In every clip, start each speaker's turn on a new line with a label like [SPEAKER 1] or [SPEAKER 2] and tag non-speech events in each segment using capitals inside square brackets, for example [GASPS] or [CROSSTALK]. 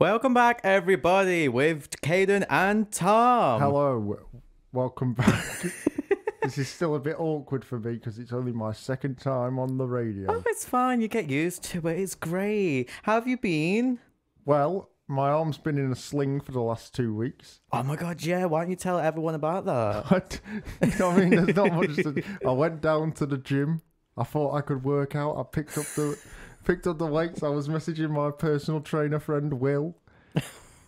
[SPEAKER 1] Welcome back, everybody, with Caden and Tom.
[SPEAKER 2] Hello, w-
[SPEAKER 1] [LAUGHS]
[SPEAKER 2] welcome back. this is still a bit awkward for me because it's only my second time on the radio.
[SPEAKER 1] Oh, it's fine. You get used to it. It's great. How have you been?
[SPEAKER 2] Well, my arm's been in a sling for the last two weeks. [LAUGHS]
[SPEAKER 1] Oh my God, yeah. Why don't you tell everyone about that?
[SPEAKER 2] I, d- you know what I mean, there's not much. To, I went down to the gym. I thought I could work out. I picked up the picked up the weights. I was messaging my personal trainer friend Will,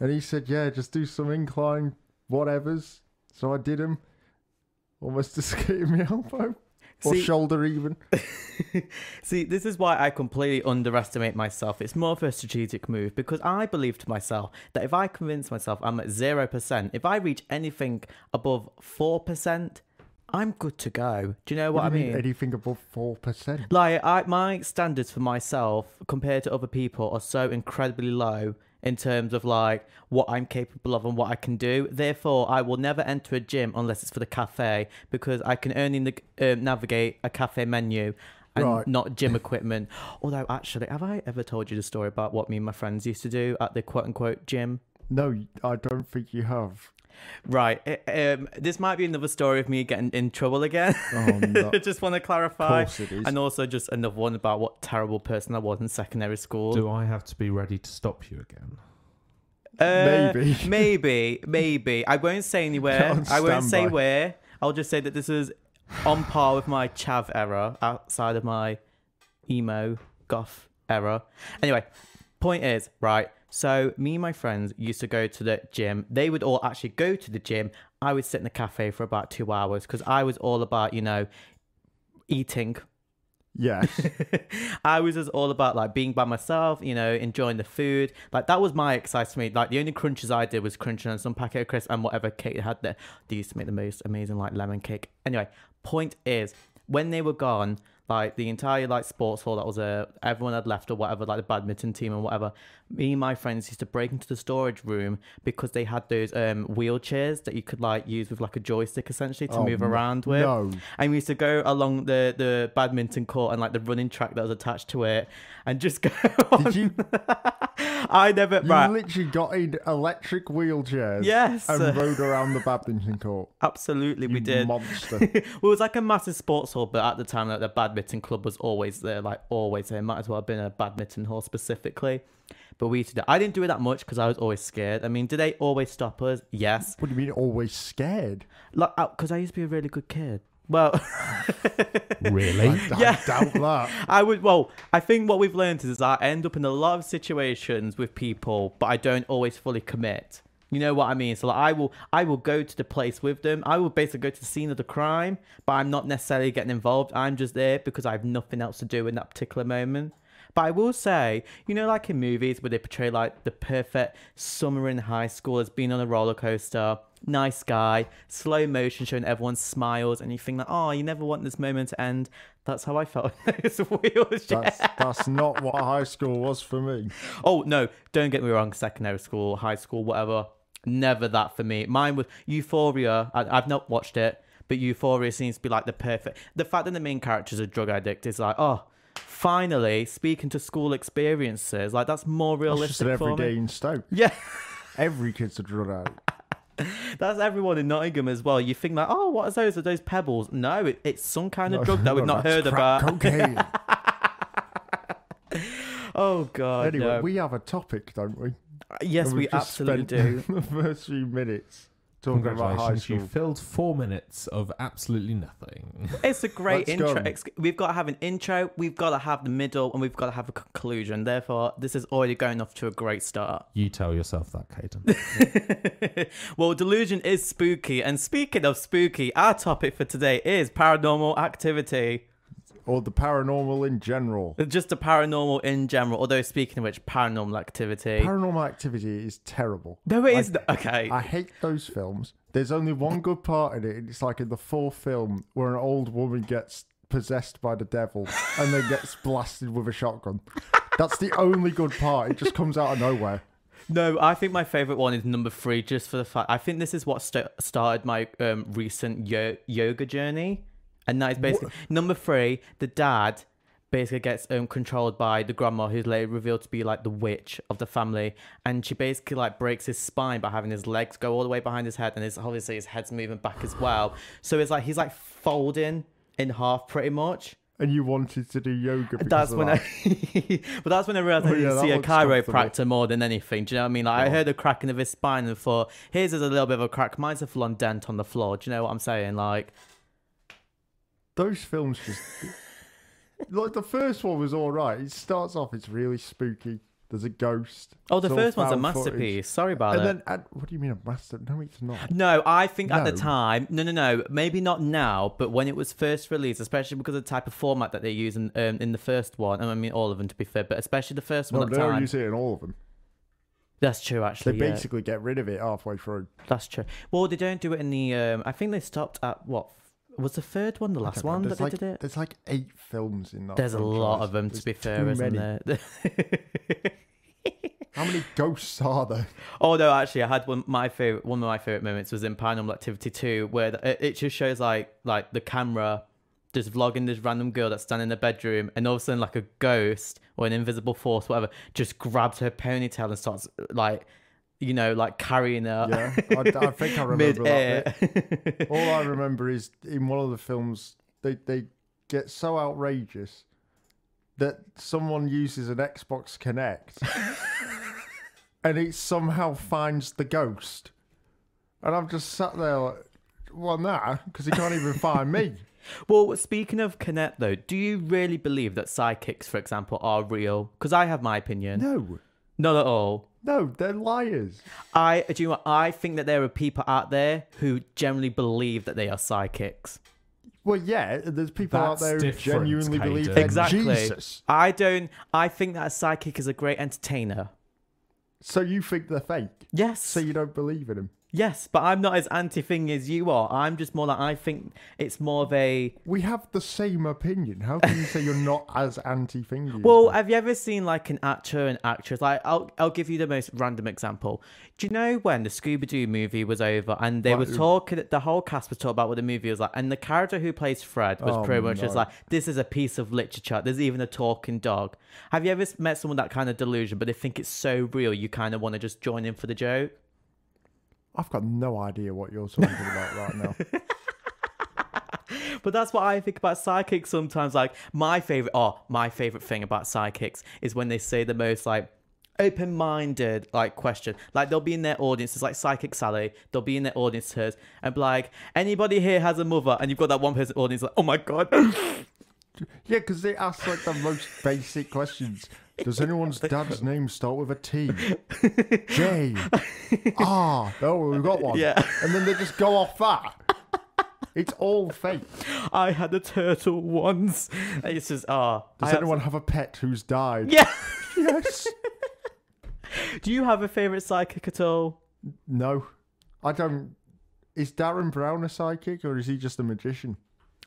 [SPEAKER 2] and he said, "Yeah, just do some incline, whatever's." So I did them. Almost [LAUGHS] escaped my elbow or
[SPEAKER 1] See-
[SPEAKER 2] shoulder, even.
[SPEAKER 1] [LAUGHS] See, this is why I completely underestimate myself. It's more of a strategic move because I believe to myself that if I convince myself I'm at 0%, if I reach anything above 4%, I'm good to go. Do you know [LAUGHS] what,
[SPEAKER 2] What
[SPEAKER 1] I
[SPEAKER 2] do you
[SPEAKER 1] mean?
[SPEAKER 2] anything above four percent.
[SPEAKER 1] Like I, my standards for myself compared to other people are so incredibly low in terms of like what I'm capable of and what I can do. Therefore, I will never enter a gym unless it's for the cafe because I can only neg- um, navigate a cafe menu and
[SPEAKER 2] Right.
[SPEAKER 1] not
[SPEAKER 2] [LAUGHS]
[SPEAKER 1] gym equipment. Although, actually, have I ever told you the story about what me and my friends used to do at the quote unquote gym?
[SPEAKER 2] No, I don't think you have.
[SPEAKER 1] Right. eh, Um, this might be another story of me getting in trouble again. [LAUGHS]
[SPEAKER 2] Oh, no.
[SPEAKER 1] I just want to clarify.
[SPEAKER 2] course it is.
[SPEAKER 1] And also just another one about what terrible person I was in secondary school.
[SPEAKER 3] Do I have to be ready to stop you again?
[SPEAKER 1] Uh,
[SPEAKER 2] Maybe.
[SPEAKER 1] [LAUGHS] maybe, maybe. I won't
[SPEAKER 2] [LAUGHS]
[SPEAKER 1] say anywhere.
[SPEAKER 2] Can't
[SPEAKER 1] I won't
[SPEAKER 2] stand
[SPEAKER 1] say
[SPEAKER 2] by.
[SPEAKER 1] where. I'll just say that this is on par with my chav error outside of my emo goth error. Anyway, point is, right, so me and my friends used to go to the gym. They would all actually go to the gym. I would sit in the cafe for about two hours because I was all about, you know, eating
[SPEAKER 2] Yes.
[SPEAKER 1] [LAUGHS] I was just all about like being by myself, you know, enjoying the food. Like that was my excitement. Like the only crunches I did was crunching on some packet of crisps and whatever cake they had there. They used to make the most amazing like lemon cake. Anyway, point is when they were gone, like the entire like sports hall that was uh, everyone had left or whatever, like the badminton team and whatever. Me and my friends used to break into the storage room because they had those um wheelchairs that you could like use with like a joystick essentially to
[SPEAKER 2] Oh,
[SPEAKER 1] move
[SPEAKER 2] no.
[SPEAKER 1] around with.
[SPEAKER 2] No.
[SPEAKER 1] And we used to go along the, the badminton court and like the running track that was attached to it and just go [LAUGHS] on.
[SPEAKER 2] Did you,
[SPEAKER 1] I never,
[SPEAKER 2] you
[SPEAKER 1] right.
[SPEAKER 2] literally got in electric wheelchairs
[SPEAKER 1] Yes.
[SPEAKER 2] and rode around the badminton court.
[SPEAKER 1] absolutely, we
[SPEAKER 2] You
[SPEAKER 1] did. [LAUGHS]
[SPEAKER 2] Monster.
[SPEAKER 1] well, it was like a massive sports hall, but at the time, like the badminton club was always there, like always there. It might as well have been a badminton hall specifically. But we used to do I didn't do it that much because I was always scared. I mean, did they always stop us? Yes.
[SPEAKER 2] what do you mean always scared?
[SPEAKER 1] Like, because I used to be a really good kid. Well,
[SPEAKER 3] Really?
[SPEAKER 2] I
[SPEAKER 1] Yeah. [LAUGHS]
[SPEAKER 2] doubt that.
[SPEAKER 1] I would. Well, I think what we've learned is that I end up in a lot of situations with people, but I don't always fully commit. You know what I mean? So like, I will, I will go to the place with them. I will basically go to the scene of the crime, but I'm not necessarily getting involved. I'm just there because I have nothing else to do in that particular moment. But I will say, you know, like in movies where they portray like the perfect summer in high school as being on a roller coaster, nice guy, slow motion showing everyone smiles, and you think like, oh, you never want this moment to end. That's how I felt. [LAUGHS] in those wheelchair.
[SPEAKER 2] That's, that's not what high school was for me.
[SPEAKER 1] Oh no, don't get me wrong. Secondary school, high school, whatever, never that for me. Mine was Euphoria. I, I've not watched it, but Euphoria seems to be like the perfect. The fact that the main character's a drug addict is like, oh, finally speaking to school experiences. Like that's more
[SPEAKER 2] It's just
[SPEAKER 1] realistic
[SPEAKER 2] an
[SPEAKER 1] for
[SPEAKER 2] everyday
[SPEAKER 1] me.
[SPEAKER 2] in Stoke.
[SPEAKER 1] Yeah,
[SPEAKER 2] Every kid's a drug addict.
[SPEAKER 1] that's everyone in Nottingham as well. You think like, oh, what are those? Are those pebbles? No, it, it's some kind of drug that we've
[SPEAKER 2] [LAUGHS] No,
[SPEAKER 1] not
[SPEAKER 2] that's
[SPEAKER 1] heard
[SPEAKER 2] crack
[SPEAKER 1] about. [LAUGHS]
[SPEAKER 2] Cocaine.
[SPEAKER 1] Oh god.
[SPEAKER 2] anyway,
[SPEAKER 1] no.
[SPEAKER 2] we have a topic, don't we?
[SPEAKER 1] yes,
[SPEAKER 2] And
[SPEAKER 1] we
[SPEAKER 2] we've just
[SPEAKER 1] absolutely do.
[SPEAKER 2] spent [LAUGHS] The first few minutes talking about high
[SPEAKER 3] Congratulations,
[SPEAKER 2] school.
[SPEAKER 3] you filled four minutes of absolutely nothing.
[SPEAKER 1] It's a great
[SPEAKER 2] Let's
[SPEAKER 1] intro.
[SPEAKER 2] go.
[SPEAKER 1] Ex- We've got to have an intro, we've got to have the middle, and we've got to have a conclusion. Therefore, this is already going off to a great start. [LAUGHS]
[SPEAKER 3] You tell yourself that, Caden.
[SPEAKER 1] well, delusion is spooky, and speaking of spooky, our topic for today is paranormal activity.
[SPEAKER 2] Or the paranormal in general.
[SPEAKER 1] Just the paranormal in general. Although, speaking of which, paranormal activity.
[SPEAKER 2] Paranormal activity is terrible.
[SPEAKER 1] no, it
[SPEAKER 2] I-
[SPEAKER 1] is. not Okay.
[SPEAKER 2] I hate those films. There's only one good part in it, and it's like in the fourth film where an old woman gets possessed by the devil and
[SPEAKER 1] [LAUGHS]
[SPEAKER 2] then gets blasted with a shotgun. That's the only good part. It just comes out of nowhere.
[SPEAKER 1] No, I think my favorite one is number three, just for the fact. I think this is what st- started my um, recent yo- yoga journey, and that is basically number three. The dad basically gets um, controlled by the grandma, who's later revealed to be like the witch of the family, and she basically like breaks his spine by having his legs go all the way behind his head, and his obviously his head's moving back as well. So it's like he's like folding in half pretty much.
[SPEAKER 2] and you wanted to do yoga. Because
[SPEAKER 1] That's
[SPEAKER 2] of
[SPEAKER 1] when
[SPEAKER 2] that.
[SPEAKER 1] I, [LAUGHS] but that's when I realized
[SPEAKER 2] Oh,
[SPEAKER 1] I need
[SPEAKER 2] yeah,
[SPEAKER 1] to
[SPEAKER 2] that
[SPEAKER 1] see a
[SPEAKER 2] looks comfortable.
[SPEAKER 1] chiropractor more than anything. Do you know what I mean? Like I heard a cracking of his spine and thought, "Here's is a little bit of a crack. Mine's a full-on dent on the floor." Do you know what I'm saying? Like,
[SPEAKER 2] Those films just
[SPEAKER 1] [LAUGHS]
[SPEAKER 2] like the first one was all right. It starts off, it's really spooky. There's a ghost.
[SPEAKER 1] oh, the
[SPEAKER 2] It's all
[SPEAKER 1] first one's a
[SPEAKER 2] found footage.
[SPEAKER 1] masterpiece. Sorry about
[SPEAKER 2] And
[SPEAKER 1] it.
[SPEAKER 2] then, and, what do you mean a master? No, it's not.
[SPEAKER 1] No, I think at the
[SPEAKER 2] No.
[SPEAKER 1] time, no, no, no, maybe not now, but when it was first released, especially because of the type of format that they use in, um, in the first one, and I mean all of them to be fair, but especially the first
[SPEAKER 2] No,
[SPEAKER 1] one at
[SPEAKER 2] they
[SPEAKER 1] the
[SPEAKER 2] don't
[SPEAKER 1] time.
[SPEAKER 2] use it in all of them.
[SPEAKER 1] That's true,
[SPEAKER 2] They
[SPEAKER 1] actually. yeah.
[SPEAKER 2] basically get rid of it halfway through.
[SPEAKER 1] That's true. Well, they don't do it in the. Um, I think they stopped at what was the third one, the last one that
[SPEAKER 2] there's
[SPEAKER 1] they
[SPEAKER 2] like,
[SPEAKER 1] did it.
[SPEAKER 2] There's like eight films in that.
[SPEAKER 1] There's a lot
[SPEAKER 2] franchise.
[SPEAKER 1] of them, to
[SPEAKER 2] There's
[SPEAKER 1] be fair,
[SPEAKER 2] too
[SPEAKER 1] isn't
[SPEAKER 2] many.
[SPEAKER 1] there? [LAUGHS]
[SPEAKER 2] How many ghosts are
[SPEAKER 1] [LAUGHS]
[SPEAKER 2] there?
[SPEAKER 1] Oh no, actually, I had one. My favorite, one of my favorite moments was in Paranormal Activity Two, where the, it- it just shows like like the camera just vlogging this random girl that's standing in the bedroom, and all of a sudden, like a ghost or an invisible force, whatever, just grabs her ponytail and starts like, you know, like carrying her
[SPEAKER 2] Yeah, I, I
[SPEAKER 1] [LAUGHS]
[SPEAKER 2] think I remember that.
[SPEAKER 1] mid-air. [LAUGHS]
[SPEAKER 2] bit. All I remember is in one of the films, they they get so outrageous that someone uses an Xbox Connect, and it somehow finds the ghost, and I'm just sat there like, well, nah, because he can't even find me.
[SPEAKER 1] Well, speaking of Connect, though, do you really believe that psychics, for example, are real? Because I have my opinion.
[SPEAKER 2] No,
[SPEAKER 1] Not at all.
[SPEAKER 2] no, they're liars.
[SPEAKER 1] I do you know what? I think that there are people out there who generally believe that they are psychics.
[SPEAKER 2] Well, yeah, there's people out
[SPEAKER 3] That's
[SPEAKER 2] there who
[SPEAKER 3] different,
[SPEAKER 2] genuinely believe
[SPEAKER 3] Caden.
[SPEAKER 2] they're
[SPEAKER 1] Exactly.
[SPEAKER 2] Jesus.
[SPEAKER 1] I don't I think that a psychic is a great entertainer.
[SPEAKER 2] So you think they're fake?
[SPEAKER 1] Yes.
[SPEAKER 2] So you don't believe in them?
[SPEAKER 1] yes, but I'm not as anti thing as you are. I'm just more like I think it's more of a
[SPEAKER 2] We have the same opinion. How can you say
[SPEAKER 1] [LAUGHS]
[SPEAKER 2] you're not as anti thingy?
[SPEAKER 1] Well, have you ever seen like an actor and actress? Like, I'll I'll give you the most random example. Do you know when the Scooby Doo movie was over and they were talking? The whole cast was talking about what the movie was like, and the character who plays Fred was
[SPEAKER 2] Oh,
[SPEAKER 1] pretty much just
[SPEAKER 2] no.
[SPEAKER 1] like, "This is a piece of literature. There's even a talking dog." Have you ever s- met someone that kind of delusion, but they think it's so real, you kind of want to just join in for the joke?
[SPEAKER 2] I've got no idea what you're talking about
[SPEAKER 1] [LAUGHS]
[SPEAKER 2] right now.
[SPEAKER 1] But that's what I think about psychics sometimes. Like my favorite, oh, my favorite thing about psychics is when they say the most like open-minded like question. Like they'll be in their audience. It's like psychic Sally. They'll be in their audience to hers and be like, anybody here has a mother, and you've got that one person in the audience like, oh my god,
[SPEAKER 2] yeah, because they ask like the most basic questions. Does anyone's dad's name start with a T?
[SPEAKER 1] [LAUGHS]
[SPEAKER 2] J. Ah, no, we've got one.
[SPEAKER 1] Yeah.
[SPEAKER 2] And then they just go off that. It's all fake.
[SPEAKER 1] I had a turtle once. And it's just ah. Oh,
[SPEAKER 2] Does anyone have a pet who's died?
[SPEAKER 1] [LAUGHS] Yeah.
[SPEAKER 2] Yes.
[SPEAKER 1] Do you have a favorite psychic at all?
[SPEAKER 2] No, I don't. Is Darren Brown a psychic or is he just a magician?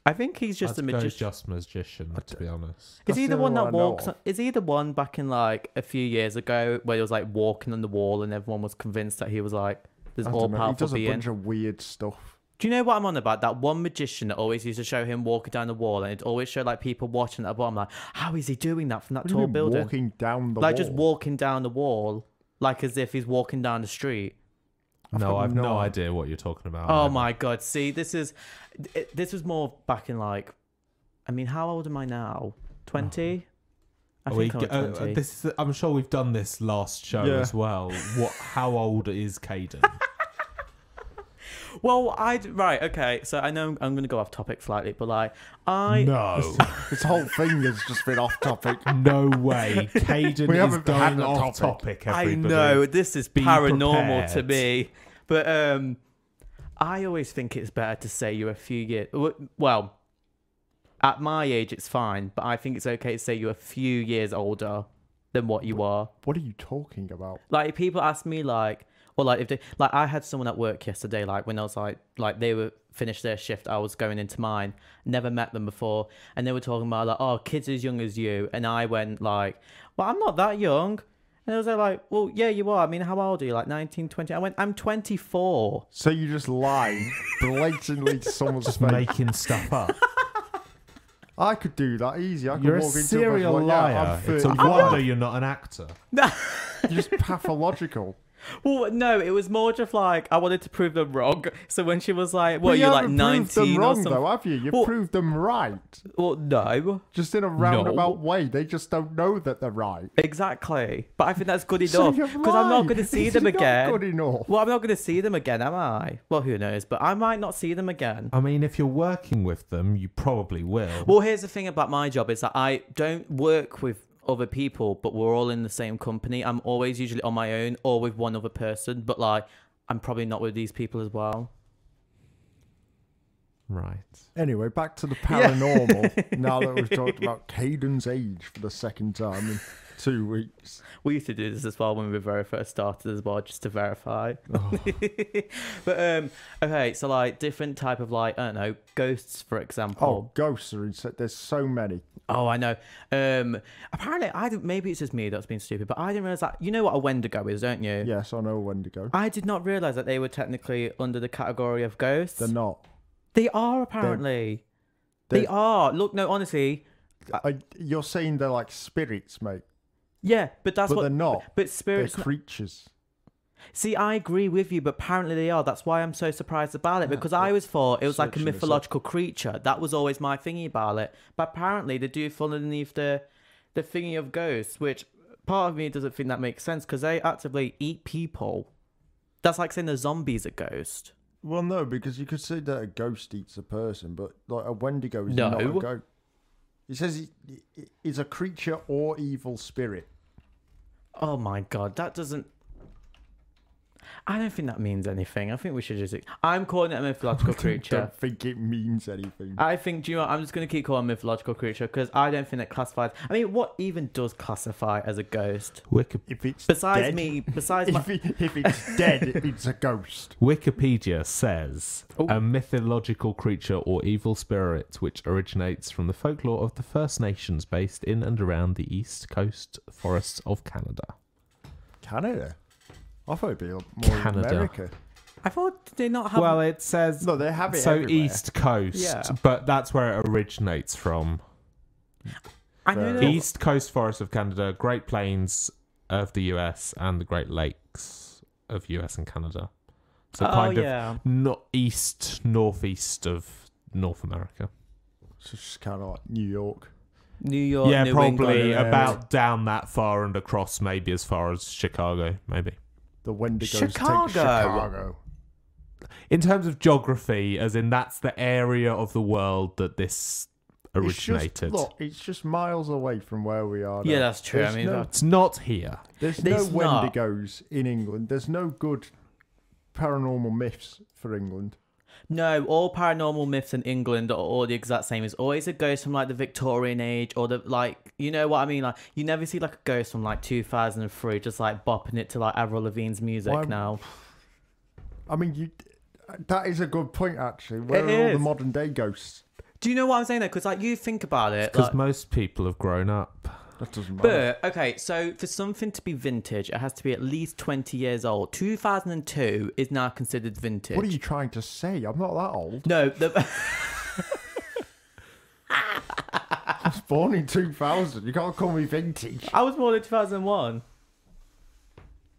[SPEAKER 1] I think he's just
[SPEAKER 3] I'd
[SPEAKER 1] a
[SPEAKER 3] go
[SPEAKER 1] magician.
[SPEAKER 3] just magician, to be honest.
[SPEAKER 1] Is
[SPEAKER 2] That's
[SPEAKER 1] he
[SPEAKER 2] the
[SPEAKER 1] the
[SPEAKER 2] only
[SPEAKER 1] one
[SPEAKER 2] one
[SPEAKER 1] that
[SPEAKER 2] I know
[SPEAKER 1] walks?
[SPEAKER 2] of.
[SPEAKER 1] Is he the one back in like a few years ago where he was like walking on the wall and everyone was convinced that he was like this
[SPEAKER 2] I
[SPEAKER 1] all
[SPEAKER 2] don't know. He
[SPEAKER 1] powerful
[SPEAKER 2] does a
[SPEAKER 1] being?
[SPEAKER 2] bunch of weird stuff.
[SPEAKER 1] Do you know what I'm on about? That one magician that always used to show him walking down the wall and it always showed like people watching at the bottom, like, how is he doing that from that
[SPEAKER 2] What do you
[SPEAKER 1] tall
[SPEAKER 2] mean
[SPEAKER 1] building?
[SPEAKER 2] walking down the
[SPEAKER 1] like
[SPEAKER 2] wall?
[SPEAKER 1] just walking down the wall, like as if he's walking down the street.
[SPEAKER 3] No,
[SPEAKER 2] got
[SPEAKER 3] I've no,
[SPEAKER 2] no-
[SPEAKER 3] idea what you're talking about.
[SPEAKER 1] Oh
[SPEAKER 3] either.
[SPEAKER 1] my god! See, this is it- this was more back in like, I mean, how old am I now?
[SPEAKER 2] Oh.
[SPEAKER 1] Twenty. I
[SPEAKER 3] Are we
[SPEAKER 1] think I'm
[SPEAKER 3] g-
[SPEAKER 1] at
[SPEAKER 3] uh,
[SPEAKER 1] twenty.
[SPEAKER 3] this is, I'm sure we've done this last show
[SPEAKER 2] Yeah.
[SPEAKER 3] as well. What? How old is Caden?
[SPEAKER 1] Well, I right okay. So I know I'm, I'm going to go off topic slightly, but like I
[SPEAKER 3] no,
[SPEAKER 2] This whole thing has just been off topic.
[SPEAKER 3] no way. Caden
[SPEAKER 2] We
[SPEAKER 3] is
[SPEAKER 2] haven't had
[SPEAKER 3] going
[SPEAKER 2] a
[SPEAKER 3] off
[SPEAKER 2] topic.
[SPEAKER 3] topic.
[SPEAKER 1] I
[SPEAKER 3] everybody.
[SPEAKER 1] know this is
[SPEAKER 3] Be
[SPEAKER 1] paranormal to
[SPEAKER 3] prepared.
[SPEAKER 1] me, but um, I always think it's better to say you're a few years. Well, at my age, it's fine, but I think it's okay to say you're a few years older than [LAUGHS] what you are.
[SPEAKER 2] What are you talking about?
[SPEAKER 1] Like if people ask me like or like if they like I had someone at work yesterday, like when I was like like they were finished their shift, I was going into mine, never met them before, and they were talking about like, oh kids as young as you and I went like, Well, I'm not that young and they was like, Well, yeah, you are. I mean, how old are you? Like 19, 20? I went, I'm twenty four.
[SPEAKER 2] So you just lie blatantly to someone's face.
[SPEAKER 3] making stuff up.
[SPEAKER 2] I could do that easy. I could
[SPEAKER 3] You're a
[SPEAKER 2] walk into
[SPEAKER 3] serial
[SPEAKER 2] a bus and be like, yeah,
[SPEAKER 3] liar.
[SPEAKER 2] I'm
[SPEAKER 3] It's
[SPEAKER 2] fit.
[SPEAKER 3] a
[SPEAKER 2] I'm [LAUGHS]
[SPEAKER 3] wonder you're not an actor.
[SPEAKER 2] just pathological.
[SPEAKER 1] Well, no, it was more just like I wanted to prove them wrong. So when she was like, "What
[SPEAKER 2] But
[SPEAKER 1] are
[SPEAKER 2] you
[SPEAKER 1] you like
[SPEAKER 2] haven't proved
[SPEAKER 1] nineteen
[SPEAKER 2] them
[SPEAKER 1] or
[SPEAKER 2] wrong
[SPEAKER 1] something?"
[SPEAKER 2] though, have you? You've
[SPEAKER 1] Well-
[SPEAKER 2] proved them right,
[SPEAKER 1] Well, no,
[SPEAKER 2] just in a roundabout way. They just don't know that they're right.
[SPEAKER 1] exactly. But I think that's good
[SPEAKER 2] [LAUGHS] So
[SPEAKER 1] enough
[SPEAKER 2] you've
[SPEAKER 1] because I'm not
[SPEAKER 2] lied.
[SPEAKER 1] going to
[SPEAKER 2] [LAUGHS]
[SPEAKER 1] see
[SPEAKER 2] Is
[SPEAKER 1] them
[SPEAKER 2] it not
[SPEAKER 1] again.
[SPEAKER 2] Good
[SPEAKER 1] [LAUGHS]
[SPEAKER 2] enough.
[SPEAKER 1] Well, I'm not going to see them again, am I? Well, who knows? But I might not see them again.
[SPEAKER 3] I mean, if you're working with them, you probably will.
[SPEAKER 1] Well, here's the thing about my job is that I don't work with other people, but we're all in the same company. I'm always usually on my own or with one other person, but like I'm probably not with these people as well.
[SPEAKER 3] Right.
[SPEAKER 2] Anyway, back to the paranormal. [LAUGHS] now that we've talked about Caden's age for the second time in two weeks,
[SPEAKER 1] We used to do this as well when we very first started as well, just to verify. [LAUGHS] but um, okay, so like different type of like I don't know ghosts, for
[SPEAKER 2] oh,
[SPEAKER 1] example.
[SPEAKER 2] ghosts are ins- there's so many.
[SPEAKER 1] Oh, I know. Um, apparently I didn't. Maybe it's just me that's been stupid, but I didn't realize that. You know what a Wendigo is, don't you?
[SPEAKER 2] Yes, I know Wendigo.
[SPEAKER 1] I did not realize that they were technically under the category of ghosts.
[SPEAKER 2] They're not.
[SPEAKER 1] They are apparently. They
[SPEAKER 2] They're-
[SPEAKER 1] are. Look, no, honestly,
[SPEAKER 2] I, you're saying they're like spirits, mate,
[SPEAKER 1] yeah, but that's
[SPEAKER 2] but
[SPEAKER 1] what.
[SPEAKER 2] they're not.
[SPEAKER 1] But
[SPEAKER 2] They're
[SPEAKER 1] spirits.
[SPEAKER 2] creatures.
[SPEAKER 1] See, I agree with you, but apparently they are. That's why I'm so surprised about it because I always thought it was like a
[SPEAKER 2] Searching this up.
[SPEAKER 1] mythological creature. That was always my thingy about it. But apparently they do fall underneath the, the thingy of ghosts, which part of me doesn't think that makes sense because they actively eat people. That's like saying the zombies are ghost.
[SPEAKER 2] Well, no, because you could say that a ghost eats a person, but like a Wendigo is not a
[SPEAKER 1] No.
[SPEAKER 2] ghost. It says it, it, it's a creature or evil spirit.
[SPEAKER 1] Oh my god, that doesn't. I don't think that means anything. I think we should just. I'm calling it a mythological creature.
[SPEAKER 2] [LAUGHS] Don't think it means anything.
[SPEAKER 1] I think, do you know, what, I'm just going to keep calling it a mythological creature because I don't think it classifies. I mean, what even does classify as a ghost?
[SPEAKER 3] Wiki-
[SPEAKER 2] if it's
[SPEAKER 1] Besides
[SPEAKER 2] dead-
[SPEAKER 1] me,
[SPEAKER 3] [LAUGHS]
[SPEAKER 1] besides my.
[SPEAKER 2] [LAUGHS] if, it-
[SPEAKER 1] [LAUGHS]
[SPEAKER 2] if it's dead, it's a ghost.
[SPEAKER 3] Wikipedia says
[SPEAKER 1] Oh.
[SPEAKER 3] a mythological creature or evil spirit which originates from the folklore of the First Nations based in and around the east coast forests of Canada.
[SPEAKER 2] Canada. I thought it'd be more in
[SPEAKER 3] Canada.
[SPEAKER 2] America.
[SPEAKER 1] I thought they not have.
[SPEAKER 3] well, it says
[SPEAKER 2] No, they have it
[SPEAKER 3] so
[SPEAKER 2] everywhere.
[SPEAKER 3] east coast,
[SPEAKER 1] Yeah.
[SPEAKER 3] but that's where it originates from.
[SPEAKER 1] I
[SPEAKER 3] uh,
[SPEAKER 1] know
[SPEAKER 2] Fair.
[SPEAKER 1] that.
[SPEAKER 3] East coast forests of Canada, Great Plains of the US, and the Great Lakes of US and Canada. So
[SPEAKER 1] Oh,
[SPEAKER 3] kind of
[SPEAKER 1] yeah.
[SPEAKER 3] not east, northeast of North America.
[SPEAKER 2] So it's just kind of like New York.
[SPEAKER 1] New York,
[SPEAKER 3] yeah,
[SPEAKER 1] New
[SPEAKER 3] probably
[SPEAKER 1] England.
[SPEAKER 3] about down that far and across, maybe as far as Chicago, maybe.
[SPEAKER 2] The Wendigos
[SPEAKER 1] Chicago.
[SPEAKER 2] take Chicago.
[SPEAKER 3] In terms of geography, as in that's the area of the world that this
[SPEAKER 2] It's just-
[SPEAKER 3] originated. It's,
[SPEAKER 2] look, it's just miles away from where we are.
[SPEAKER 1] Yeah,
[SPEAKER 2] now.
[SPEAKER 1] that's true. I
[SPEAKER 2] There's
[SPEAKER 1] mean,
[SPEAKER 2] no-
[SPEAKER 1] that-
[SPEAKER 3] not here.
[SPEAKER 2] There's no
[SPEAKER 1] There's not.
[SPEAKER 2] Wendigos in England. There's no good paranormal myths for England.
[SPEAKER 1] No, all paranormal myths in England are all the exact same. It's always a ghost from like the Victorian age or the like, you know what I mean? Like, you never see like a ghost from like 2003 just like bopping it to like Avril Lavigne's music
[SPEAKER 2] Why-
[SPEAKER 1] now.
[SPEAKER 2] I mean, you. That is a good point, actually. Where
[SPEAKER 1] It
[SPEAKER 2] are all
[SPEAKER 1] is.
[SPEAKER 2] the modern day ghosts?
[SPEAKER 1] Do you know what I'm saying though? Because like you think about it.
[SPEAKER 3] Because
[SPEAKER 1] like-
[SPEAKER 3] most people have grown up.
[SPEAKER 2] That doesn't matter.
[SPEAKER 1] but okay, so for something to be vintage, it has to be at least 20 years old. 2002 is now considered vintage.
[SPEAKER 2] what are you trying to say? I'm not that old.
[SPEAKER 1] No, the, [LAUGHS]
[SPEAKER 2] I was born in 2000. You can't call me vintage.
[SPEAKER 1] I was born in 2001.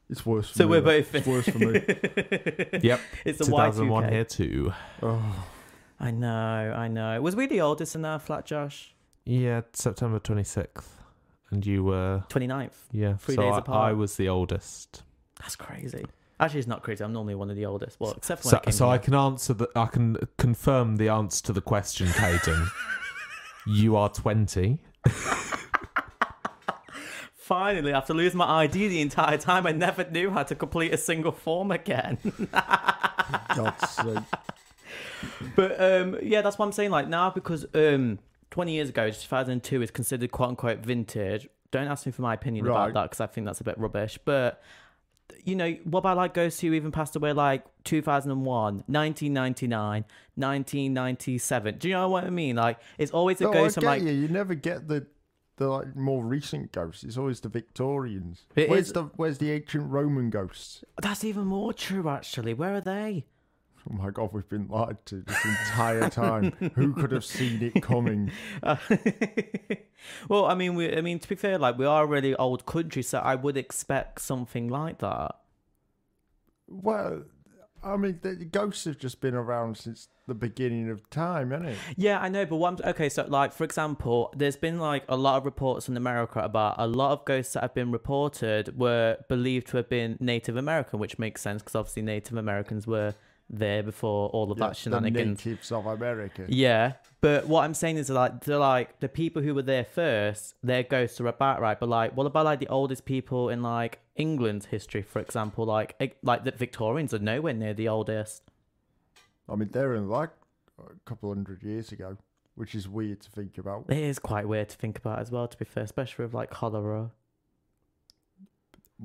[SPEAKER 2] It's worse. For
[SPEAKER 1] So
[SPEAKER 2] me,
[SPEAKER 1] we're
[SPEAKER 2] though.
[SPEAKER 1] both-
[SPEAKER 2] It's worse
[SPEAKER 1] [LAUGHS]
[SPEAKER 2] for me.
[SPEAKER 3] yep.
[SPEAKER 1] It's a
[SPEAKER 3] 2001
[SPEAKER 1] Y2K.
[SPEAKER 3] here too.
[SPEAKER 2] Oh,
[SPEAKER 1] I know, I know. Was we the oldest in our flat, Josh?
[SPEAKER 3] Yeah, September 26th. And you were,
[SPEAKER 1] 29th.
[SPEAKER 3] yeah.
[SPEAKER 1] Three
[SPEAKER 3] so
[SPEAKER 1] days
[SPEAKER 3] I,
[SPEAKER 1] apart.
[SPEAKER 3] I was the oldest.
[SPEAKER 1] That's crazy. Actually, it's not crazy. I'm normally one of the oldest. Well, except for when
[SPEAKER 3] So,
[SPEAKER 1] it came
[SPEAKER 3] so
[SPEAKER 1] to
[SPEAKER 3] I
[SPEAKER 1] me.
[SPEAKER 3] can answer the, I can confirm the answer to the
[SPEAKER 1] [LAUGHS]
[SPEAKER 3] question, Caden. you are 20.
[SPEAKER 1] finally after losing my ID the entire time. I never knew how to complete a single form again.
[SPEAKER 2] God's sake.
[SPEAKER 1] but um, yeah, that's what I'm saying. Like now, because um, 20 years ago, 2002 is considered quote unquote vintage. Don't ask me for my opinion about
[SPEAKER 2] Right.
[SPEAKER 1] that because I think that's a bit rubbish. But you know, what about like ghosts who even passed away like 2001, 1999, 1997? Do you know what I mean? Like, it's always a
[SPEAKER 2] No, I
[SPEAKER 1] ghost
[SPEAKER 2] get
[SPEAKER 1] from like
[SPEAKER 2] you. You never get the the like more recent ghosts. It's always the Victorians.
[SPEAKER 1] It
[SPEAKER 2] where's
[SPEAKER 1] is-
[SPEAKER 2] the where's the ancient Roman ghosts?
[SPEAKER 1] That's even more true, actually. Where are they? [LAUGHS]
[SPEAKER 2] oh my god, we've been lied to this entire time.
[SPEAKER 1] [LAUGHS]
[SPEAKER 2] Who could have seen it coming?
[SPEAKER 1] Uh, well, I mean, we, I mean, to be fair, like we are a really old country, so I would expect something like that.
[SPEAKER 2] Well, I mean, the ghosts have just been around since the beginning of time, hasn't it?
[SPEAKER 1] Yeah, I know, but one okay, so like for example, there's been like a lot of reports in America about a lot of ghosts that have been reported were believed to have been Native American, which makes sense because obviously Native Americans were there before all of that
[SPEAKER 2] the
[SPEAKER 1] shenanigans.
[SPEAKER 2] natives of America.
[SPEAKER 1] Yeah, but what I'm saying is like they're like the people who were there first, their ghosts are about right. But like, what about like the oldest people in like England's history, for example? Like, eh, like the Victorians are nowhere near the oldest.
[SPEAKER 2] I mean, they're in like a couple hundred years ago, which is weird to think about.
[SPEAKER 1] It is quite weird to think about as well, to be fair, especially with like cholera.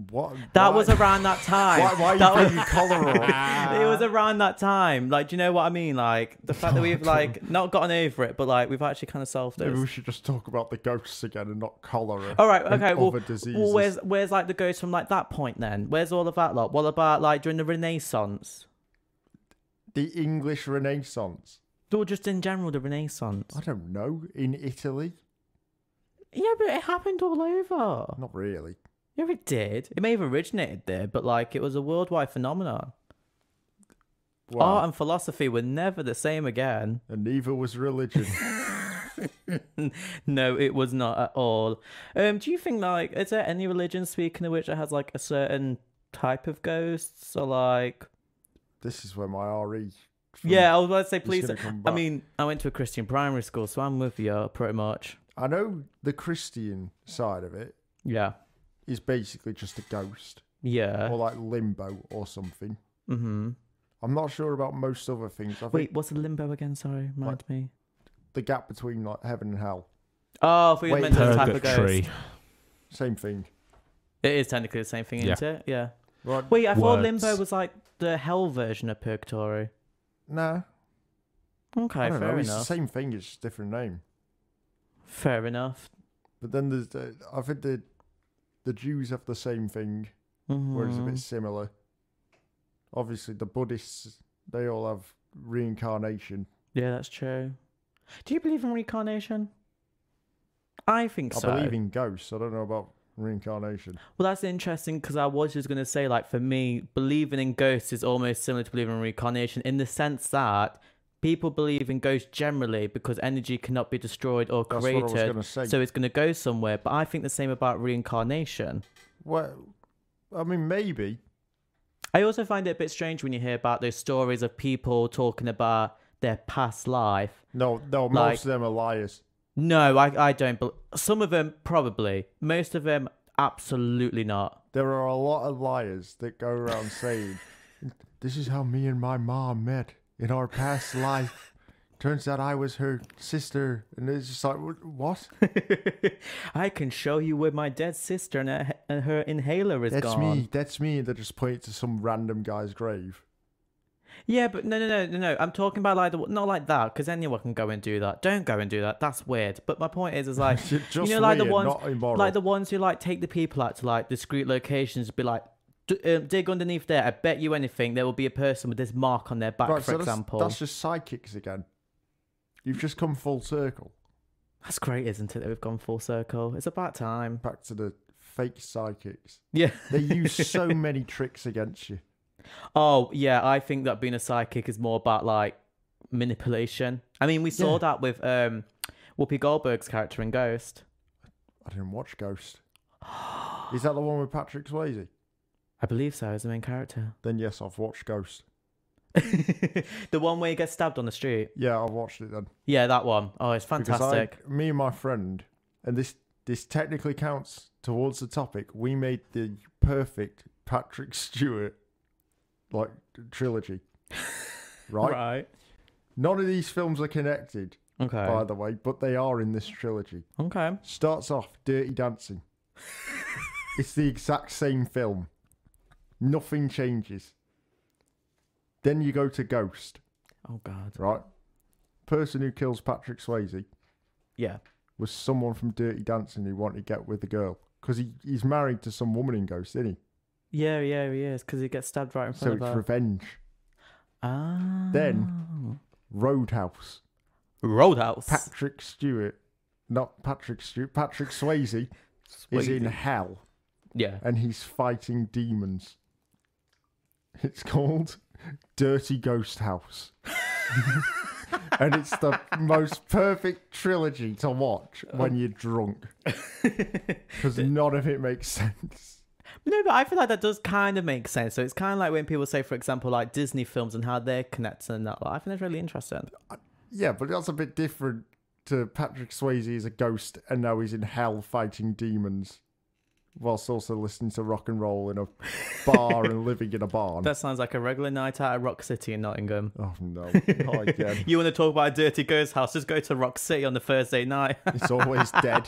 [SPEAKER 2] What?
[SPEAKER 1] That
[SPEAKER 2] why-
[SPEAKER 1] was around that time.
[SPEAKER 2] Why, why are
[SPEAKER 1] that
[SPEAKER 2] you
[SPEAKER 1] was,
[SPEAKER 2] bringing
[SPEAKER 1] [LAUGHS]
[SPEAKER 2] cholera up?
[SPEAKER 1] it was around that time. Like, do you know what I mean? Like the fact that we've
[SPEAKER 2] [LAUGHS]
[SPEAKER 1] like not gotten over it, but like we've actually kind of solved
[SPEAKER 2] Maybe we
[SPEAKER 1] it.
[SPEAKER 2] should just talk about the ghosts again and not cholera.
[SPEAKER 1] All right,
[SPEAKER 2] and
[SPEAKER 1] okay. Well,
[SPEAKER 2] other
[SPEAKER 1] well,
[SPEAKER 2] diseases.
[SPEAKER 1] where's where's like the ghosts from like that point then? Where's all of that lot? What about like during the Renaissance?
[SPEAKER 2] the English Renaissance.
[SPEAKER 1] Or just in general the Renaissance?
[SPEAKER 2] I don't know. In Italy?
[SPEAKER 1] Yeah, but it happened all over.
[SPEAKER 2] Not really.
[SPEAKER 1] Yeah, it did. It may have originated there, but like it was a worldwide phenomenon.
[SPEAKER 2] Well,
[SPEAKER 1] Art and philosophy were never the same again.
[SPEAKER 2] and neither
[SPEAKER 1] [LAUGHS]
[SPEAKER 2] was religion.
[SPEAKER 1] no, it was not at all. Um, do you think like is there any religion speaking of which that has like a certain type of ghosts or like
[SPEAKER 2] this is where my RE. from-
[SPEAKER 1] yeah, I was about to say please. [LAUGHS]
[SPEAKER 2] gonna come
[SPEAKER 1] I
[SPEAKER 2] back.
[SPEAKER 1] mean, I went to a Christian primary school, so I'm with you pretty much.
[SPEAKER 2] I know the Christian side of it
[SPEAKER 1] Yeah,
[SPEAKER 2] is basically just a ghost
[SPEAKER 1] yeah.
[SPEAKER 2] or like limbo or something.
[SPEAKER 1] Mm-hmm.
[SPEAKER 2] I'm not sure about most other things. I think
[SPEAKER 1] Wait, what's the limbo again? Sorry, remind me.
[SPEAKER 2] the gap between like heaven and hell,
[SPEAKER 1] Oh, if we
[SPEAKER 2] Wait,
[SPEAKER 1] meant the type of ghost.
[SPEAKER 3] Purgatory.
[SPEAKER 2] same thing.
[SPEAKER 1] It is technically the same thing,
[SPEAKER 3] Yeah.
[SPEAKER 1] isn't it? Yeah.
[SPEAKER 2] Right?
[SPEAKER 1] Wait, I thought limbo
[SPEAKER 3] Words.
[SPEAKER 1] was like the hell version of purgatory.
[SPEAKER 2] Nah, I
[SPEAKER 1] Okay,
[SPEAKER 2] don't
[SPEAKER 1] fair
[SPEAKER 2] know. It's the
[SPEAKER 1] enough.
[SPEAKER 2] same thing. It's just a different name.
[SPEAKER 1] Fair enough.
[SPEAKER 2] But then there's, the, I think the the Jews have the same thing, where it's a
[SPEAKER 1] Mhm.
[SPEAKER 2] bit similar. Obviously, the Buddhists they all have reincarnation.
[SPEAKER 1] Yeah, that's true. Do you believe in reincarnation? I think so.
[SPEAKER 2] I believe in ghosts. I don't know about reincarnation.
[SPEAKER 1] Well, that's interesting because I was just going to say, like, for me, believing in ghosts is almost similar to believing in reincarnation in the sense that people believe in ghosts generally because energy cannot be destroyed or
[SPEAKER 2] That's what I was
[SPEAKER 1] created.
[SPEAKER 2] gonna say.
[SPEAKER 1] So it's going to go somewhere. But I think the same about reincarnation.
[SPEAKER 2] well, I mean, maybe
[SPEAKER 1] I also find it a bit strange when you hear about those stories of people talking about their past life
[SPEAKER 2] no, no. Most
[SPEAKER 1] Like-
[SPEAKER 2] of them are liars.
[SPEAKER 1] No, I, I don't. Bel some of them probably. Most of them absolutely not. [LAUGHS]
[SPEAKER 2] There are a lot of liars that go around saying, "This is how me and my mom met in our
[SPEAKER 1] [LAUGHS]
[SPEAKER 2] past life." Turns out I was her sister, and it's just like, "Wh- what?
[SPEAKER 1] I can show you where my dead sister and her, and her inhaler is
[SPEAKER 2] That's
[SPEAKER 1] gone.
[SPEAKER 2] me. That's me. And they just point to some random guy's grave.
[SPEAKER 1] Yeah, but no, no, no, no, no. I'm talking about like the, not like that because anyone can go and do that. Don't go and do that. That's weird. But my point is, is like
[SPEAKER 2] [LAUGHS] Just
[SPEAKER 1] you know, like the
[SPEAKER 2] weird,
[SPEAKER 1] ones,
[SPEAKER 2] not immoral.
[SPEAKER 1] like the ones who like take the people out to like discreet locations, be like. D- um, dig underneath there. I bet you anything, there will be a person with this mark on their back,
[SPEAKER 2] Right,
[SPEAKER 1] for
[SPEAKER 2] so that's-
[SPEAKER 1] example.
[SPEAKER 2] That's,
[SPEAKER 1] That's,
[SPEAKER 2] just psychics again. You've just come full circle
[SPEAKER 1] great, isn't it? That we've gone full circle. It's about time.
[SPEAKER 2] back to the fake psychics.
[SPEAKER 1] Yeah.
[SPEAKER 2] They
[SPEAKER 1] [LAUGHS]
[SPEAKER 2] use so many tricks against you.
[SPEAKER 1] Oh, yeah, I think that being a psychic is more about like manipulation. I mean, we saw
[SPEAKER 2] Yeah.
[SPEAKER 1] that with um Whoopi Goldberg's character in Ghost.
[SPEAKER 2] I didn't watch Ghost. Is that the one with Patrick Swayze?
[SPEAKER 1] I believe so, as the main character. [LAUGHS]
[SPEAKER 2] Then yes, I've watched Ghost.
[SPEAKER 1] the one where he gets stabbed on the street.
[SPEAKER 2] Yeah, I've watched it then.
[SPEAKER 1] Yeah, that one. Oh, it's
[SPEAKER 2] Because I-
[SPEAKER 1] fantastic.
[SPEAKER 2] me and my friend, and this this technically counts towards the topic. We made the perfect Patrick [LAUGHS] Stewart like trilogy, right?
[SPEAKER 1] Right.
[SPEAKER 2] None of these films are connected,
[SPEAKER 1] Okay.
[SPEAKER 2] by the way, but they are in this trilogy.
[SPEAKER 1] Okay.
[SPEAKER 2] Starts off Dirty Dancing. it's the exact same film. Nothing changes. Then you go to Ghost,
[SPEAKER 1] Oh god.
[SPEAKER 2] right? Person who kills Patrick Swayze
[SPEAKER 1] Yeah.
[SPEAKER 2] was someone from Dirty Dancing who wanted to get with the girl because he, he's married to some woman in Ghost, isn't he?
[SPEAKER 1] Yeah, yeah, he is because he gets stabbed right in
[SPEAKER 2] So
[SPEAKER 1] front
[SPEAKER 2] it's
[SPEAKER 1] of her.
[SPEAKER 2] revenge.
[SPEAKER 1] Ah.
[SPEAKER 2] Then- Roadhouse.
[SPEAKER 1] Roadhouse.
[SPEAKER 2] Patrick Stewart, not Patrick Stewart, Patrick Swayze is in hell [LAUGHS]
[SPEAKER 1] yeah.
[SPEAKER 2] and he's fighting demons. It's called Dirty Ghost House. [LAUGHS] and it's the most perfect trilogy to watch when you're drunk. Because none of it makes [LAUGHS] sense.
[SPEAKER 1] No, but I feel like that does kind of make sense. So it's kind of like when people say, for example, like Disney films and how they're connected and that. Like, I think that's really interesting.
[SPEAKER 2] Yeah, but that's a bit different to Patrick Swayze as a ghost and now he's in hell fighting demons. Whilst also listening to rock and roll in a bar and living in a barn.
[SPEAKER 1] That sounds like a regular night out at Rock City in Nottingham.
[SPEAKER 2] Oh no, not again.
[SPEAKER 1] [LAUGHS] You want to talk about a dirty ghost house? Just go to Rock City on the Thursday night. [LAUGHS]
[SPEAKER 2] It's always dead.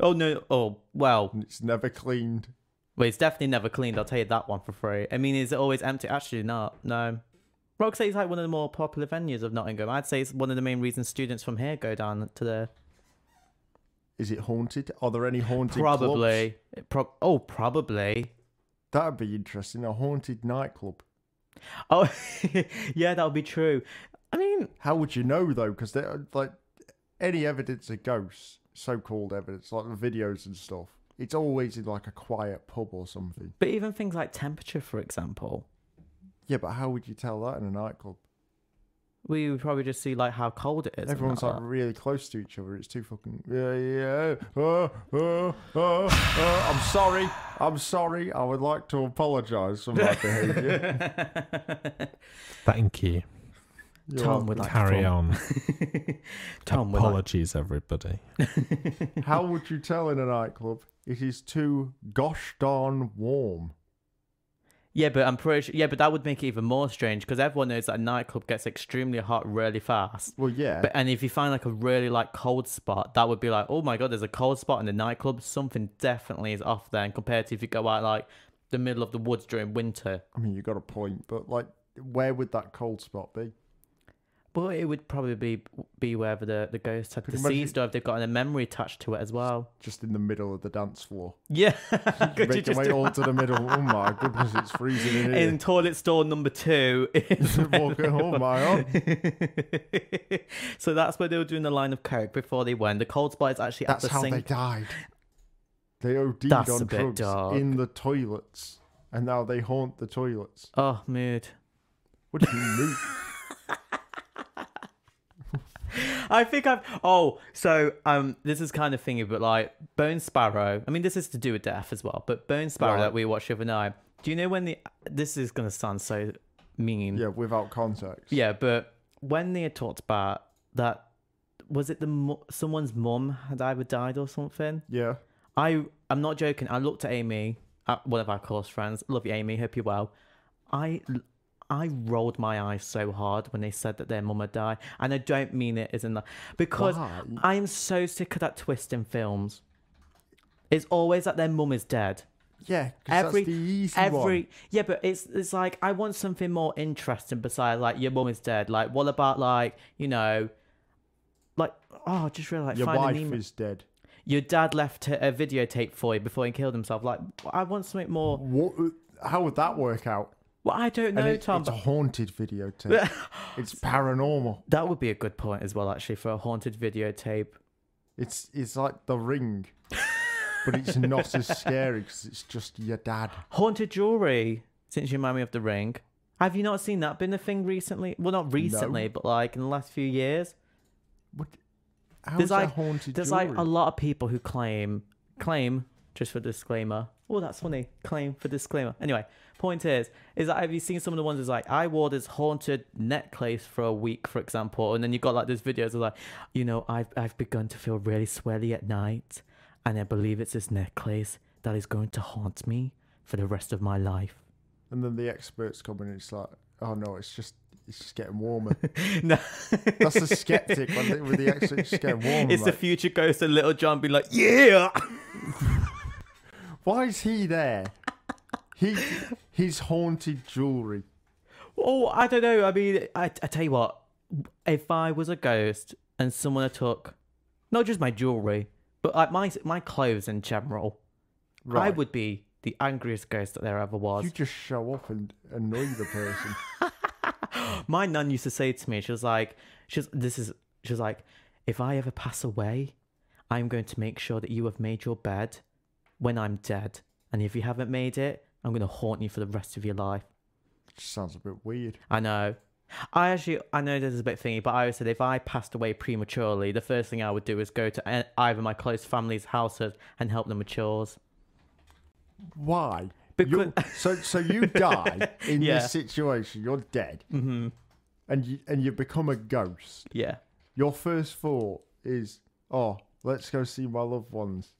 [SPEAKER 1] oh no! Oh well,
[SPEAKER 2] and It's never cleaned.
[SPEAKER 1] well, it's definitely never cleaned. I'll tell you that one for free. I mean, is it always empty? Actually, not. No. Rock City's like one of the more popular venues of Nottingham. I'd say it's one of the main reasons students from here go down to there.
[SPEAKER 2] Is it haunted? Are there any haunted clubs?
[SPEAKER 1] Probably. It Pro- oh, probably.
[SPEAKER 2] That'd be interesting. A haunted nightclub.
[SPEAKER 1] Oh, [LAUGHS] yeah, that would be true. I mean,
[SPEAKER 2] How would you know though? Because there, like, any evidence of ghosts, so-called evidence, like the videos and stuff, it's always in like a quiet pub or something.
[SPEAKER 1] but even things like temperature, for example,
[SPEAKER 2] Yeah, but how would you tell that in a nightclub?
[SPEAKER 1] we would probably just see like how cold it is. and
[SPEAKER 2] Everyone's
[SPEAKER 1] that
[SPEAKER 2] like really close to each other. It's too fucking. Yeah, yeah. Uh, uh, uh, uh. I'm sorry. I'm sorry. I would like to apologise for my
[SPEAKER 1] [LAUGHS]
[SPEAKER 2] behaviour.
[SPEAKER 3] Thank you.
[SPEAKER 2] You're
[SPEAKER 1] Tom would like
[SPEAKER 3] Carry
[SPEAKER 1] to
[SPEAKER 3] on.
[SPEAKER 1] on. [LAUGHS] Tom would like.
[SPEAKER 3] Apologies, everybody.
[SPEAKER 1] [LAUGHS]
[SPEAKER 2] How would you tell in a nightclub it is too gosh darn warm?
[SPEAKER 1] Yeah, but I'm pretty sure. Yeah, but that would make it even more strange because everyone knows that a nightclub gets extremely hot really fast.
[SPEAKER 2] Well, yeah,
[SPEAKER 1] But and if you find like a really like cold spot, that would be like, oh my god, there's a cold spot in the nightclub. Something definitely is off there. And compared to if you go out like the middle of the woods during winter,
[SPEAKER 2] I mean you got a point. But like, where would that cold spot be?
[SPEAKER 1] Well, it would probably be be wherever the, the ghost had
[SPEAKER 2] Could you
[SPEAKER 1] deceased or if they've got a memory attached to it as well.
[SPEAKER 2] Just in the middle of the dance floor.
[SPEAKER 1] Yeah. [LAUGHS] Could you
[SPEAKER 2] Make your
[SPEAKER 1] just
[SPEAKER 2] way
[SPEAKER 1] do-
[SPEAKER 2] all to the middle. Oh my goodness, it's
[SPEAKER 1] [LAUGHS]
[SPEAKER 2] freezing in here.
[SPEAKER 1] in toilet stall number two? [LAUGHS] is-
[SPEAKER 2] Walking, oh my god.
[SPEAKER 1] so that's where they were doing the line of coke before they went. The cold spot is actually
[SPEAKER 2] That's
[SPEAKER 1] at the
[SPEAKER 2] how
[SPEAKER 1] sink.
[SPEAKER 2] they died. They OD'd
[SPEAKER 1] That's a
[SPEAKER 2] on
[SPEAKER 1] bit
[SPEAKER 2] drugs
[SPEAKER 1] dark.
[SPEAKER 2] in the toilets, and now they haunt the toilets.
[SPEAKER 1] Oh, mood.
[SPEAKER 2] What do you
[SPEAKER 1] [LAUGHS]
[SPEAKER 2] mean?
[SPEAKER 1] I think I've. Oh, so um, this is kind of thingy, but like Bone Sparrow. I mean, this is to do with death as well. But Bone Sparrow
[SPEAKER 2] Right.
[SPEAKER 1] that we watched the other night. Do you know when the? This is gonna sound so mean.
[SPEAKER 2] Yeah, without context.
[SPEAKER 1] Yeah, but when they had talked about that, was it the mu- someone's mum had either died or something?
[SPEAKER 2] Yeah.
[SPEAKER 1] I I'm not joking. I looked at Amy, at one of our close friends. Love you, Amy. Hope you're well. I I rolled my eyes so hard when they said that their mum had died, and I don't mean it as in that because
[SPEAKER 2] Why?
[SPEAKER 1] I am so sick of that twist in films. It's always that their mum is dead.
[SPEAKER 2] Yeah, 'cause
[SPEAKER 1] Every
[SPEAKER 2] that's the easy
[SPEAKER 1] every
[SPEAKER 2] one.
[SPEAKER 1] yeah, but it's it's like I want something more interesting besides like your mum is dead. Like what about like you know, like oh, I just really like
[SPEAKER 2] Your
[SPEAKER 1] Finding
[SPEAKER 2] wife
[SPEAKER 1] Nemo.
[SPEAKER 2] is dead.
[SPEAKER 1] Your dad left a a videotape for you before he killed himself. Like I want something more.
[SPEAKER 2] What? uh, How would that work out?
[SPEAKER 1] Well, I don't know,
[SPEAKER 2] and it-
[SPEAKER 1] Tom.
[SPEAKER 2] it's a
[SPEAKER 1] but
[SPEAKER 2] haunted
[SPEAKER 1] [LAUGHS]
[SPEAKER 2] videotape. it's paranormal.
[SPEAKER 1] That would be a good point as well, actually, for a haunted videotape.
[SPEAKER 2] It's it's like The Ring, but it's
[SPEAKER 1] [LAUGHS]
[SPEAKER 2] not as scary because it's just your dad.
[SPEAKER 1] Haunted jewelry. Since you remind me of the ring, have you not seen that been a thing recently? Well, not recently, but like in the last few years.
[SPEAKER 2] What? How's
[SPEAKER 1] There's
[SPEAKER 2] that
[SPEAKER 1] like-
[SPEAKER 2] haunted?
[SPEAKER 1] There's like a
[SPEAKER 2] jewelry?
[SPEAKER 1] lot of people who claim claim just for disclaimer. Oh, that's funny. Claim for disclaimer. Anyway, point is, is that have you seen some of the ones that's like I wore this haunted necklace for a week, for example, and then you got like those videos of like, you know, I've I've begun to feel really sweaty at night, and I believe it's this necklace that is going to haunt me for the rest of my life.
[SPEAKER 2] And then the experts come in and it's like, oh no, it's just it's just getting warmer.
[SPEAKER 1] [LAUGHS] No,
[SPEAKER 2] That's the skeptic when they, with the experts it's
[SPEAKER 1] [LAUGHS]
[SPEAKER 2] just getting warmer.
[SPEAKER 1] it's the
[SPEAKER 2] mate.
[SPEAKER 1] future ghost of Little John being like, yeah.
[SPEAKER 2] Why is he there? He his haunted jewelry.
[SPEAKER 1] Oh, I don't know. I mean, I, I tell you what, if I was a ghost and someone had took not just my jewelry, but like my my clothes in general, I
[SPEAKER 2] Right.
[SPEAKER 1] would be the angriest ghost that there ever was. [LAUGHS]
[SPEAKER 2] You just show up and annoy the person.
[SPEAKER 1] [GASPS] My nun used to say to me, she was like, she's this is she was like, if I ever pass away, I'm going to make sure that you have made your bed when I'm dead. And if you haven't made it, I'm gonna haunt you for the rest of your life.
[SPEAKER 2] Sounds a bit weird.
[SPEAKER 1] I know. I actually, I know this is a bit thingy, but I always said if I passed away prematurely, the first thing I would do is go to e- either my close family's houses and help them with chores.
[SPEAKER 2] Why?
[SPEAKER 1] Because-
[SPEAKER 2] You're- so so you die in
[SPEAKER 1] Yeah.
[SPEAKER 2] this situation. You're dead, mm-hmm. and you and you become a ghost.
[SPEAKER 1] Yeah.
[SPEAKER 2] Your first thought is, oh, let's go see my loved ones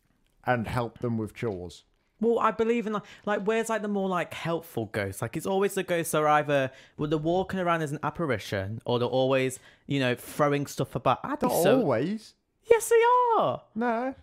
[SPEAKER 2] and help them with chores.
[SPEAKER 1] Well, I believe in like, like where's like the more like helpful ghosts? Like it's always the ghosts are either well they're walking around as an apparition or they're always you know throwing stuff about. I'd be
[SPEAKER 2] Not
[SPEAKER 1] so
[SPEAKER 2] always.
[SPEAKER 1] yes they are.
[SPEAKER 2] No.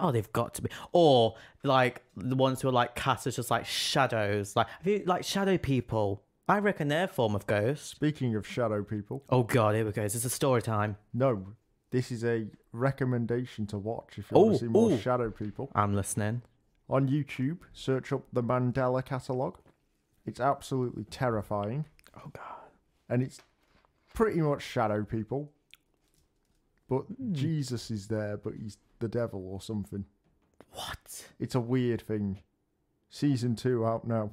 [SPEAKER 1] Oh, they've got to be or like the ones who are like cast as just like shadows, like have you like shadow people. I reckon they're a form of ghost.
[SPEAKER 2] Speaking of shadow people,
[SPEAKER 1] Oh god, here we go. It's a story time.
[SPEAKER 2] no. This is a recommendation to watch if you want
[SPEAKER 1] Ooh,
[SPEAKER 2] to see more
[SPEAKER 1] ooh.
[SPEAKER 2] shadow people.
[SPEAKER 1] I'm listening.
[SPEAKER 2] On YouTube, search up the Mandela catalogue. It's absolutely terrifying.
[SPEAKER 1] Oh god.
[SPEAKER 2] and it's pretty much shadow people. But
[SPEAKER 1] Hmm.
[SPEAKER 2] Jesus is there, but he's the devil or something.
[SPEAKER 1] What?
[SPEAKER 2] It's a weird thing. Season two out now.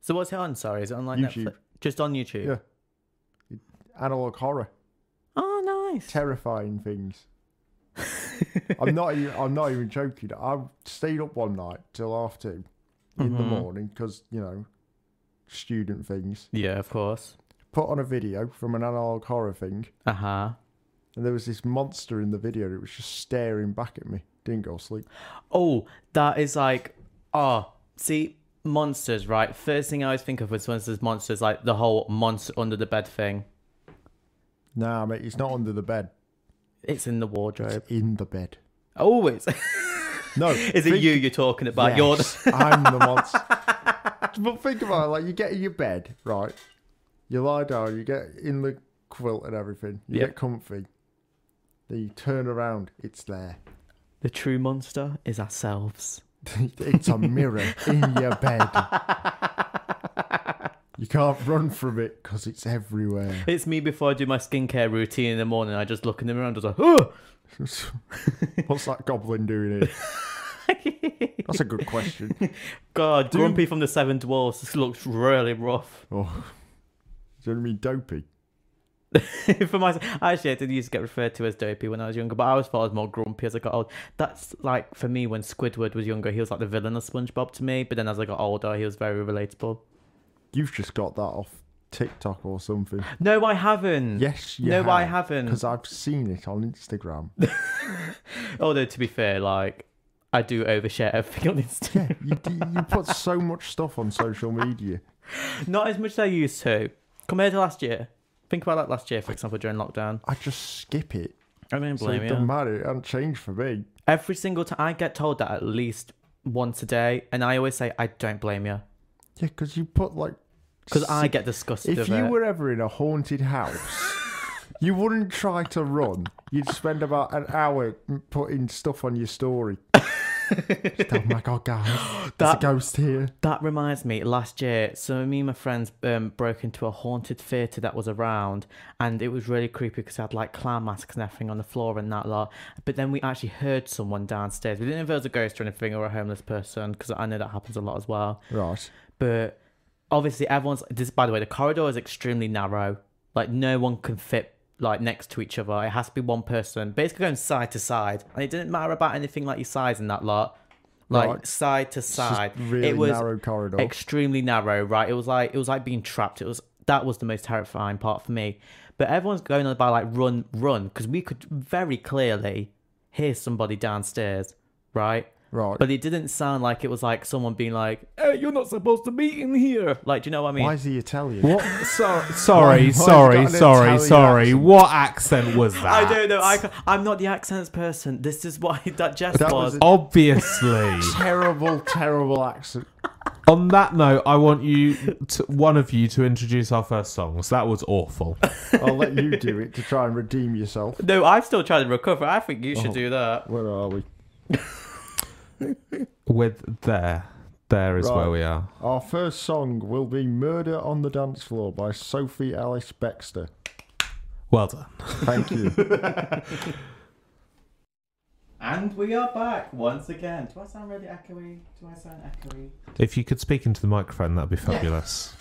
[SPEAKER 1] So what's it on? Sorry, is it on like
[SPEAKER 2] YouTube.
[SPEAKER 1] Netflix? Just on YouTube.
[SPEAKER 2] Yeah. Analog horror,
[SPEAKER 1] Oh nice.
[SPEAKER 2] terrifying
[SPEAKER 1] [LAUGHS]
[SPEAKER 2] things. I'm not. Even, I'm not even joking. I stayed up one night till half two in
[SPEAKER 1] Mm-hmm.
[SPEAKER 2] the morning because you know, student things.
[SPEAKER 1] yeah, of course.
[SPEAKER 2] Put on a video from an analog horror thing,
[SPEAKER 1] Uh huh.
[SPEAKER 2] and there was this monster in the video. It was just staring back at me. Didn't go to sleep.
[SPEAKER 1] Oh, that is like, oh, see, monsters, right? First thing I always think of was when there's monsters, like the whole monster under the bed thing.
[SPEAKER 2] Nah, mate, it's not under the bed.
[SPEAKER 1] It's in the wardrobe.
[SPEAKER 2] It's in the bed.
[SPEAKER 1] Oh, it's, [LAUGHS]
[SPEAKER 2] No.
[SPEAKER 1] is it you you're talking about? You're the, [LAUGHS]
[SPEAKER 2] Yes, [LAUGHS] I'm the monster. but think about it, like you get in your bed, right? You lie down, you get in the quilt and everything. You
[SPEAKER 1] Yep.
[SPEAKER 2] get comfy. Then you turn around, it's there.
[SPEAKER 1] the true monster is
[SPEAKER 2] [LAUGHS]
[SPEAKER 1] ourselves.
[SPEAKER 2] it's a mirror in your bed. You can't run from it because it's everywhere.
[SPEAKER 1] It's me before I do my skincare routine in the morning. I just look in the mirror and just like, oh,
[SPEAKER 2] What's that goblin doing here?
[SPEAKER 1] [LAUGHS]
[SPEAKER 2] That's a good question.
[SPEAKER 1] God, Grumpy from the Seven Dwarfs. This looks really rough. [LAUGHS]
[SPEAKER 2] Oh. Do you know what I mean? Dopey.
[SPEAKER 1] for myself. Actually, I did used to get referred to as dopey when I was younger, but I always thought I was more grumpy as I got old. That's like for me when Squidward was younger, he was like the villain of SpongeBob to me. But then as I got older, he was very relatable.
[SPEAKER 2] You've just got that off TikTok or something.
[SPEAKER 1] No, I haven't.
[SPEAKER 2] Yes, you
[SPEAKER 1] Mm. no, I
[SPEAKER 2] Because
[SPEAKER 1] haven't.
[SPEAKER 2] I've seen it on Instagram.
[SPEAKER 1] Although to be fair, like I do overshare everything [LAUGHS] on Instagram.
[SPEAKER 2] yeah, you, d- you put so much stuff on social media.
[SPEAKER 1] Not as much as I used to compared to last year. Think about like last year, for example, during lockdown.
[SPEAKER 2] I just skip it.
[SPEAKER 1] I don't
[SPEAKER 2] So it
[SPEAKER 1] blame you.
[SPEAKER 2] doesn't matter. It hasn't changed for me.
[SPEAKER 1] Every single time I get told that at least once a day, and I always say I don't blame you
[SPEAKER 2] Yeah, because you put like.
[SPEAKER 1] because I
[SPEAKER 2] six-
[SPEAKER 1] get disgusted. of
[SPEAKER 2] If you
[SPEAKER 1] it.
[SPEAKER 2] were ever in a haunted house, you wouldn't try to run. You'd spend about an hour m- putting stuff on your story. Just, oh my god, guys, there's a
[SPEAKER 1] That-
[SPEAKER 2] ghost here.
[SPEAKER 1] That reminds me, last year, so me and my friends um, broke into a haunted theatre that was around, and it was really creepy because it had like clown masks and everything on the floor and that lot. But then we actually heard someone downstairs. We didn't know if it was a ghost or anything or a homeless person because I know that happens a lot as well.
[SPEAKER 2] Right.
[SPEAKER 1] But obviously, everyone's this. By the way, the corridor is extremely narrow. Like no one can fit like next to each other. It has to be one person, basically going side to side, and it didn't matter about anything like your size in that lot. Like
[SPEAKER 2] Right.
[SPEAKER 1] side to
[SPEAKER 2] It's just
[SPEAKER 1] side,
[SPEAKER 2] really
[SPEAKER 1] it was
[SPEAKER 2] narrow corridor.
[SPEAKER 1] extremely narrow, right? It was like it was like being trapped. It was that was the most terrifying part for me. But everyone's going on about like run, run, because we could very clearly hear somebody downstairs, right?
[SPEAKER 2] right.
[SPEAKER 1] But it didn't sound like it was like someone being like, "Hey, you're not supposed to be in here." Like, do you know what I mean?
[SPEAKER 2] Why is he Italian? [LAUGHS]
[SPEAKER 3] What? So, sorry,
[SPEAKER 2] why has it got
[SPEAKER 3] sorry,
[SPEAKER 2] an
[SPEAKER 3] sorry,
[SPEAKER 2] Italian
[SPEAKER 3] sorry.
[SPEAKER 2] accent?
[SPEAKER 3] What accent was that?
[SPEAKER 1] I don't know. I, ca- I'm not the accents person. This is why [LAUGHS] that jest
[SPEAKER 2] That
[SPEAKER 1] was.
[SPEAKER 2] was a-
[SPEAKER 3] Obviously. [LAUGHS]
[SPEAKER 2] terrible, terrible accent.
[SPEAKER 3] On that note, I want you, to, one of you, to introduce our first songs. That was awful.
[SPEAKER 2] I'll let you do it to try and redeem yourself.
[SPEAKER 1] no, I'm still trying to recover. I
[SPEAKER 2] Oh.
[SPEAKER 1] think you should do that.
[SPEAKER 2] Where are we?
[SPEAKER 3] With there, There is
[SPEAKER 2] Right.
[SPEAKER 3] where we are.
[SPEAKER 2] Our first song will be Murder on the Dance Floor by Sophie Alice Baxter.
[SPEAKER 3] Well done.
[SPEAKER 2] Thank you.
[SPEAKER 1] [LAUGHS]
[SPEAKER 2] [LAUGHS]
[SPEAKER 1] And we are back once again. Do I sound really echoey? Do I sound echoey?
[SPEAKER 3] If you could speak into the microphone, that'd be fabulous.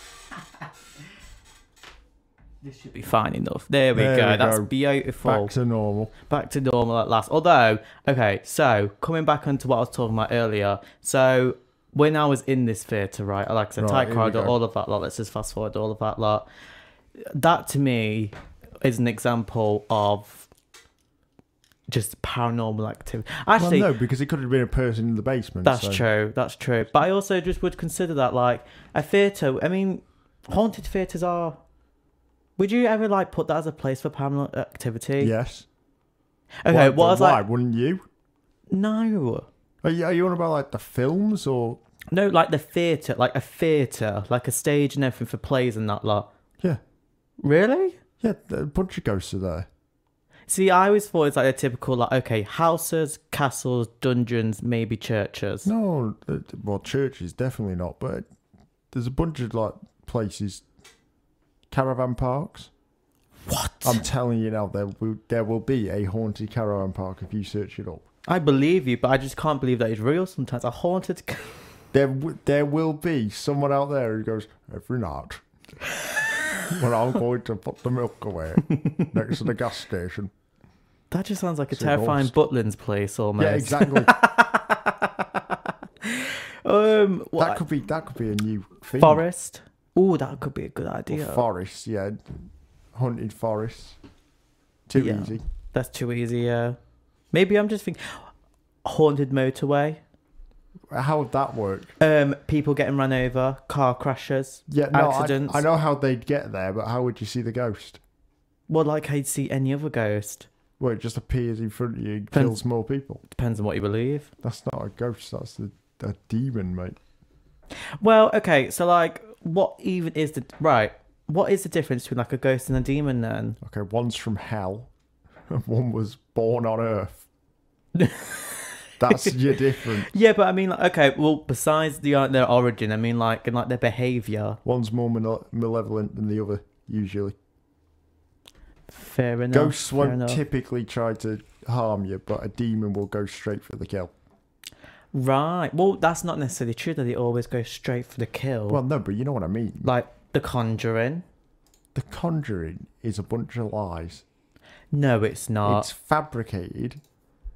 [SPEAKER 1] This should be fine enough. There we
[SPEAKER 2] There
[SPEAKER 1] go.
[SPEAKER 2] we
[SPEAKER 1] That's
[SPEAKER 2] go.
[SPEAKER 1] beautiful.
[SPEAKER 2] Back to normal.
[SPEAKER 1] back to normal at last. Although, okay, so coming back onto what I was talking about earlier. So when I was in this theatre, right, like I said,
[SPEAKER 2] Right,
[SPEAKER 1] tight
[SPEAKER 2] here we
[SPEAKER 1] corridor,
[SPEAKER 2] go.
[SPEAKER 1] all of that lot. Let's just fast forward all of that lot. That to me is an example of just paranormal activity.
[SPEAKER 2] Well,
[SPEAKER 1] Actually,
[SPEAKER 2] no, because it could have been a person in the basement.
[SPEAKER 1] that's
[SPEAKER 2] so-
[SPEAKER 1] true. That's true. But I also just would consider that like a theatre. I mean, haunted theatres are. Would you ever like put that as a place for paranormal activity?
[SPEAKER 2] Yes.
[SPEAKER 1] Okay.
[SPEAKER 2] why,
[SPEAKER 1] what I was
[SPEAKER 2] why
[SPEAKER 1] like,
[SPEAKER 2] wouldn't you?
[SPEAKER 1] no.
[SPEAKER 2] Are you? Are you on about like the films or?
[SPEAKER 1] No, like the theatre, like a theatre, like a stage and everything for plays and that lot.
[SPEAKER 2] Yeah,
[SPEAKER 1] Really?
[SPEAKER 2] yeah. A bunch of ghosts are there.
[SPEAKER 1] See, I always thought it's like a typical, like, okay, houses, castles, dungeons, maybe churches.
[SPEAKER 2] No, uh, well, churches definitely not, but there's a bunch of like places, caravan parks.
[SPEAKER 1] What?
[SPEAKER 2] I'm telling you now, there will there will be a haunted caravan park if you search it up.
[SPEAKER 1] I believe you, but I just can't believe that it's real sometimes. A haunted. ca-
[SPEAKER 2] There w- there will be someone out there who goes every night. [LAUGHS] when I'm going to put the
[SPEAKER 1] [LAUGHS]
[SPEAKER 2] milk away next to the gas station.
[SPEAKER 1] [LAUGHS] That just sounds like a
[SPEAKER 2] It's a
[SPEAKER 1] terrifying
[SPEAKER 2] ghost.
[SPEAKER 1] Butland's place almost.
[SPEAKER 2] Yeah, exactly.
[SPEAKER 1] Um, [LAUGHS] what,
[SPEAKER 2] That could be that could be a new thing.
[SPEAKER 1] forest? Oh, that could be a good
[SPEAKER 2] Or
[SPEAKER 1] idea.
[SPEAKER 2] forest, yeah. Haunted forests. Too
[SPEAKER 1] Yeah.
[SPEAKER 2] easy.
[SPEAKER 1] That's too easy, yeah. Maybe I'm just thinking. Haunted motorway.
[SPEAKER 2] How would that work?
[SPEAKER 1] Um, people getting run over, car crashes.
[SPEAKER 2] Yeah, no, I,
[SPEAKER 1] Accidents.
[SPEAKER 2] I know how they'd get there, but how would you see the ghost?
[SPEAKER 1] Well, like I'd see any other ghost.
[SPEAKER 2] Well, it just appears in front of you and
[SPEAKER 1] Then-
[SPEAKER 2] kills more people.
[SPEAKER 1] Depends on what you believe.
[SPEAKER 2] That's not a ghost, that's a, a demon, mate.
[SPEAKER 1] Well, okay, so like, what even is the right? What is the difference between like a ghost and a demon then?
[SPEAKER 2] Okay, one's from hell, [LAUGHS] and one was born on earth.
[SPEAKER 1] [LAUGHS]
[SPEAKER 2] that's your difference.
[SPEAKER 1] Yeah, but I mean, like, okay, well, besides the uh, their origin, I mean, like, and like their behavior.
[SPEAKER 2] One's more male- malevolent than the other, usually.
[SPEAKER 1] Fair enough.
[SPEAKER 2] Ghosts
[SPEAKER 1] fair
[SPEAKER 2] won't
[SPEAKER 1] enough.
[SPEAKER 2] typically try to harm you, but a demon will go straight for the kill.
[SPEAKER 1] Right. Well, that's not necessarily true that they always go straight for the kill.
[SPEAKER 2] Well, no, but you know what I mean.
[SPEAKER 1] like The Conjuring.
[SPEAKER 2] The Conjuring is a bunch of lies.
[SPEAKER 1] No, it's not.
[SPEAKER 2] It's fabricated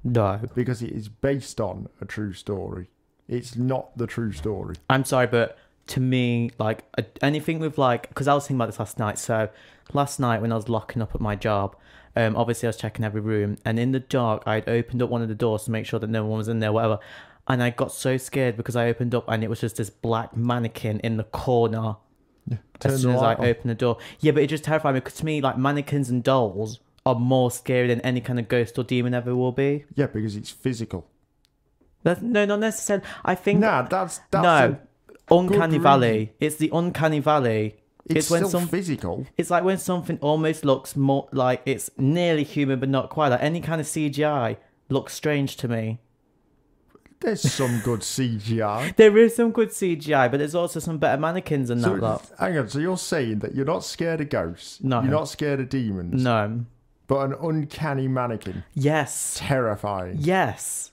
[SPEAKER 1] No.
[SPEAKER 2] because it is based on a true story. It's not the true story.
[SPEAKER 1] I'm sorry, but to me, like a- anything with like, because I was thinking about this last night. So last night when I was locking up at my job, um, obviously I was checking every room, and in the dark I had opened up one of the doors to make sure that no one was in there, whatever. And I got so scared because I opened up and it was just this black mannequin in the corner.
[SPEAKER 2] Turn the
[SPEAKER 1] as soon as I
[SPEAKER 2] light on.
[SPEAKER 1] opened the door, yeah, but it just terrified me because to me, like mannequins and dolls are more scary than any kind of ghost or demon ever will be.
[SPEAKER 2] Yeah, because it's physical.
[SPEAKER 1] That's, no, not necessarily. I think
[SPEAKER 2] Nah, that's that's
[SPEAKER 1] no,
[SPEAKER 2] a-
[SPEAKER 1] uncanny
[SPEAKER 2] reason.
[SPEAKER 1] valley. It's the uncanny valley.
[SPEAKER 2] it's,
[SPEAKER 1] It's, when
[SPEAKER 2] still
[SPEAKER 1] some.
[SPEAKER 2] physical.
[SPEAKER 1] It's like when something almost looks more like it's nearly human but not quite. Like any kind of CGI looks strange to me.
[SPEAKER 2] There's some
[SPEAKER 1] [LAUGHS]
[SPEAKER 2] good CGI.
[SPEAKER 1] There is some good CGI, but there's also some better mannequins than
[SPEAKER 2] So,
[SPEAKER 1] that lot.
[SPEAKER 2] hang on, so you're saying that you're not scared of ghosts?
[SPEAKER 1] No.
[SPEAKER 2] You're not scared of demons?
[SPEAKER 1] No.
[SPEAKER 2] But an uncanny mannequin,
[SPEAKER 1] Yes.
[SPEAKER 2] terrifying.
[SPEAKER 1] Yes.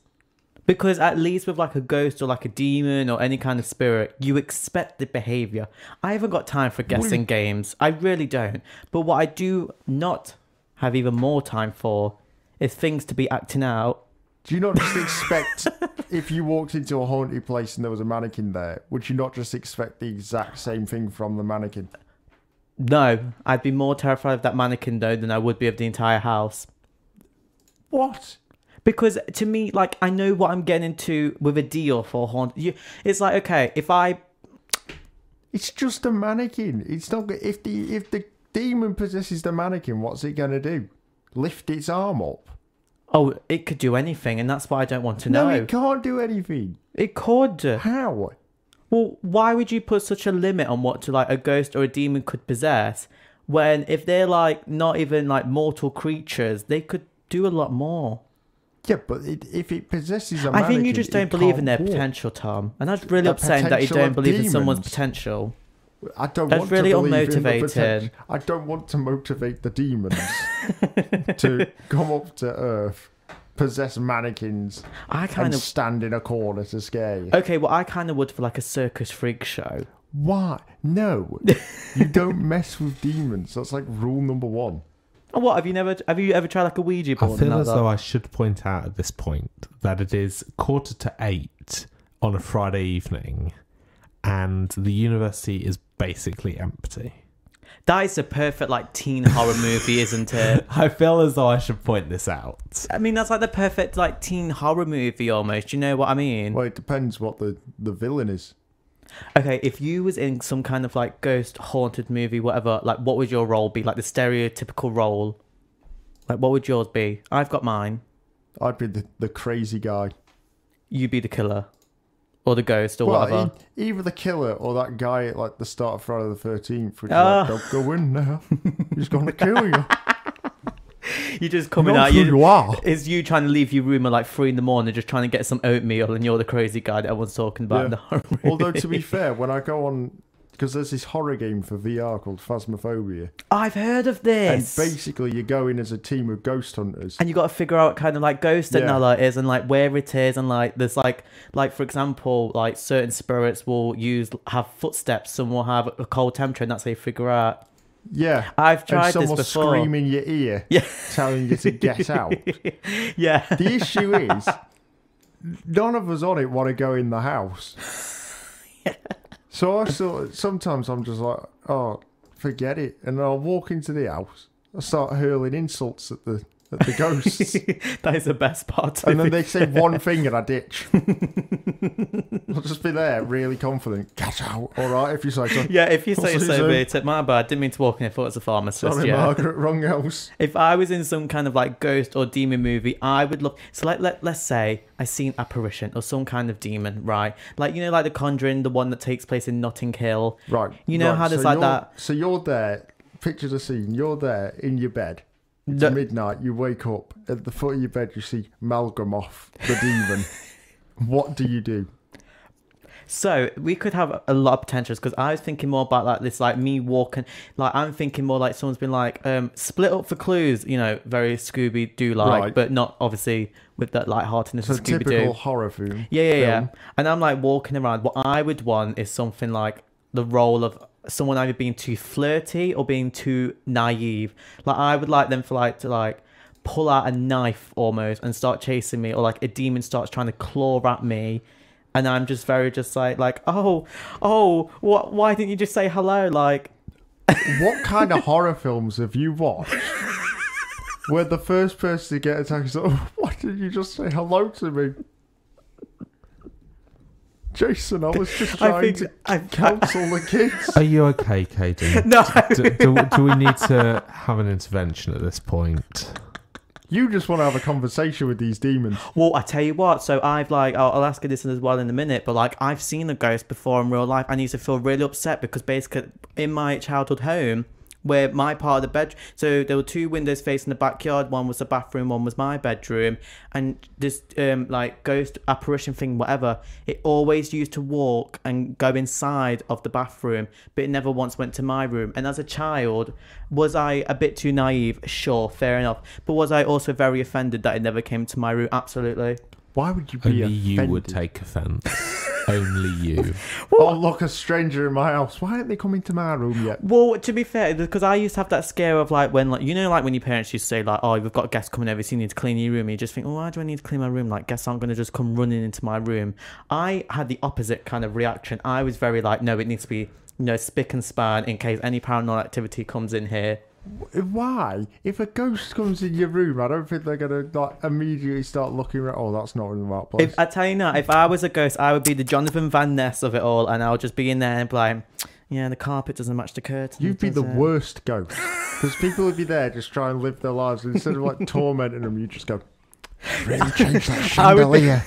[SPEAKER 1] Because at least with like a ghost or like a demon or any kind of spirit, you expect the behavior. I haven't got time for guessing games. I really don't. But what I do not have even more time for is things to be acting out.
[SPEAKER 2] Do you not just expect
[SPEAKER 1] [LAUGHS]
[SPEAKER 2] if you walked into a haunted place and there was a mannequin there, would you not just expect the exact same thing from the mannequin?
[SPEAKER 1] No, I'd be more terrified of that mannequin though than I would be of the entire house.
[SPEAKER 2] What?
[SPEAKER 1] Because to me, like I know what I'm getting into with a deal for haunt. You, it's like okay, if I
[SPEAKER 2] It's just a mannequin. It's not go- if the if the demon possesses the mannequin, what's it gonna do? Lift its arm up?
[SPEAKER 1] oh, it could do anything, and that's what I don't want to know.
[SPEAKER 2] no it can't do anything.
[SPEAKER 1] It could.
[SPEAKER 2] How?
[SPEAKER 1] Well, why would you put such a limit on what to like a ghost or a demon could possess when if they're like not even like mortal creatures, they could do a lot more.
[SPEAKER 2] Yeah, but it, if it possesses a
[SPEAKER 1] I think you
[SPEAKER 2] mannequin,
[SPEAKER 1] just
[SPEAKER 2] it
[SPEAKER 1] don't believe
[SPEAKER 2] can't
[SPEAKER 1] in their
[SPEAKER 2] walk.
[SPEAKER 1] potential, Tom. And that's really
[SPEAKER 2] The
[SPEAKER 1] upsetting that you
[SPEAKER 2] potential
[SPEAKER 1] don't
[SPEAKER 2] of
[SPEAKER 1] believe in someone's
[SPEAKER 2] demons.
[SPEAKER 1] potential.
[SPEAKER 2] I don't
[SPEAKER 1] That's
[SPEAKER 2] want
[SPEAKER 1] really
[SPEAKER 2] to believe in the
[SPEAKER 1] unmotivating.
[SPEAKER 2] potential- I don't want to motivate the
[SPEAKER 1] [LAUGHS]
[SPEAKER 2] demons to come up to Earth, possess mannequins,
[SPEAKER 1] I kind
[SPEAKER 2] and
[SPEAKER 1] of Uh
[SPEAKER 2] stand in a corner to scare you.
[SPEAKER 1] okay. Well, I kind of would for like a circus freak show.
[SPEAKER 2] Why?
[SPEAKER 1] [LAUGHS]
[SPEAKER 2] No, you don't mess with demons. That's like rule number one.
[SPEAKER 1] Oh, what have you never? Have you ever tried like a Ouija
[SPEAKER 3] I
[SPEAKER 1] board? and
[SPEAKER 3] feel
[SPEAKER 1] all
[SPEAKER 3] as
[SPEAKER 1] that?
[SPEAKER 3] though I should point out at this point that it is quarter to eight on a Friday evening, and the university is basically empty.
[SPEAKER 1] that is a perfect like teen horror movie, isn't
[SPEAKER 3] [LAUGHS]
[SPEAKER 1] it?
[SPEAKER 3] I feel as though I should point this out.
[SPEAKER 1] I mean, that's like the perfect like teen horror movie almost. You know what I mean?
[SPEAKER 2] Well, it depends what the, the villain is.
[SPEAKER 1] Okay, if you was in some kind of like ghost haunted movie, whatever, like what would your role be? Like the stereotypical role. Like what would yours be? I've got mine.
[SPEAKER 2] I'd be the, the crazy guy.
[SPEAKER 1] You be the killer, or the ghost, or whatever.
[SPEAKER 2] [LAUGHS] Well, e- either the killer or that guy at like the start of Friday the Thirteenth, which
[SPEAKER 1] Ah.
[SPEAKER 2] is like, don't go in there.
[SPEAKER 1] [LAUGHS]
[SPEAKER 2] He's gonna kill you.
[SPEAKER 1] You just coming
[SPEAKER 2] Not
[SPEAKER 1] out.
[SPEAKER 2] who
[SPEAKER 1] You,
[SPEAKER 2] you are.
[SPEAKER 1] is you trying to leave your room at like three in the morning, just trying to get some oatmeal, and you're the crazy guy that everyone's talking about in the
[SPEAKER 2] Yeah.
[SPEAKER 1] [LAUGHS] horror movie.
[SPEAKER 2] Although
[SPEAKER 1] [LAUGHS]
[SPEAKER 2] to be fair, when I go on, because there's this horror game for VR called Phasmophobia,
[SPEAKER 1] I've heard of this.
[SPEAKER 2] and
[SPEAKER 1] And,
[SPEAKER 2] basically you go in as a team of ghost hunters.
[SPEAKER 1] you got to figure out kind of like ghost
[SPEAKER 2] Yeah.
[SPEAKER 1] another is and like where it is and like there's like like for example like certain spirits will use have footsteps some will have a cold temperature and that's how you figure out.
[SPEAKER 2] yeah,
[SPEAKER 1] I've
[SPEAKER 2] and
[SPEAKER 1] tried this
[SPEAKER 2] someone
[SPEAKER 1] before.
[SPEAKER 2] scream in your ear,
[SPEAKER 1] [LAUGHS] Yeah.
[SPEAKER 2] telling you to
[SPEAKER 1] [LAUGHS]
[SPEAKER 2] get out.
[SPEAKER 1] Yeah, [LAUGHS]
[SPEAKER 2] The issue is, none of us on it want to go in the
[SPEAKER 1] [LAUGHS]
[SPEAKER 2] house. So I still sometimes I'm just like, oh, forget it, and then I'll walk into the house. I start hurling insults at the at the
[SPEAKER 1] [LAUGHS]
[SPEAKER 2] ghosts,
[SPEAKER 1] that is the best part. [LAUGHS]
[SPEAKER 2] and then they say one thing and I ditch. I'll just be there, really confident. Get out, all right? If you say so.
[SPEAKER 1] yeah, if you
[SPEAKER 2] I'll
[SPEAKER 1] say
[SPEAKER 2] see you
[SPEAKER 1] so,
[SPEAKER 2] soon.
[SPEAKER 1] mate. My bad. Didn't mean to walk in. I thought it was a pharmacist.
[SPEAKER 2] Sorry,
[SPEAKER 1] yeah.
[SPEAKER 2] Margaret, wrong house.
[SPEAKER 1] If I was in some kind of like ghost or demon movie, I would look. So like let let's say I see an apparition or some kind of demon, right? Like you know, like The Conjuring, the one that takes place in Notting Hill.
[SPEAKER 2] Right.
[SPEAKER 1] You know
[SPEAKER 2] right,
[SPEAKER 1] how there's like
[SPEAKER 2] you're-
[SPEAKER 1] that-
[SPEAKER 2] So you're there. Picture the scene. You're there in your bed. It's
[SPEAKER 1] The-
[SPEAKER 2] midnight. You wake up at the foot of your bed. You see Malgamoth, the
[SPEAKER 1] [LAUGHS]
[SPEAKER 2] demon. what do you do?
[SPEAKER 1] So we could have a lot of potentials because I was thinking more about like this, like me walking. Like I'm thinking more like someone's been like, um, split up for clues. You know, very Scooby Doo like,
[SPEAKER 2] Right.
[SPEAKER 1] but not obviously with that lightheartedness
[SPEAKER 2] So
[SPEAKER 1] of Scooby
[SPEAKER 2] typical
[SPEAKER 1] Doo.
[SPEAKER 2] horror film.
[SPEAKER 1] Yeah, yeah, yeah.
[SPEAKER 2] film.
[SPEAKER 1] And I'm like walking around. What I would want is something like the role of someone either being too flirty or being too naive. Like I would like them for like to like pull out a knife almost and start chasing me, or like a demon starts trying to claw at me. And I'm just very just like like oh oh what why didn't you just say hello like [LAUGHS]
[SPEAKER 2] What kind of horror films have you watched? Where the first person to get attacked is like, oh, why did you just say hello to me? Jason, I was just
[SPEAKER 1] I
[SPEAKER 2] trying
[SPEAKER 1] think-
[SPEAKER 2] to
[SPEAKER 1] I- I-
[SPEAKER 2] counsel the kids.
[SPEAKER 3] Are you okay, [LAUGHS] Katie?
[SPEAKER 1] no
[SPEAKER 3] do, do, do we need to have an intervention at this point?
[SPEAKER 2] You just want to have a conversation with these demons.
[SPEAKER 1] Well, I tell you what. So I've like, I'll, I'll ask you this as well in a minute. But like, I've seen a ghost before in real life. and I used to feel really upset because basically in my childhood home, where my part of the bed, so there were two windows facing the backyard. One was the bathroom, one was my bedroom. And this um like ghost apparition thing, whatever, it always used to walk and go inside of the bathroom, but it never once went to my room. And as a child, was I a bit too naive? Sure, fair enough. But was I also very offended that it never came to my room? Absolutely.
[SPEAKER 2] Why would you be
[SPEAKER 3] Only you would
[SPEAKER 2] offended?
[SPEAKER 3] take offence. Only [LAUGHS] you.
[SPEAKER 2] Oh, look, a stranger in my house. Why aren't they coming to my room yet?
[SPEAKER 1] Well, to be fair, because I used to have that scare of like when, like you know, like when your parents used to say like, "Oh, we've got guests coming over, so you need to clean your room." And you just think, "Oh, why do I need to clean my room? Like, guests aren't going to just come running into my room." I had the opposite kind of reaction. I was very like, "No, it needs to be, you know, spick and span in case any paranormal activity comes in here."
[SPEAKER 2] Why? If a ghost comes in your room, I don't think they're gonna like immediately start looking around. Oh, that's not in the right place.
[SPEAKER 1] If I tell you now, if I was a ghost, I would be the Jonathan Van Ness of it all, and I'll just be in there and be like, "Yeah, the carpet doesn't match the curtain."
[SPEAKER 2] You'd be the worst ghost because people would be there just try and live their lives instead of like tormenting them. You just go. Really change [LAUGHS] that
[SPEAKER 1] I would be-
[SPEAKER 2] chandelier.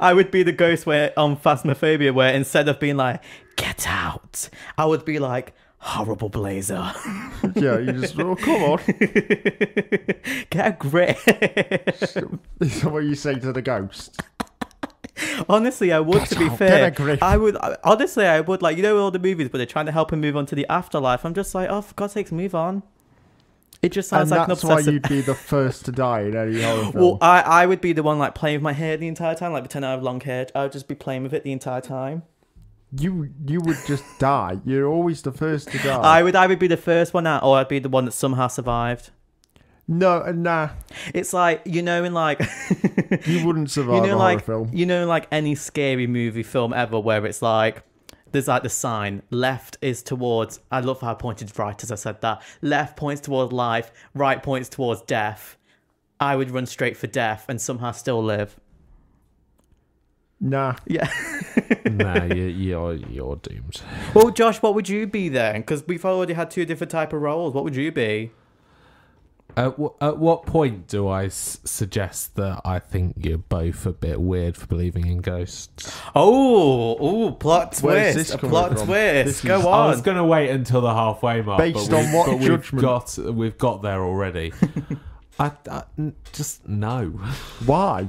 [SPEAKER 1] I would be the ghost where on Phasmophobia, where instead of being like, get out, I would be like, horrible blazer. [LAUGHS]
[SPEAKER 2] [LAUGHS] yeah, you just oh come on. [LAUGHS]
[SPEAKER 1] Get a grip. [LAUGHS]
[SPEAKER 2] Is that what you say to the ghost?
[SPEAKER 1] honestly, I would.
[SPEAKER 2] Get
[SPEAKER 1] to be
[SPEAKER 2] out,
[SPEAKER 1] fair,
[SPEAKER 2] get a grip.
[SPEAKER 1] I would. I- Honestly, I would like you know all the movies, but they're trying to help him move on to the afterlife. I'm just like, oh, for God's sakes, move on. It just
[SPEAKER 2] And
[SPEAKER 1] sounds like an
[SPEAKER 2] that's why
[SPEAKER 1] obsessive.
[SPEAKER 2] you'd be the first to die in any horror film.
[SPEAKER 1] Well, I, I would be the one like playing with my hair the entire time, like pretending I have long hair. I would just be playing with it the entire time.
[SPEAKER 2] you you would
[SPEAKER 1] [LAUGHS]
[SPEAKER 2] just die. You're always the first to die.
[SPEAKER 1] I would either be the first one out or I'd be the one that somehow survived.
[SPEAKER 2] No, uh, nah,
[SPEAKER 1] It's like you know in like [LAUGHS]
[SPEAKER 2] you wouldn't
[SPEAKER 1] you
[SPEAKER 2] survive a
[SPEAKER 1] know like
[SPEAKER 2] horror film.
[SPEAKER 1] you know like any scary movie film ever where it's like there's like the sign left is towards I love how I pointed right as I said that left points towards life right points towards death. I would run straight for death and somehow still live.
[SPEAKER 2] Nah,
[SPEAKER 1] Yeah.
[SPEAKER 3] nah, you, you're you're doomed.
[SPEAKER 1] Well, Josh, what would you be then? Because we've already had two different type of roles. What would you be?
[SPEAKER 3] At, w- at what point do I s- suggest that I think you're both a bit weird for believing in ghosts?
[SPEAKER 1] Oh, oh, plot
[SPEAKER 2] Where's
[SPEAKER 1] twist,
[SPEAKER 2] this
[SPEAKER 1] a
[SPEAKER 2] coming
[SPEAKER 1] plot
[SPEAKER 2] from?
[SPEAKER 1] twist.
[SPEAKER 2] This
[SPEAKER 1] Go
[SPEAKER 2] is-
[SPEAKER 3] I
[SPEAKER 1] on.
[SPEAKER 3] was going to wait until the halfway mark.
[SPEAKER 2] Based
[SPEAKER 3] but
[SPEAKER 2] on
[SPEAKER 3] we've-
[SPEAKER 2] what
[SPEAKER 3] but
[SPEAKER 2] judgment?
[SPEAKER 3] We've got, we've got there
[SPEAKER 1] [LAUGHS]
[SPEAKER 3] already. I, I n- just no, [LAUGHS]
[SPEAKER 2] why?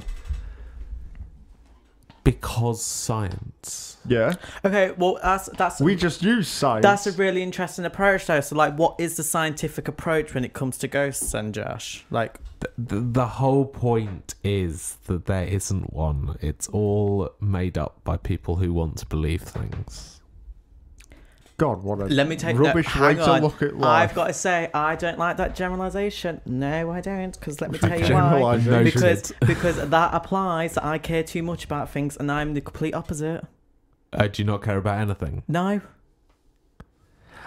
[SPEAKER 3] because science.
[SPEAKER 2] Yeah,
[SPEAKER 1] Okay, well that's that's
[SPEAKER 2] we just use science.
[SPEAKER 1] that's a really interesting approach though. So like, what is the scientific approach when it comes to ghosts and Josh? Like,
[SPEAKER 3] Th- The, the whole point is that there isn't one. It's all made up by people who want to believe things.
[SPEAKER 2] God, what a
[SPEAKER 1] let me take
[SPEAKER 2] rubbish
[SPEAKER 1] no,
[SPEAKER 2] way
[SPEAKER 1] hang
[SPEAKER 2] to
[SPEAKER 1] on.
[SPEAKER 2] look at
[SPEAKER 1] I've
[SPEAKER 2] life.
[SPEAKER 1] got to say, I don't like that generalization. No, I don't. Because let me tell you why.
[SPEAKER 2] Generalisation.
[SPEAKER 3] No,
[SPEAKER 1] Because because that applies that I care too much about things, and I'm the complete opposite.
[SPEAKER 3] Uh, do you not care about anything?
[SPEAKER 1] No.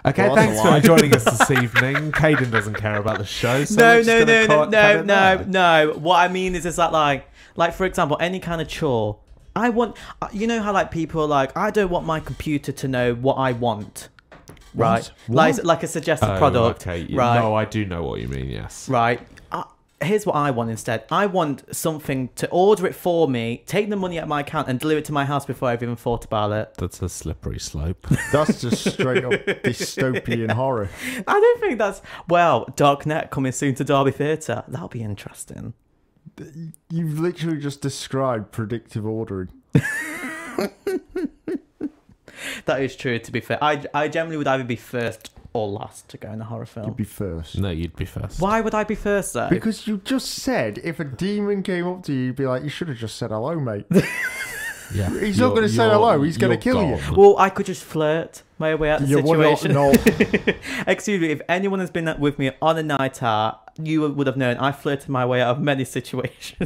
[SPEAKER 3] Okay,
[SPEAKER 2] Well, that's
[SPEAKER 3] thanks
[SPEAKER 2] a lie.
[SPEAKER 3] for joining us this
[SPEAKER 1] [LAUGHS]
[SPEAKER 3] evening. Caden doesn't care about the show. So
[SPEAKER 1] no,
[SPEAKER 3] we're just
[SPEAKER 1] no,
[SPEAKER 3] gonna
[SPEAKER 1] no, no,
[SPEAKER 3] cut- cut
[SPEAKER 1] no,
[SPEAKER 3] it
[SPEAKER 1] no,
[SPEAKER 3] there.
[SPEAKER 1] no. What I mean is, is that like, like for example, any kind of chore. I want, uh, you know how like people are like, I don't want my computer to know what I want, right?
[SPEAKER 3] What?
[SPEAKER 1] Like, like a suggested
[SPEAKER 3] Oh,
[SPEAKER 1] product,
[SPEAKER 3] Okay, you-
[SPEAKER 1] right?
[SPEAKER 3] No, I do know what you mean. Yes.
[SPEAKER 1] Right. Uh, here's what I want instead. I want something to order it for me, take the money out of my account, and deliver it to my house before I've even thought about it. [LAUGHS]
[SPEAKER 3] That's a slippery slope.
[SPEAKER 2] That's just straight up dystopian horror.
[SPEAKER 1] I don't think that's well. Darknet coming soon to Derby Theatre. That'll be interesting.
[SPEAKER 2] You've literally just described predictive ordering.
[SPEAKER 1] That is true. To be fair, I I generally would either be first or last to go in a horror film.
[SPEAKER 2] You'd be first.
[SPEAKER 3] no, you'd be first.
[SPEAKER 1] Why would I be first though?
[SPEAKER 2] Because you just said if a demon came up to you, you'd be like, you should have just said hello,
[SPEAKER 1] [LAUGHS]
[SPEAKER 2] mate.
[SPEAKER 3] Yeah.
[SPEAKER 2] He's not gonna say hello, he's gonna kill you.
[SPEAKER 1] well, I could just flirt my way out of the
[SPEAKER 2] you would not
[SPEAKER 1] situation.
[SPEAKER 2] know.
[SPEAKER 1] [LAUGHS] Excuse me, if anyone has been with me on a night out, you would have known I flirted my way out of many [LAUGHS] situations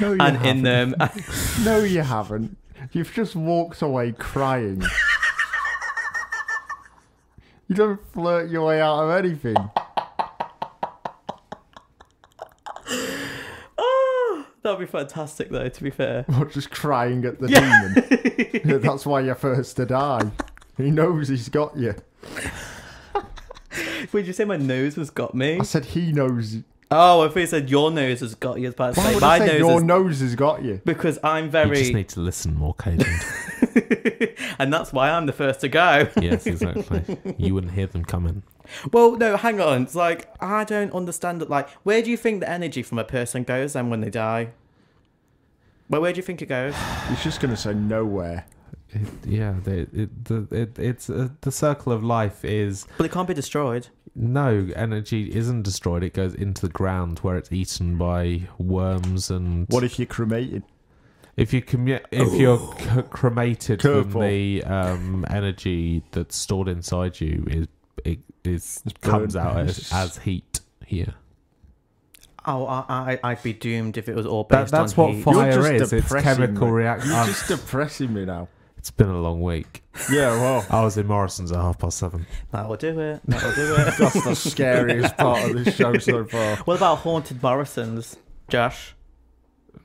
[SPEAKER 2] No, Oh, you
[SPEAKER 1] and in
[SPEAKER 2] haven't. [LAUGHS]
[SPEAKER 1] them. [LAUGHS]
[SPEAKER 2] No, you haven't. You've just walked away crying. you don't flirt your way out of anything.
[SPEAKER 1] oh, that'd be fantastic though. To be fair,
[SPEAKER 2] Or just crying at the
[SPEAKER 1] Yeah.
[SPEAKER 2] demon. Yeah, That's why you're first to die. He knows he's got you.
[SPEAKER 1] would you say my nose has got me?
[SPEAKER 2] I said he knows.
[SPEAKER 1] Oh, I thought you said your nose has got you. I was about to
[SPEAKER 2] Why
[SPEAKER 1] say
[SPEAKER 2] would
[SPEAKER 1] my
[SPEAKER 2] I say
[SPEAKER 1] nose
[SPEAKER 2] your
[SPEAKER 1] has-
[SPEAKER 2] nose has got you?
[SPEAKER 1] because I'm
[SPEAKER 3] You
[SPEAKER 1] very
[SPEAKER 3] just need to listen more, [LAUGHS] Caden.
[SPEAKER 1] [LAUGHS] and that's why I'm the first to go.
[SPEAKER 3] yes, exactly. You wouldn't hear them coming.
[SPEAKER 1] Well, no, hang on. It's like I don't understand it. Like, where do you think the energy from a person goes then when they die? Well, where do you think it goes?
[SPEAKER 2] He's just gonna say nowhere.
[SPEAKER 3] It, yeah, they, it, the, it, it's uh, the circle of life is
[SPEAKER 1] [SIGHS] But it can't be destroyed.
[SPEAKER 3] no energy isn't destroyed. It goes into the ground where it's eaten by worms and
[SPEAKER 2] What if you're cremated?
[SPEAKER 3] If you commu- if you're c- cremated, then
[SPEAKER 2] Curveball.
[SPEAKER 3] the um, energy that's stored inside you is it is comes
[SPEAKER 2] burned.
[SPEAKER 3] out as, as heat here.
[SPEAKER 1] Oh, I, I, I'd be doomed if it was all
[SPEAKER 3] That,
[SPEAKER 1] based
[SPEAKER 3] that's
[SPEAKER 1] on
[SPEAKER 3] what
[SPEAKER 1] heat.
[SPEAKER 3] fire
[SPEAKER 2] You're just
[SPEAKER 3] is. It's
[SPEAKER 2] depressing
[SPEAKER 3] chemical
[SPEAKER 2] me.
[SPEAKER 3] reaction.
[SPEAKER 2] You're just depressing me now.
[SPEAKER 3] It's been a long week.
[SPEAKER 2] Yeah, well,
[SPEAKER 3] I was in Morrison's at half past seven.
[SPEAKER 1] That'll do it. That'll do [LAUGHS] it.
[SPEAKER 2] that's the scariest part of this show so far.
[SPEAKER 3] [LAUGHS]
[SPEAKER 1] what about haunted Morrison's, Josh?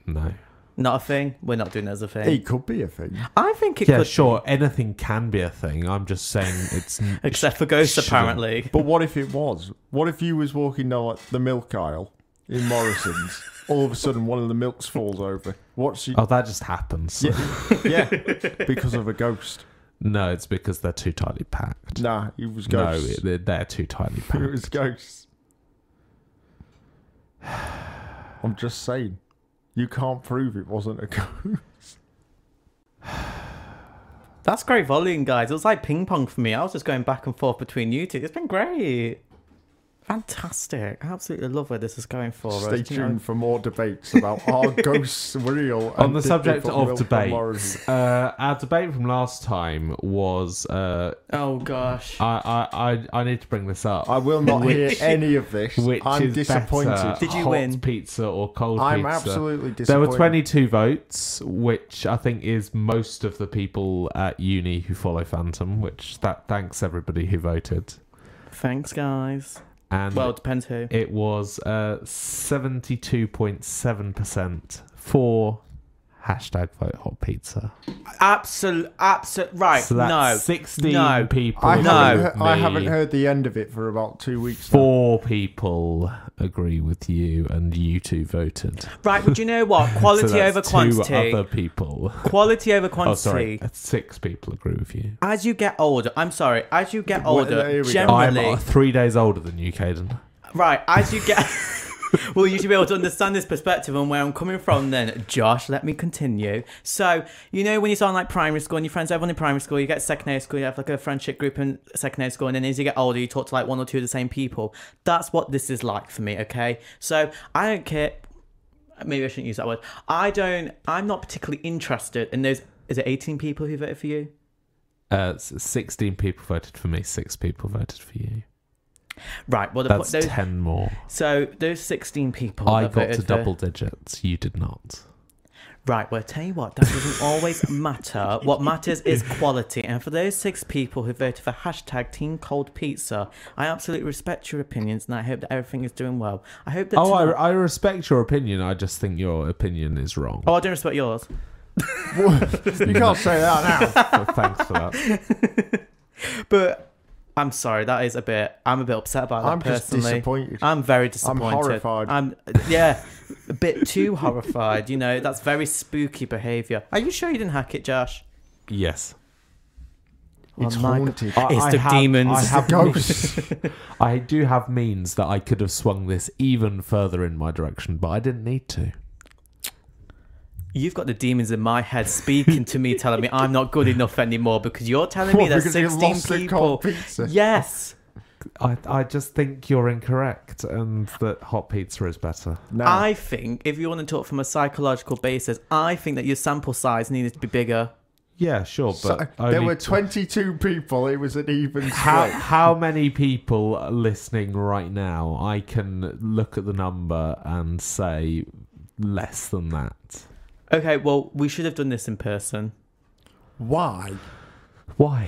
[SPEAKER 3] No.
[SPEAKER 1] Not a thing. We're not doing it as a thing.
[SPEAKER 2] It could be a thing.
[SPEAKER 1] I think it
[SPEAKER 3] Yeah,
[SPEAKER 1] could,
[SPEAKER 3] sure. Anything can be a thing. I'm just saying
[SPEAKER 2] [LAUGHS]
[SPEAKER 3] it's. n-
[SPEAKER 1] except for ghosts,
[SPEAKER 3] Shouldn't.
[SPEAKER 1] apparently.
[SPEAKER 2] But what if it was? What if you was walking down like, the milk aisle in Morrison's? All of a sudden, one of the milks falls over. What's you?
[SPEAKER 3] oh, that just happens. [LAUGHS]
[SPEAKER 2] Yeah, yeah, because of a ghost.
[SPEAKER 3] No, it's because they're too tightly packed.
[SPEAKER 2] Nah, it was
[SPEAKER 3] No,
[SPEAKER 2] ghosts.
[SPEAKER 3] it- they're, they're too
[SPEAKER 2] [LAUGHS]
[SPEAKER 3] tightly
[SPEAKER 2] it,
[SPEAKER 3] packed.
[SPEAKER 2] was ghosts. [SIGHS] I'm just saying, you can't prove it wasn't a ghost.
[SPEAKER 1] That's great volleying, guys. It was like ping pong for me. I was just going back and forth between you two. It's been great. Fantastic. I absolutely love where this is going for us.
[SPEAKER 2] Stay
[SPEAKER 1] Do you know-
[SPEAKER 2] tuned for more debates about
[SPEAKER 1] [LAUGHS]
[SPEAKER 2] are ghosts real.
[SPEAKER 3] on
[SPEAKER 2] and
[SPEAKER 3] the
[SPEAKER 2] did
[SPEAKER 3] subject
[SPEAKER 2] people
[SPEAKER 3] of
[SPEAKER 2] milk the
[SPEAKER 3] debates,
[SPEAKER 2] Morrissey?
[SPEAKER 3] uh, our debate from last time was uh,
[SPEAKER 1] Oh, gosh.
[SPEAKER 3] I, I, I I need to bring this up.
[SPEAKER 2] I will not hear
[SPEAKER 3] Which-
[SPEAKER 2] any of this.
[SPEAKER 3] Which
[SPEAKER 2] I'm
[SPEAKER 3] is
[SPEAKER 2] disappointed.
[SPEAKER 3] better,
[SPEAKER 1] Did you
[SPEAKER 3] hot
[SPEAKER 1] win?
[SPEAKER 3] Pizza or cold
[SPEAKER 2] I'm
[SPEAKER 3] pizza?
[SPEAKER 2] absolutely disappointed.
[SPEAKER 3] There were 22 votes, which I think is most of the people at uni who follow Phantom. Which that thanks everybody who voted.
[SPEAKER 1] Thanks, guys.
[SPEAKER 3] And
[SPEAKER 1] Well, it depends who.
[SPEAKER 3] it was uh, 72.7% for hashtag vote hot pizza.
[SPEAKER 1] Absolute, absolute. Right.
[SPEAKER 3] So that's
[SPEAKER 1] no.
[SPEAKER 3] 16
[SPEAKER 1] no.
[SPEAKER 3] people.
[SPEAKER 2] I haven't,
[SPEAKER 3] vote
[SPEAKER 2] he- I haven't
[SPEAKER 3] me.
[SPEAKER 2] heard the end of it for about two weeks. now.
[SPEAKER 3] Four people agree with you, and you two voted.
[SPEAKER 1] Right. But you know what?
[SPEAKER 3] [LAUGHS] So
[SPEAKER 1] Quality
[SPEAKER 3] that's
[SPEAKER 1] over
[SPEAKER 3] Two
[SPEAKER 1] quantity.
[SPEAKER 3] other people.
[SPEAKER 1] Quality over quantity.
[SPEAKER 3] Oh, sorry. Six people agree with you.
[SPEAKER 1] As you get older, I'm sorry. As you get
[SPEAKER 2] Well,
[SPEAKER 1] older,
[SPEAKER 2] there we go.
[SPEAKER 3] I'm
[SPEAKER 1] generally,
[SPEAKER 3] uh, three days older than you, Caden.
[SPEAKER 1] right? As you get, [LAUGHS] well, you should be able to understand this perspective and where I'm coming from. Then, Josh, let me continue. So, you know, when you start in, like primary school and your friends, everyone in primary school, you get secondary school, you have like a friendship group in secondary school, and then as you get older, you talk to like one or two of the same people. That's what this is like for me. Okay, so I don't care. Maybe I shouldn't use that word. I don't. I'm not particularly interested in those. Is it 18 people who voted for you?
[SPEAKER 3] Uh, s- 16 people voted for me, six people voted for you.
[SPEAKER 1] Right. Well, the, po-
[SPEAKER 3] That's
[SPEAKER 1] those,
[SPEAKER 3] 10 more.
[SPEAKER 1] So those sixteen people.
[SPEAKER 3] I
[SPEAKER 1] that
[SPEAKER 3] got
[SPEAKER 1] voted
[SPEAKER 3] to
[SPEAKER 1] for-
[SPEAKER 3] double digits. You did not.
[SPEAKER 1] Right. Well, I tell you what, that doesn't always matter. What matters is quality. And for those six people who voted for hashtag Team Cold Pizza, I absolutely respect your opinions, and I hope that everything is doing well. I hope that.
[SPEAKER 3] Oh, I,
[SPEAKER 1] tonight-
[SPEAKER 3] I respect your opinion. I just think your opinion is wrong.
[SPEAKER 1] Oh, I don't respect yours.
[SPEAKER 2] you can't say that now.
[SPEAKER 3] So thanks
[SPEAKER 1] [LAUGHS]
[SPEAKER 3] for that.
[SPEAKER 1] But I'm sorry, that is a bit. I'm a bit upset about that
[SPEAKER 2] I'm just
[SPEAKER 1] personally.
[SPEAKER 2] disappointed.
[SPEAKER 1] I'm very disappointed.
[SPEAKER 2] horrified.
[SPEAKER 1] I'm yeah, a bit too horrified. You know, that's very spooky behaviour. Are you sure you didn't hack it, Josh?
[SPEAKER 3] Yes.
[SPEAKER 2] It's
[SPEAKER 1] Oh my God.
[SPEAKER 2] haunted. [LAUGHS]
[SPEAKER 3] I-
[SPEAKER 1] It's
[SPEAKER 3] I
[SPEAKER 1] the
[SPEAKER 3] have-
[SPEAKER 1] demons.
[SPEAKER 3] I
[SPEAKER 1] It's
[SPEAKER 3] have
[SPEAKER 2] Ghosts. [LAUGHS]
[SPEAKER 3] I do have means that I could have swung this even further in my direction, but I didn't need to.
[SPEAKER 1] You've got the demons in my head speaking to me, telling me I'm not good enough anymore because you're telling me
[SPEAKER 2] What,
[SPEAKER 1] there's
[SPEAKER 2] [LAUGHS] because you
[SPEAKER 1] 16
[SPEAKER 2] lost the
[SPEAKER 1] people.
[SPEAKER 2] cold pizza? [LAUGHS]
[SPEAKER 1] Yes.
[SPEAKER 3] I, I just think you're incorrect and that hot pizza is better.
[SPEAKER 2] No.
[SPEAKER 1] I think, if you want to talk from a psychological basis, I think that your sample size needed to be bigger.
[SPEAKER 3] Yeah, sure,
[SPEAKER 2] So,
[SPEAKER 3] but
[SPEAKER 2] there
[SPEAKER 3] only
[SPEAKER 2] were 22 people. It was an even
[SPEAKER 3] How
[SPEAKER 2] split.
[SPEAKER 3] how many people are listening right now? I can look at the number and say less than that.
[SPEAKER 1] Okay, well, we should have done this in person.
[SPEAKER 2] Why?
[SPEAKER 3] Why?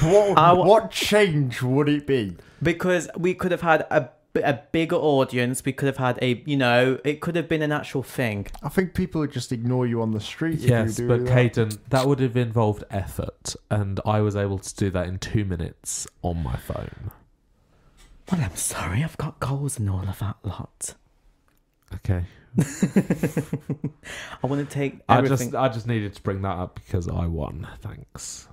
[SPEAKER 2] What,
[SPEAKER 1] I w-
[SPEAKER 2] what change would it be?
[SPEAKER 1] Because we could have had a, a bigger audience. We could have had a, you know, it could have been an actual thing.
[SPEAKER 2] I think people would just ignore you on the street
[SPEAKER 3] Yes,
[SPEAKER 2] if you do
[SPEAKER 3] but
[SPEAKER 2] that.
[SPEAKER 3] Caden, that would have involved effort, and I was able to do that in two minutes on my phone.
[SPEAKER 1] Well, I'm sorry, I've got goals and all of that lot.
[SPEAKER 3] Okay.
[SPEAKER 1] I want to take
[SPEAKER 3] I
[SPEAKER 1] everything.
[SPEAKER 3] just I just needed to bring that up because I won. Thanks.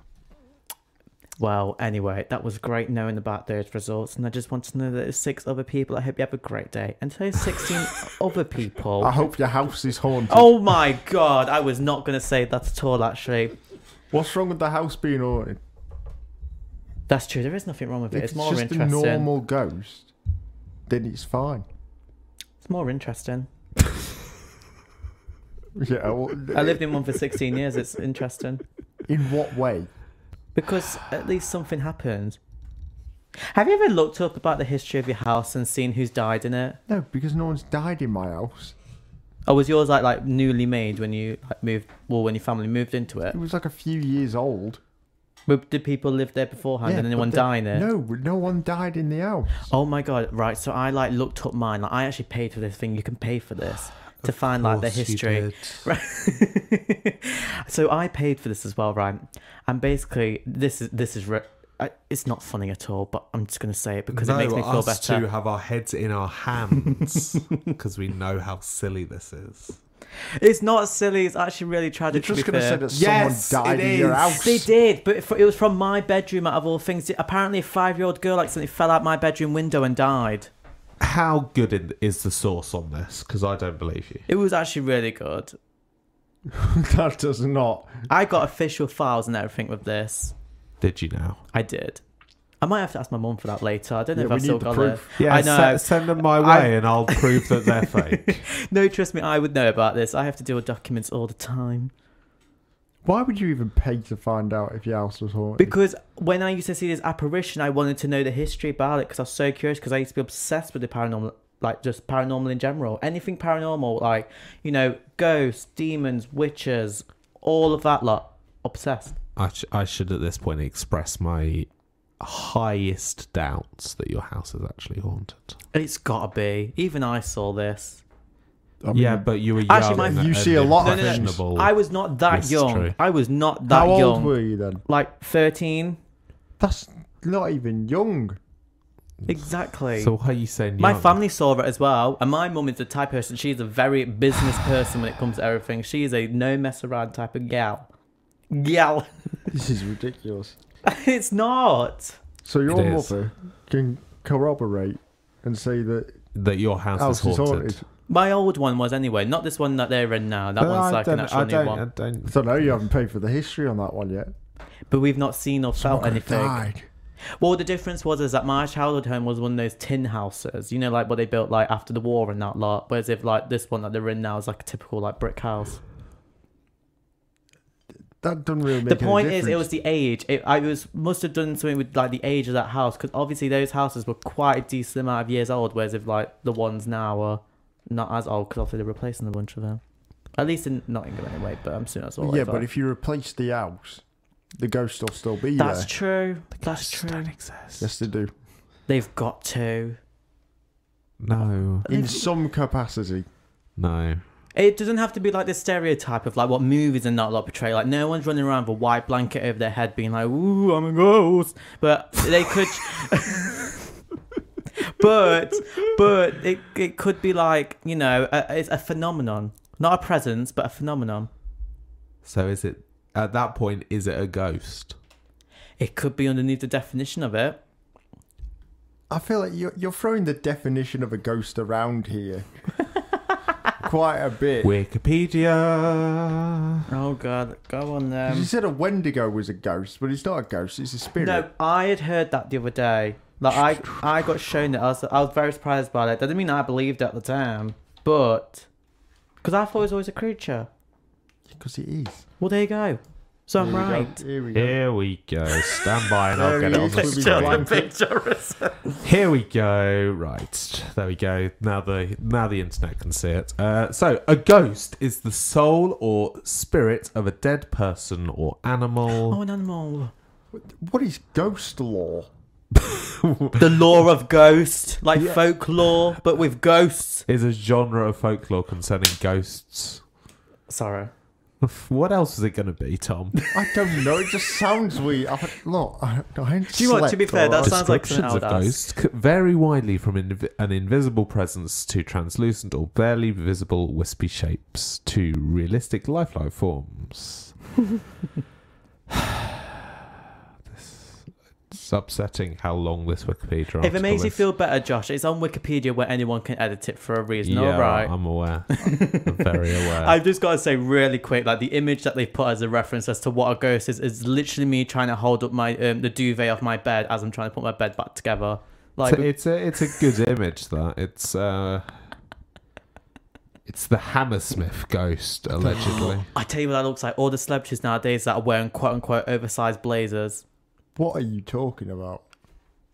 [SPEAKER 1] Well, anyway, that was great knowing about those results, and I just want to know that there's six other people. I hope you have a great day. And today's
[SPEAKER 2] [LAUGHS]
[SPEAKER 1] 16 other
[SPEAKER 2] I
[SPEAKER 1] people.
[SPEAKER 2] hope your house is haunted.
[SPEAKER 1] Oh my god, I was not going to say that at all, actually.
[SPEAKER 2] What's wrong with the house being haunted?
[SPEAKER 1] That's true, there is nothing wrong with it.
[SPEAKER 2] If
[SPEAKER 1] It's
[SPEAKER 2] it's
[SPEAKER 1] more
[SPEAKER 2] just a
[SPEAKER 1] interesting.
[SPEAKER 2] normal ghost, then it's fine. [LAUGHS]
[SPEAKER 1] It's more interesting.
[SPEAKER 2] Yeah. Well,
[SPEAKER 1] I lived in one for 16 years, it's interesting.
[SPEAKER 2] in what way?
[SPEAKER 1] Because at least something happened. Have you ever looked up about the history of your house and seen who's died in it?
[SPEAKER 2] No, because no one's died in my house.
[SPEAKER 1] Or was yours like like newly made when you like, moved, well, when your family moved into it?
[SPEAKER 2] It was like a few years old.
[SPEAKER 1] But did people live there beforehand and
[SPEAKER 2] but
[SPEAKER 1] anyone
[SPEAKER 2] the-
[SPEAKER 1] die in it?
[SPEAKER 2] No, no one died in the house.
[SPEAKER 1] Oh my god! Right, so I like looked up mine. Like I actually paid for this thing. You can pay for
[SPEAKER 2] [SIGHS]
[SPEAKER 1] this to find like the
[SPEAKER 3] Course you
[SPEAKER 1] history.
[SPEAKER 3] did.
[SPEAKER 1] [LAUGHS] Right. so I paid for this as well, right? And basically, this is this is re- I, it's not funny at all. But I'm just gonna say it because it makes me feel
[SPEAKER 3] us
[SPEAKER 1] better. [LAUGHS]
[SPEAKER 3] two have our heads in our hands because we know how silly this is.
[SPEAKER 1] It's not silly. It's actually really tragic.
[SPEAKER 2] You're
[SPEAKER 1] to
[SPEAKER 2] just
[SPEAKER 1] be
[SPEAKER 2] gonna
[SPEAKER 1] fair.
[SPEAKER 2] say that
[SPEAKER 3] Yes,
[SPEAKER 2] someone died
[SPEAKER 3] it
[SPEAKER 2] in your
[SPEAKER 3] is.
[SPEAKER 2] house.
[SPEAKER 1] They did, but it, it was from my bedroom out of all things. Apparently, a five year old girl accidentally fell out my bedroom window and died.
[SPEAKER 3] How good in- is the source on this? Because I don't believe you.
[SPEAKER 1] It was actually really good.
[SPEAKER 2] [LAUGHS] that does not.
[SPEAKER 1] I got official files and everything with this.
[SPEAKER 3] Did you now?
[SPEAKER 1] I did. I might have to ask my mum for that later. I don't know
[SPEAKER 2] Yeah,
[SPEAKER 1] if
[SPEAKER 2] we
[SPEAKER 1] I've still
[SPEAKER 2] need the
[SPEAKER 1] got
[SPEAKER 2] proof.
[SPEAKER 1] it. I know.
[SPEAKER 3] se- send them my way,
[SPEAKER 1] I-
[SPEAKER 3] and I'll prove that
[SPEAKER 1] [LAUGHS]
[SPEAKER 3] they're fake.
[SPEAKER 1] No, trust me, I would know about this. I have to deal with documents all the time.
[SPEAKER 2] Why would you even pay to find out if your house was haunted?
[SPEAKER 1] Because when I used to see this apparition, I wanted to know the history about it because I was so curious because I used to be obsessed with the paranormal, like just paranormal in general. Anything paranormal, like, you know, ghosts, demons, witches, all of that lot. Obsessed.
[SPEAKER 3] I, sh- I should at this point express my highest doubts that your house is actually haunted.
[SPEAKER 1] It's gotta be. Even I saw this.
[SPEAKER 2] I
[SPEAKER 3] yeah, but you were young
[SPEAKER 1] Actually, my-
[SPEAKER 3] and-
[SPEAKER 2] You
[SPEAKER 3] and
[SPEAKER 2] see a lot of things.
[SPEAKER 3] impressionable.
[SPEAKER 1] I was not that
[SPEAKER 3] It's
[SPEAKER 1] young.
[SPEAKER 3] Oh, true.
[SPEAKER 1] I was not that
[SPEAKER 2] how old
[SPEAKER 1] young.
[SPEAKER 2] were you then?
[SPEAKER 1] Like 13.
[SPEAKER 2] That's not even young.
[SPEAKER 1] Exactly.
[SPEAKER 3] So why are you saying
[SPEAKER 1] My
[SPEAKER 3] young?
[SPEAKER 1] family saw it as well, and my mum is the type of person. She's a very business person when it comes to everything. She is a no mess around type of gal. Gal, [LAUGHS]
[SPEAKER 2] This is ridiculous.
[SPEAKER 1] it's not.
[SPEAKER 2] So your
[SPEAKER 3] It is.
[SPEAKER 2] mother can corroborate and say that
[SPEAKER 3] that your house,
[SPEAKER 1] Oh,
[SPEAKER 2] house
[SPEAKER 3] is
[SPEAKER 2] is
[SPEAKER 3] haunted.
[SPEAKER 2] haunted.
[SPEAKER 1] My old one was anyway, not this one that they're in now. That
[SPEAKER 3] No,
[SPEAKER 1] one's like
[SPEAKER 3] I
[SPEAKER 1] an
[SPEAKER 3] don't,
[SPEAKER 1] actual
[SPEAKER 3] I
[SPEAKER 1] new
[SPEAKER 3] don't,
[SPEAKER 1] one.
[SPEAKER 3] I don't-
[SPEAKER 2] I don't know. You haven't paid for the history on that one yet.
[SPEAKER 1] But we've not seen or felt
[SPEAKER 2] Someone
[SPEAKER 1] anything.
[SPEAKER 2] could've died.
[SPEAKER 1] Well, the difference was is that my childhood home was one of those tin houses, you know, like what they built like after the war and that lot. Whereas if like this one that they're in now is like a typical like brick house.
[SPEAKER 2] That doesn't really make
[SPEAKER 1] the
[SPEAKER 2] any
[SPEAKER 1] point is it
[SPEAKER 2] difference.
[SPEAKER 1] was the age it, i was must have done something with like the age of that house because obviously those houses were quite a decent amount of years old whereas if like the ones now are not as old because obviously they're replacing a bunch of them at least in not England anyway but i'm assuming that's all
[SPEAKER 2] yeah,
[SPEAKER 1] over.
[SPEAKER 2] but if you replace the house, the ghost will still be
[SPEAKER 1] that's
[SPEAKER 2] there.
[SPEAKER 1] true that's
[SPEAKER 3] Ghosts
[SPEAKER 1] true
[SPEAKER 3] don't exist.
[SPEAKER 2] yes, they do.
[SPEAKER 1] they've got to
[SPEAKER 3] No,
[SPEAKER 2] In
[SPEAKER 1] They've-
[SPEAKER 2] some capacity.
[SPEAKER 3] no.
[SPEAKER 1] It doesn't have to be like this stereotype of like what movies and that lot portray. Like no one's running around with a white blanket over their head, being like, "Ooh, I'm a ghost." But they could. [LAUGHS] but but it it could be like you know a, it's a phenomenon, not a presence, but a phenomenon.
[SPEAKER 3] So is it at that point? Is it a ghost?
[SPEAKER 1] It could be underneath the definition of it.
[SPEAKER 2] I feel like you're, you're throwing the definition of a ghost
[SPEAKER 1] [LAUGHS]
[SPEAKER 2] around here quite a bit.
[SPEAKER 3] Wikipedia.
[SPEAKER 1] Oh god, go on
[SPEAKER 2] 'Cause Um, you
[SPEAKER 1] then.
[SPEAKER 2] said a Wendigo was a ghost, but it's not a ghost, it's a spirit.
[SPEAKER 1] No, I had heard that the other day. Like I I got shown it. I was I was very surprised by that. That didn't mean I believed at the time, but because I thought it was always a creature.
[SPEAKER 2] Because it is.
[SPEAKER 1] Well, there you go. So I'm
[SPEAKER 2] Here we go,
[SPEAKER 1] right.
[SPEAKER 2] Here we go.
[SPEAKER 3] Here we go. Stand by, and
[SPEAKER 2] There
[SPEAKER 3] I'll get it
[SPEAKER 2] he
[SPEAKER 3] on
[SPEAKER 2] is
[SPEAKER 3] the
[SPEAKER 2] with his
[SPEAKER 3] screen.
[SPEAKER 2] blanket.
[SPEAKER 3] Here we go. Right there we go. Now the now the internet can see it. Uh, so a ghost is the soul or spirit of a dead person or
[SPEAKER 1] Oh,
[SPEAKER 3] animal.
[SPEAKER 1] an animal.
[SPEAKER 2] What is ghost law?
[SPEAKER 1] [LAUGHS] The lore of ghost, like folklore, but with ghosts.
[SPEAKER 3] Is a genre of folklore concerning ghosts. [LAUGHS]
[SPEAKER 1] Sorry.
[SPEAKER 3] What else is it going to be, Tom?
[SPEAKER 2] I don't know. It just sounds weird. I, look, I, I ain't
[SPEAKER 1] Do you want- to
[SPEAKER 2] slept,
[SPEAKER 1] be fair,
[SPEAKER 2] alright?
[SPEAKER 1] that sounds like
[SPEAKER 3] Descriptions
[SPEAKER 1] something I
[SPEAKER 3] of
[SPEAKER 1] would
[SPEAKER 3] ghosts c- vary widely from inv- an invisible presence to translucent or barely visible wispy shapes to realistic lifelike forms. [SIGHS] this, it's upsetting how long this Wikipedia
[SPEAKER 1] If it
[SPEAKER 3] article
[SPEAKER 1] makes you
[SPEAKER 3] is.
[SPEAKER 1] feel better, Josh, it's on Wikipedia where anyone can edit it for a reason.
[SPEAKER 3] yeah,
[SPEAKER 1] All right.
[SPEAKER 3] I'm
[SPEAKER 1] [LAUGHS]
[SPEAKER 3] aware. I'm very aware.
[SPEAKER 1] I've just got to say really quick, like the image that they put as a reference as to what a ghost is is literally me trying to hold up my um, the duvet off my bed as I'm trying to put my bed back together. Like
[SPEAKER 3] So it's a it's a good image that it's uh it's the Hammersmith ghost allegedly.
[SPEAKER 1] I tell you what that looks like. All the celebrities nowadays that are wearing quote unquote oversized blazers.
[SPEAKER 2] What are you talking about?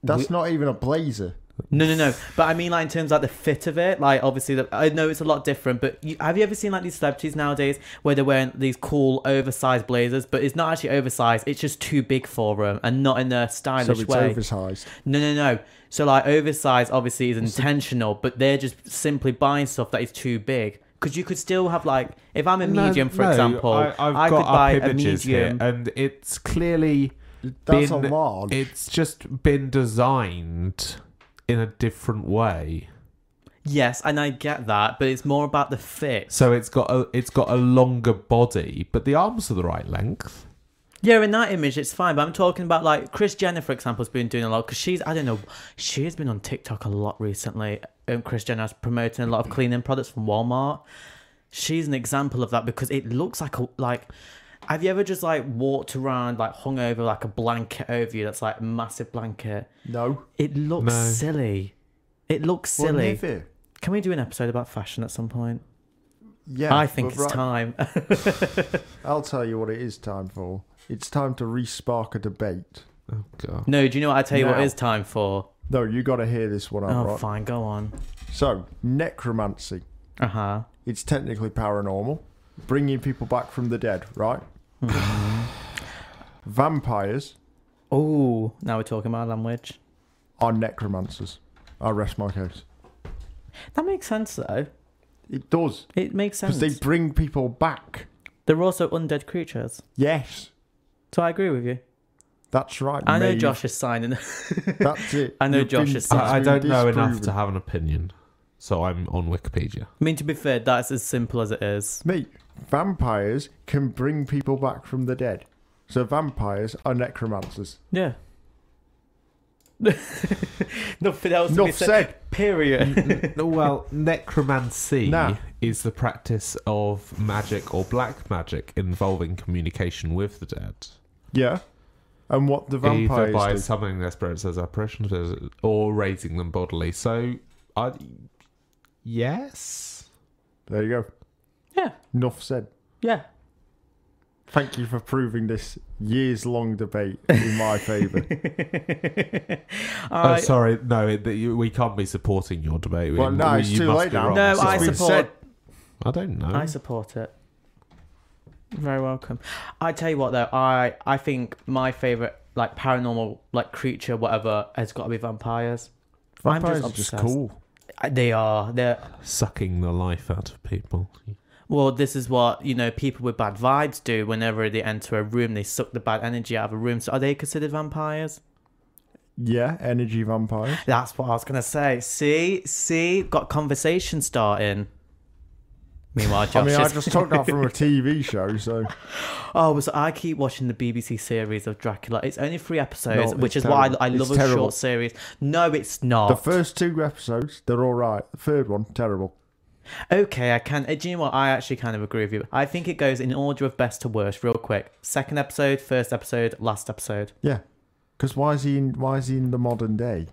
[SPEAKER 2] That's not even a blazer.
[SPEAKER 1] No, no, no. But I mean, like in terms of like the fit of it, like obviously, the, I know it's a lot different. But you, have you ever seen like these celebrities nowadays where they're wearing these cool oversized blazers, but it's not actually oversized; it's just too big for them and not in a
[SPEAKER 2] So
[SPEAKER 1] stylish
[SPEAKER 2] it's
[SPEAKER 1] way.
[SPEAKER 2] oversized.
[SPEAKER 1] no, no, no. So like oversized obviously is intentional, but they're just simply buying stuff that is too big. Because you could still have like, if I'm a
[SPEAKER 3] No,
[SPEAKER 1] medium, for
[SPEAKER 3] no,
[SPEAKER 1] example, I,
[SPEAKER 3] I, I've got
[SPEAKER 1] could
[SPEAKER 3] up
[SPEAKER 1] buy a
[SPEAKER 3] images here,
[SPEAKER 1] medium.
[SPEAKER 3] and it's clearly
[SPEAKER 2] That's
[SPEAKER 3] been,
[SPEAKER 2] a large.
[SPEAKER 3] It's just been designed in a different way.
[SPEAKER 1] Yes, and I get that, but it's more about the fit.
[SPEAKER 3] So it's got a it's got a longer body, but the arms are the right length.
[SPEAKER 1] Yeah, in that image, it's fine. But I'm talking about like Chris Jenner, for example, has been doing a lot because she's I don't know, she has been on TikTok a lot recently. Um, Chris Jenner's promoting a lot of cleaning products from Walmart. She's an example of that because it looks like a like. Have you ever just like walked around like hung over like a blanket over you? That's like a massive blanket.
[SPEAKER 2] No.
[SPEAKER 1] It looks
[SPEAKER 3] No.
[SPEAKER 1] silly. It looks
[SPEAKER 2] Well,
[SPEAKER 1] silly.
[SPEAKER 2] never.
[SPEAKER 1] Can we do an episode about fashion at some point?
[SPEAKER 2] Yeah.
[SPEAKER 1] I think
[SPEAKER 2] but
[SPEAKER 1] it's
[SPEAKER 2] right-
[SPEAKER 1] time. [LAUGHS]
[SPEAKER 2] I'll tell you what it is time for. It's time to re-spark a debate.
[SPEAKER 3] Oh god.
[SPEAKER 1] no, do you know what I tell you what
[SPEAKER 2] Now.
[SPEAKER 1] is time for?
[SPEAKER 2] No, you got to hear this one out,
[SPEAKER 1] Oh,
[SPEAKER 2] right?
[SPEAKER 1] fine, go on.
[SPEAKER 2] So, necromancy.
[SPEAKER 1] Uh huh.
[SPEAKER 2] It's technically paranormal, bringing people back from the dead, right?
[SPEAKER 1] Mm-hmm.
[SPEAKER 2] Vampires
[SPEAKER 1] Oh, now we're talking about language.
[SPEAKER 2] are necromancers. I rest my case.
[SPEAKER 1] That makes sense, though.
[SPEAKER 2] It does
[SPEAKER 1] It makes sense.
[SPEAKER 2] because they bring people back.
[SPEAKER 1] They're also undead creatures.
[SPEAKER 2] Yes,
[SPEAKER 1] So I agree with you.
[SPEAKER 2] that's right.
[SPEAKER 1] I know
[SPEAKER 2] Maeve.
[SPEAKER 1] Josh is signing. [LAUGHS]
[SPEAKER 2] That's it.
[SPEAKER 1] I know
[SPEAKER 2] You've
[SPEAKER 1] Josh
[SPEAKER 2] been-
[SPEAKER 1] is-
[SPEAKER 2] it's
[SPEAKER 3] I, I
[SPEAKER 2] been
[SPEAKER 3] don't know enough to
[SPEAKER 2] disproven.
[SPEAKER 3] have an opinion, so I'm on Wikipedia.
[SPEAKER 1] I mean, to be fair, that's as simple as it is.
[SPEAKER 2] Mate, vampires can bring people back from the dead. So vampires are necromancers.
[SPEAKER 1] Yeah. [LAUGHS] Nothing else to be
[SPEAKER 2] Enough said. [LAUGHS]
[SPEAKER 1] Period. [LAUGHS]
[SPEAKER 3] No, [LAUGHS] well, necromancy
[SPEAKER 2] Nah.
[SPEAKER 3] is the practice of magic or black magic involving communication with the dead,
[SPEAKER 2] Yeah. And what the
[SPEAKER 3] either
[SPEAKER 2] vampires
[SPEAKER 3] by
[SPEAKER 2] do.
[SPEAKER 3] summoning their spirits as apparitions or raising them bodily. So, I yes,
[SPEAKER 2] There you go.
[SPEAKER 1] yeah.
[SPEAKER 2] Enough said.
[SPEAKER 1] Yeah.
[SPEAKER 2] Thank you for proving this years long debate in
[SPEAKER 1] [LAUGHS]
[SPEAKER 2] my favour.
[SPEAKER 1] All
[SPEAKER 3] oh,
[SPEAKER 1] right.
[SPEAKER 3] sorry, no, it- that you- we can't be supporting your debate. We-
[SPEAKER 2] Well, no,
[SPEAKER 3] we-
[SPEAKER 2] it's
[SPEAKER 3] you
[SPEAKER 2] too
[SPEAKER 3] must
[SPEAKER 2] late
[SPEAKER 3] be
[SPEAKER 2] now.
[SPEAKER 3] wrong,
[SPEAKER 1] no, I
[SPEAKER 3] sorry.
[SPEAKER 2] been
[SPEAKER 1] support.
[SPEAKER 2] said.
[SPEAKER 3] I don't know.
[SPEAKER 2] Hmm?
[SPEAKER 1] I support it. Very welcome. I tell you what though, I I think my favorite like paranormal like creature whatever has got to be vampires. I'm
[SPEAKER 2] vampires
[SPEAKER 1] just
[SPEAKER 2] are just
[SPEAKER 1] obsessed.
[SPEAKER 2] cool.
[SPEAKER 1] Uh, They are. They're
[SPEAKER 3] Sucking the life out of people.
[SPEAKER 1] well. This is what you know. People with bad vibes do whenever they enter a room. They suck the bad energy out of a room. So are they considered vampires?
[SPEAKER 2] Yeah, energy vampires.
[SPEAKER 1] That's what I was gonna say. See, see, got conversation starting. Meanwhile, Josh
[SPEAKER 2] [LAUGHS] I mean, I
[SPEAKER 1] is-
[SPEAKER 2] just took that
[SPEAKER 1] [LAUGHS]
[SPEAKER 2] from a TV show, so
[SPEAKER 1] Oh, so I keep watching the BBC series of Dracula. It's only three episodes,
[SPEAKER 2] No,
[SPEAKER 1] which is
[SPEAKER 2] it's
[SPEAKER 1] why
[SPEAKER 2] terrible.
[SPEAKER 1] I, I love
[SPEAKER 2] It's
[SPEAKER 1] a
[SPEAKER 2] terrible.
[SPEAKER 1] short series. No, it's not.
[SPEAKER 2] the first two episodes they're all right. The third one terrible.
[SPEAKER 1] Okay, I can. uh, Do you know what? I actually kind of agree with you. I think it goes in order of best to worst, real quick. Second episode, first episode, last episode.
[SPEAKER 2] Yeah, because why is he in? Why is he in the modern day?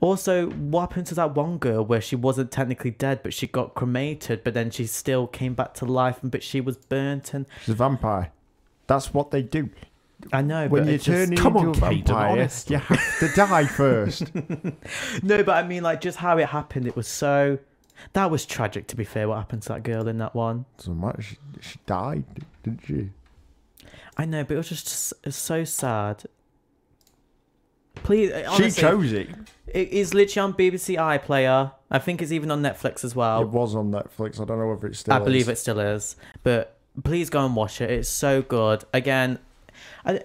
[SPEAKER 1] Also, what happened to that one girl where she wasn't technically dead, but she got cremated, but then she still came back to life, but she was burnt and
[SPEAKER 2] He's a vampire. That's what they do.
[SPEAKER 1] I know.
[SPEAKER 2] When
[SPEAKER 1] but
[SPEAKER 2] you
[SPEAKER 1] it just-
[SPEAKER 2] turn into
[SPEAKER 3] Come on,
[SPEAKER 2] a
[SPEAKER 3] Kate, I'm
[SPEAKER 2] vampire,
[SPEAKER 3] honest.
[SPEAKER 2] you have to die first. [LAUGHS]
[SPEAKER 1] No, but I mean, like, just how it happened. It was so. That was tragic, to be fair. What happened to that girl in that one?
[SPEAKER 2] so much. She, she died, didn't she?
[SPEAKER 1] I know, but it was just s- it's so sad. Please, honestly,
[SPEAKER 2] she chose it.
[SPEAKER 1] It is literally on BBC iPlayer. I think it's even on Netflix as well.
[SPEAKER 2] It was on Netflix. I don't know whether it's still.
[SPEAKER 1] I believe
[SPEAKER 2] is.
[SPEAKER 1] it still is. But please go and watch it. It's so good. Again, I,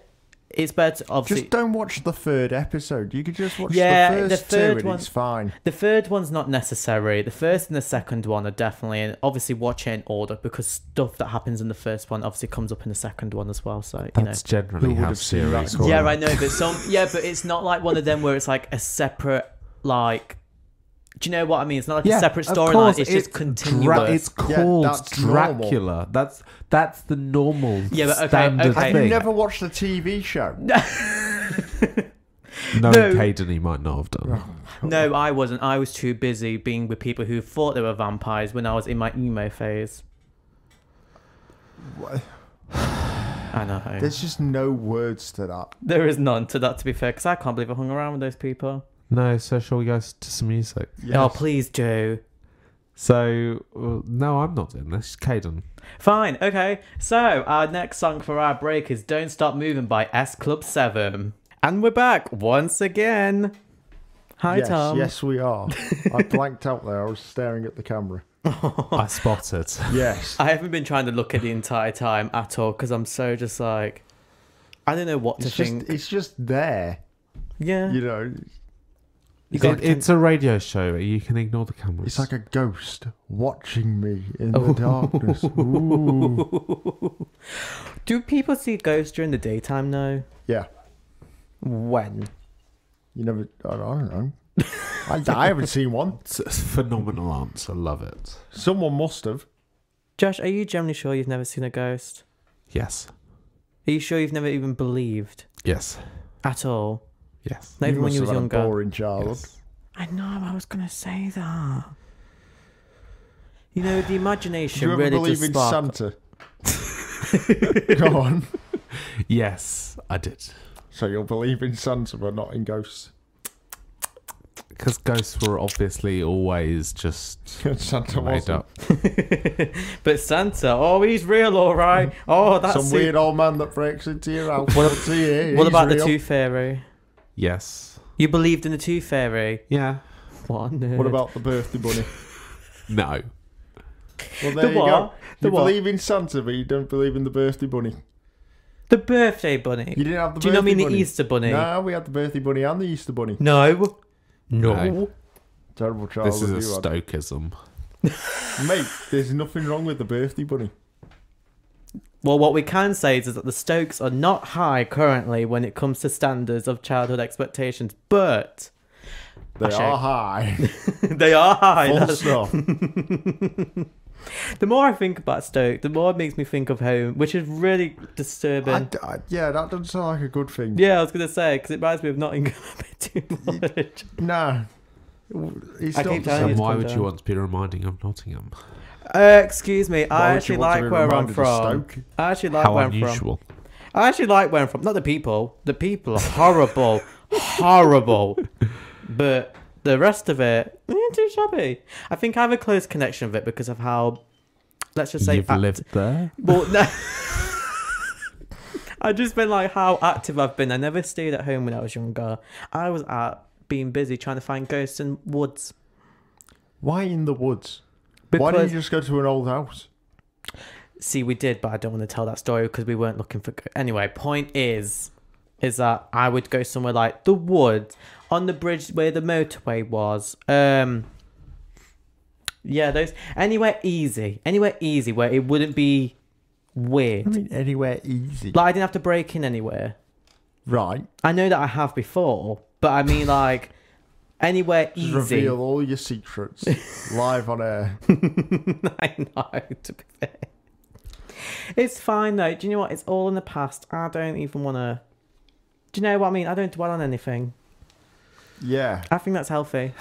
[SPEAKER 1] it's better. Obviously,
[SPEAKER 2] Just don't watch the third episode. You could just watch
[SPEAKER 1] Yeah,
[SPEAKER 2] the
[SPEAKER 1] the
[SPEAKER 2] first
[SPEAKER 1] third
[SPEAKER 2] two, and
[SPEAKER 1] one-
[SPEAKER 2] it's fine.
[SPEAKER 1] the third one's not necessary. The first and the second one are definitely, and obviously, watch it in order because stuff that happens in the first one obviously comes up in the second one as well. So you know.
[SPEAKER 3] That's generally
[SPEAKER 2] Who would
[SPEAKER 3] how
[SPEAKER 2] have seen that
[SPEAKER 3] series.
[SPEAKER 2] coming?
[SPEAKER 1] Yeah,
[SPEAKER 3] work.
[SPEAKER 1] I know, but some yeah, but it's not like one of them where it's like a separate like. Do you know what I mean? It's not like a separate
[SPEAKER 3] of
[SPEAKER 1] storyline.
[SPEAKER 3] course,
[SPEAKER 1] It's just continuous.
[SPEAKER 3] Dra- it's
[SPEAKER 2] Yeah,
[SPEAKER 3] called
[SPEAKER 2] that's
[SPEAKER 3] Dracula. That's that's the normal
[SPEAKER 1] Yeah, but okay,
[SPEAKER 3] standard
[SPEAKER 1] okay.
[SPEAKER 2] Have
[SPEAKER 3] thing.
[SPEAKER 2] you never watched the TV show?
[SPEAKER 3] Knowing
[SPEAKER 1] No.
[SPEAKER 3] Caden, he might not have done.
[SPEAKER 1] no, I wasn't. I was too busy being with people who thought they were vampires when I was in my emo phase.
[SPEAKER 2] Wha-
[SPEAKER 1] I know.
[SPEAKER 2] [LAUGHS] There's just no words to that.
[SPEAKER 1] There is none to that, to be fair, because I can't believe I hung around with those people.
[SPEAKER 3] No, so shall we go s- to some music?
[SPEAKER 1] Oh,
[SPEAKER 2] Yes.
[SPEAKER 1] please do.
[SPEAKER 3] So uh, no, I'm not doing this. Caden,
[SPEAKER 1] Fine, okay. So, our next song for our break is Don't Stop Moving by S Club 7. And we're back once again. Hi,
[SPEAKER 2] yes,
[SPEAKER 1] Tom.
[SPEAKER 2] yes,
[SPEAKER 1] [LAUGHS]
[SPEAKER 2] we are. I blanked out there. I was staring at the camera.
[SPEAKER 3] I spotted.
[SPEAKER 2] Yes.
[SPEAKER 1] I haven't been trying to look at the entire time at all because I'm so just like, I don't know what to
[SPEAKER 2] It's just,
[SPEAKER 1] think.
[SPEAKER 2] it's just there,
[SPEAKER 1] yeah.
[SPEAKER 2] you know. You
[SPEAKER 3] It-
[SPEAKER 2] can't-
[SPEAKER 3] it's a radio show. You can ignore the cameras.
[SPEAKER 2] It's like a ghost watching me in the
[SPEAKER 1] Oh. [LAUGHS]
[SPEAKER 2] darkness. Ooh.
[SPEAKER 1] Do people see ghosts during the daytime now?
[SPEAKER 2] Yeah,
[SPEAKER 1] When?
[SPEAKER 2] you never. I don't know.
[SPEAKER 1] [LAUGHS]
[SPEAKER 2] I, I haven't seen one.
[SPEAKER 3] It's a phenomenal answer. Love it.
[SPEAKER 2] Someone must have.
[SPEAKER 1] Josh, are you generally sure you've never seen a ghost?
[SPEAKER 3] Yes.
[SPEAKER 1] Are you sure you've never even believed
[SPEAKER 3] Yes.
[SPEAKER 1] at all?
[SPEAKER 3] Yes.
[SPEAKER 1] Not even when
[SPEAKER 2] must
[SPEAKER 1] you was
[SPEAKER 2] have had a
[SPEAKER 1] younger.
[SPEAKER 2] boring childhood.
[SPEAKER 3] Yes.
[SPEAKER 1] I know, I was gonna say that. You know, the
[SPEAKER 2] Do
[SPEAKER 1] imagination
[SPEAKER 2] you ever
[SPEAKER 1] really
[SPEAKER 2] believe
[SPEAKER 1] does
[SPEAKER 2] in
[SPEAKER 1] spark. [LAUGHS]
[SPEAKER 2] Santa? Go on.
[SPEAKER 3] Yes, I did.
[SPEAKER 2] So you'll believe in Santa, but not in ghosts. [LAUGHS]
[SPEAKER 3] Because ghosts were obviously always just
[SPEAKER 2] Santa wasn't.
[SPEAKER 3] made up.
[SPEAKER 1] [LAUGHS] but Santa, oh, he's real, all right. Oh, that's
[SPEAKER 2] Some
[SPEAKER 1] it.
[SPEAKER 2] weird old man that breaks into your house.
[SPEAKER 1] What-
[SPEAKER 2] What's he here?
[SPEAKER 1] What
[SPEAKER 2] He's
[SPEAKER 1] about
[SPEAKER 2] real.
[SPEAKER 1] the Tooth Fairy?
[SPEAKER 3] Yes.
[SPEAKER 1] You believed in the Tooth Fairy.
[SPEAKER 3] Yeah.
[SPEAKER 1] What? a nerd.
[SPEAKER 2] What about the birthday bunny?
[SPEAKER 3] No.
[SPEAKER 2] Well, there
[SPEAKER 1] the
[SPEAKER 2] you go.
[SPEAKER 1] what? The
[SPEAKER 2] you
[SPEAKER 1] what?
[SPEAKER 2] believe in Santa, but you don't believe in the birthday bunny.
[SPEAKER 1] The birthday bunny.
[SPEAKER 2] You didn't have the
[SPEAKER 1] Do you
[SPEAKER 2] birthday
[SPEAKER 1] not mean
[SPEAKER 2] bunny.
[SPEAKER 1] the Easter bunny?
[SPEAKER 2] No, we had the birthday bunny and the Easter bunny.
[SPEAKER 1] No. No.
[SPEAKER 2] Terrible childhood.
[SPEAKER 3] This is a
[SPEAKER 2] you had.
[SPEAKER 3] Stokeism.
[SPEAKER 2] Mate, there's nothing wrong with the birthday bunny.
[SPEAKER 1] Well, what we can say is, is that the Stokes are not high currently when it comes to standards of childhood expectations, but [LAUGHS]
[SPEAKER 2] They
[SPEAKER 1] Actually- [LAUGHS]
[SPEAKER 2] are high.
[SPEAKER 1] they are high.
[SPEAKER 2] Full
[SPEAKER 1] That's-
[SPEAKER 2] stop.
[SPEAKER 1] [LAUGHS] The more I think about Stoke, the more it makes me think of home, which is really disturbing.
[SPEAKER 2] I d- I- yeah, that doesn't sound like a good thing.
[SPEAKER 1] Yeah, I was going to say, because it reminds me of Nottingham [LAUGHS] a bit too much.
[SPEAKER 2] Nah. He's
[SPEAKER 1] I
[SPEAKER 2] not
[SPEAKER 1] keep telling
[SPEAKER 2] the
[SPEAKER 3] So
[SPEAKER 1] you
[SPEAKER 2] same.
[SPEAKER 1] it's
[SPEAKER 3] why
[SPEAKER 1] gone
[SPEAKER 3] would you
[SPEAKER 1] down.
[SPEAKER 3] want to be reminding of Nottingham?
[SPEAKER 1] Uh, excuse me,
[SPEAKER 2] Why
[SPEAKER 1] I
[SPEAKER 2] would you
[SPEAKER 1] actually
[SPEAKER 2] want to be
[SPEAKER 1] like where I'm
[SPEAKER 2] reminded of
[SPEAKER 1] from.
[SPEAKER 2] Stoke?
[SPEAKER 1] I actually like
[SPEAKER 3] How
[SPEAKER 1] where I'm from.
[SPEAKER 3] unusual.
[SPEAKER 1] I actually like where I'm from. Not the people. The people are horrible. [LAUGHS] horrible. But the rest of it, eh, too shabby. I think I have a close connection with it because of how, let's just say,
[SPEAKER 3] You've
[SPEAKER 1] act-
[SPEAKER 3] lived there.
[SPEAKER 1] Well, no. [LAUGHS] I've just been like how active I've been. I never stayed at home when I was younger. I was out being busy trying to find ghosts in woods.
[SPEAKER 2] Why in the woods? Why didn't
[SPEAKER 1] Because
[SPEAKER 2] you just go to an old house?
[SPEAKER 1] see, we did, but I don't want to tell that story because we weren't looking for. Go- anyway, point is, is that I would go somewhere like the woods on the bridge where the motorway was. Um. Yeah, those anywhere easy, anywhere easy where it wouldn't be weird.
[SPEAKER 2] mean, anywhere easy.
[SPEAKER 1] Like I didn't have to break in anywhere.
[SPEAKER 2] Right.
[SPEAKER 1] I know that I have before, but I mean like
[SPEAKER 2] [LAUGHS]
[SPEAKER 1] anywhere
[SPEAKER 2] Just
[SPEAKER 1] easy.
[SPEAKER 2] reveal all your secrets live on air.
[SPEAKER 1] [LAUGHS] I know to be fair. It's fine though. Do you know what? It's all in the past. I don't even want to. Do you know what I mean? I don't dwell on anything.
[SPEAKER 2] Yeah.
[SPEAKER 1] I think that's
[SPEAKER 2] [SIGHS]
[SPEAKER 1] healthy.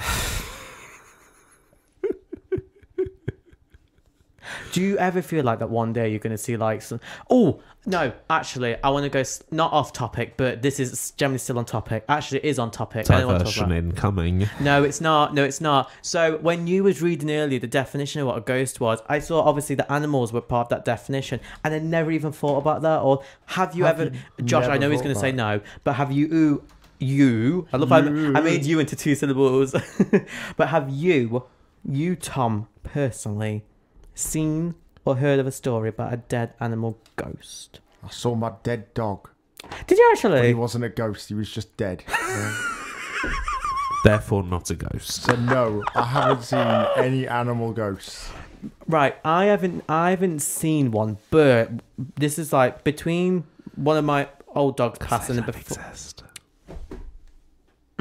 [SPEAKER 1] Do you ever feel like that one day you're going to see like some? Oh no, actually, I want to go s- not off topic, but this is generally still on topic. Actually, it is on topic. I don't want to talk about.
[SPEAKER 3] Diversion incoming.
[SPEAKER 1] No, it's not. No, it's not. So when you was reading earlier the definition of what a ghost was, I saw obviously the animals were part of that definition, and I never even thought about that. Or have you
[SPEAKER 2] Have
[SPEAKER 1] ever,
[SPEAKER 2] you
[SPEAKER 1] Josh? I
[SPEAKER 2] never
[SPEAKER 1] know he's
[SPEAKER 2] thought
[SPEAKER 1] going to
[SPEAKER 2] about
[SPEAKER 1] say
[SPEAKER 2] it?
[SPEAKER 1] no, but have you? Ooh, you. I love. how I'm- I
[SPEAKER 2] You.
[SPEAKER 1] made you into two syllables. [LAUGHS] but have you, you Tom personally, seen or heard of a story about a dead animal ghost?
[SPEAKER 2] I saw my dead dog.
[SPEAKER 1] Did you
[SPEAKER 2] But he
[SPEAKER 1] actually?
[SPEAKER 2] wasn't a ghost, he was just dead.
[SPEAKER 3] Therefore, not a ghost.
[SPEAKER 2] so, no, I haven't seen any animal ghosts.
[SPEAKER 1] Right, I haven't I haven't seen one, but this is like between one of my old dogs passing and before.
[SPEAKER 3] exist.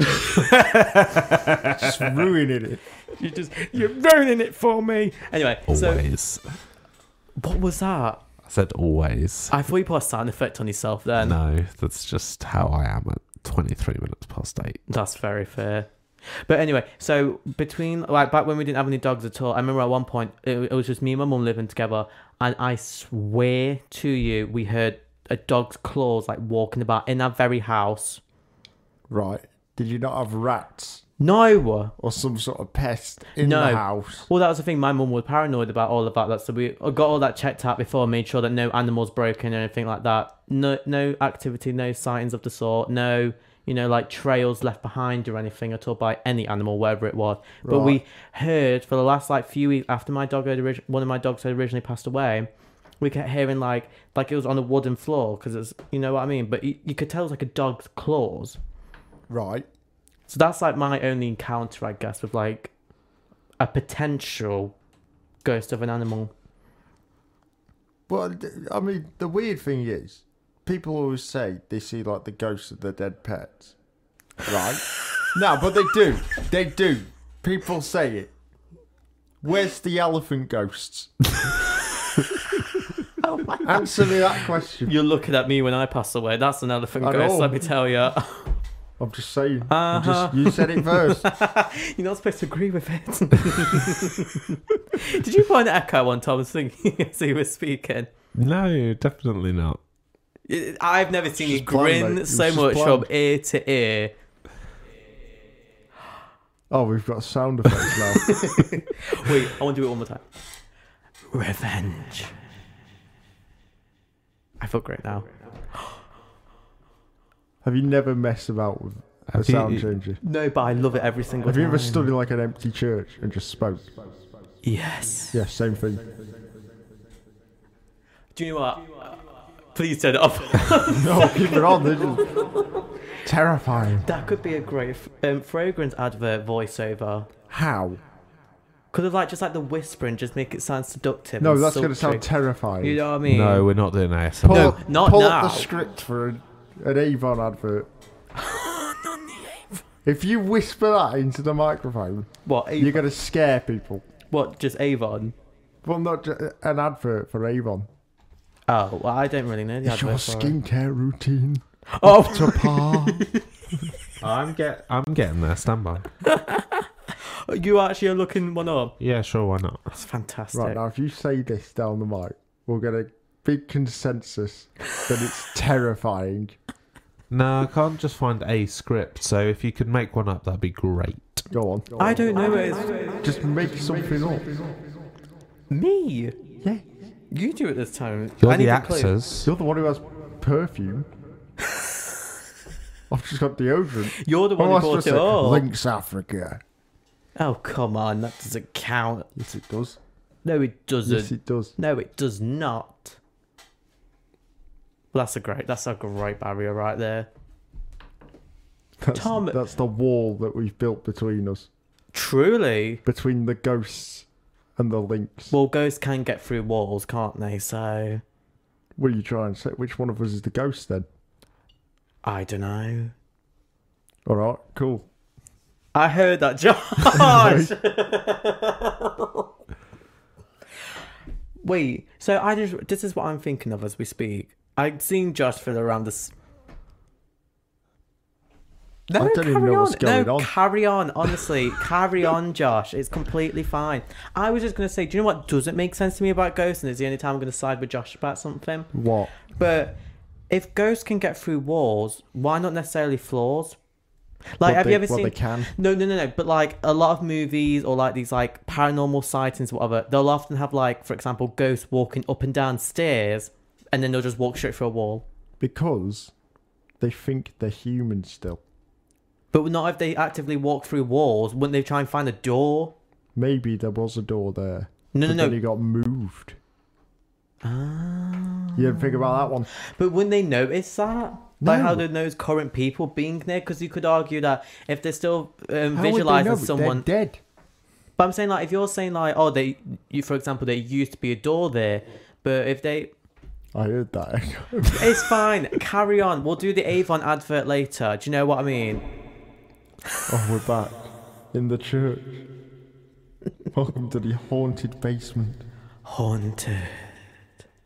[SPEAKER 1] [LAUGHS]
[SPEAKER 2] Just ruining it.
[SPEAKER 1] You just you're ruining it for me. Anyway,
[SPEAKER 3] Oh,
[SPEAKER 1] so
[SPEAKER 3] Always.
[SPEAKER 1] what was that?
[SPEAKER 3] I said always.
[SPEAKER 1] I thought you put a sound effect on yourself then.
[SPEAKER 3] no, that's just how I am at 23 minutes past 8.
[SPEAKER 1] That's very fair. But anyway, so between like back when we didn't have any dogs at all, I remember at one point it, it was just me and my mum living together, and I swear to you, we heard a dog's claws like walking about in our very house.
[SPEAKER 2] Right. Did you not have rats
[SPEAKER 1] No.
[SPEAKER 2] or some sort of pest in
[SPEAKER 1] No.
[SPEAKER 2] the house?
[SPEAKER 1] Well, that was the thing. My mum was paranoid about all about that, so we got all that checked out before, made sure that no animals broken or anything like that. No, no activity, no sightings of the sort, no, you know, like trails left behind or anything at all by any animal, wherever it was. But we
[SPEAKER 2] Right.
[SPEAKER 1] heard for the last like few weeks after my dog had orig- one of my dogs had originally passed away. We kept hearing like like it was on a wooden floor because it's you know what I mean, but you, you could tell it was like a dog's claws.
[SPEAKER 2] Right.
[SPEAKER 1] So that's like my only encounter, I guess, with like a potential ghost of an animal.
[SPEAKER 2] Well, th- I mean, the weird thing is, people always say they see like the ghosts of the dead pets,
[SPEAKER 1] [LAUGHS]
[SPEAKER 2] right? no, but they do. They do. People say it. Where's the elephant
[SPEAKER 1] [LAUGHS]
[SPEAKER 2] ghosts?
[SPEAKER 1] Oh
[SPEAKER 2] Answer me that question.
[SPEAKER 1] You're looking at me when I pass away. That's an elephant
[SPEAKER 2] I
[SPEAKER 1] ghost,
[SPEAKER 2] know.
[SPEAKER 1] let me tell you. [LAUGHS]
[SPEAKER 2] I'm just saying. I'm
[SPEAKER 1] Uh-huh.
[SPEAKER 2] Just, you said
[SPEAKER 1] [LAUGHS]
[SPEAKER 2] it first.
[SPEAKER 1] You're not supposed to agree with it. Did you find echo on Thomas thinking [LAUGHS] as he was speaking?
[SPEAKER 3] No, definitely not.
[SPEAKER 1] It- I've never seen you
[SPEAKER 2] just blind, mate.
[SPEAKER 1] grin
[SPEAKER 2] It was
[SPEAKER 1] so
[SPEAKER 2] just
[SPEAKER 1] much
[SPEAKER 2] blind.
[SPEAKER 1] from ear to ear.
[SPEAKER 2] oh, we've got sound effects now.
[SPEAKER 1] Wait, I want to do it one more time. Revenge. I feel great now.
[SPEAKER 2] Have you never messed about with a
[SPEAKER 3] Have you-
[SPEAKER 2] sound changer?
[SPEAKER 1] No, but I love it every single
[SPEAKER 2] Have
[SPEAKER 1] time.
[SPEAKER 2] you ever stood in like an empty church and just spoke?
[SPEAKER 1] Yes.
[SPEAKER 2] Yeah, same thing.
[SPEAKER 1] Do you know what? Please turn it off.
[SPEAKER 2] No, keep it on. This is terrifying.
[SPEAKER 1] [LAUGHS] that could be a great um, fragrance advert voiceover.
[SPEAKER 2] How?
[SPEAKER 1] Could have like just like the whispering, just make it sound seductive.
[SPEAKER 2] No,
[SPEAKER 1] and
[SPEAKER 2] that's going to
[SPEAKER 1] sultry.
[SPEAKER 2] sound terrifying.
[SPEAKER 1] You know what I mean?
[SPEAKER 3] No, we're not doing ASMR.
[SPEAKER 2] pull,
[SPEAKER 1] No, not
[SPEAKER 2] pull up
[SPEAKER 1] now.
[SPEAKER 2] the script for an, an Avon advert. If you whisper that into the microphone,
[SPEAKER 1] What? Avon?
[SPEAKER 2] you're going to scare people.
[SPEAKER 1] What? Just Avon?
[SPEAKER 2] Well, not ju- an advert for Avon.
[SPEAKER 1] Oh, well, I don't really know the
[SPEAKER 2] It's your
[SPEAKER 1] advert for it.
[SPEAKER 2] skincare routine.
[SPEAKER 1] Oh, [LAUGHS]
[SPEAKER 2] To par.
[SPEAKER 3] I'm get I'm getting there. Stand by.
[SPEAKER 1] you actually are looking one up.
[SPEAKER 3] Yeah, sure. Why not?
[SPEAKER 1] That's fantastic.
[SPEAKER 2] right now, if you say this down the mic, we'll get a big consensus that
[SPEAKER 1] [LAUGHS]
[SPEAKER 2] it's terrifying.
[SPEAKER 3] No, I can't just find a script. So if you could make one up, that'd be great.
[SPEAKER 2] Go on.
[SPEAKER 1] I don't know it. It's
[SPEAKER 2] [LAUGHS] Just make something up.
[SPEAKER 1] me.
[SPEAKER 2] Yeah.
[SPEAKER 1] You do it this time.
[SPEAKER 3] You're
[SPEAKER 1] I need
[SPEAKER 3] the
[SPEAKER 1] a clue.
[SPEAKER 3] actors.
[SPEAKER 2] You're the one who has
[SPEAKER 1] [LAUGHS]
[SPEAKER 2] perfume. I've just got deodorant. Oh,
[SPEAKER 1] You're the one
[SPEAKER 2] What am I
[SPEAKER 1] who brought
[SPEAKER 2] supposed
[SPEAKER 1] it
[SPEAKER 2] to say?
[SPEAKER 1] up.
[SPEAKER 2] Links Africa.
[SPEAKER 1] Oh come on, that doesn't count.
[SPEAKER 2] Yes, it does.
[SPEAKER 1] No, it doesn't.
[SPEAKER 2] Yes, it does.
[SPEAKER 1] No, it does not. Well, that's a great. That's a great barrier right there.
[SPEAKER 2] That's,
[SPEAKER 1] Tom-
[SPEAKER 2] that's the wall that we've built between us,
[SPEAKER 1] Truly.
[SPEAKER 2] between the ghosts and the links.
[SPEAKER 1] Well, ghosts can get through walls, can't they? So
[SPEAKER 2] What are you trying to say? Which one of us is the ghost then?
[SPEAKER 1] I don't know.
[SPEAKER 2] All right, cool.
[SPEAKER 1] I heard that,
[SPEAKER 2] [LAUGHS]
[SPEAKER 1] Josh. Wait. So I just. This is what I'm thinking of as we speak. I've seen Josh fiddle around this. No,
[SPEAKER 2] I don't
[SPEAKER 1] carry
[SPEAKER 2] even know
[SPEAKER 1] on.
[SPEAKER 2] what's going
[SPEAKER 1] no,
[SPEAKER 2] on.
[SPEAKER 1] carry on. Honestly, carry on, Josh. It's completely fine. I was just gonna say, do you know what doesn't make sense to me about ghosts, and it's the only time I'm gonna side with Josh about something.
[SPEAKER 2] What?
[SPEAKER 1] But if ghosts can get through walls, why not necessarily floors? Like,
[SPEAKER 2] Well,
[SPEAKER 1] have
[SPEAKER 2] they-
[SPEAKER 1] you ever
[SPEAKER 2] well,
[SPEAKER 1] seen?
[SPEAKER 2] they can.
[SPEAKER 1] No, no, no, no. But like a lot of movies or like these like paranormal sightings, or whatever, they'll often have like, for example, ghosts walking up and down stairs, and then they'll just walk straight through a wall.
[SPEAKER 2] Because they think they're human still.
[SPEAKER 1] But not if they actively walk through walls. Wouldn't they try and find a door?
[SPEAKER 2] Maybe there was a door there.
[SPEAKER 1] No,
[SPEAKER 2] but
[SPEAKER 1] no,
[SPEAKER 2] then
[SPEAKER 1] no.
[SPEAKER 2] it got moved. Ah. You didn't think about that one.
[SPEAKER 1] But wouldn't they notice that? Like
[SPEAKER 2] No.
[SPEAKER 1] how they notice current people being there? Because you could argue that if they're still um,
[SPEAKER 2] How would they know?
[SPEAKER 1] visualizing
[SPEAKER 2] They're
[SPEAKER 1] someone,
[SPEAKER 2] dead.
[SPEAKER 1] But I'm saying like if you're saying like oh they you for example there used to be a door there, but if they
[SPEAKER 2] I heard that.
[SPEAKER 1] it's fine carry on we'll do the Avon advert later. Do you know what I mean?
[SPEAKER 2] [LAUGHS] Oh, we're back in the church. Welcome to the haunted basement.
[SPEAKER 1] Haunted.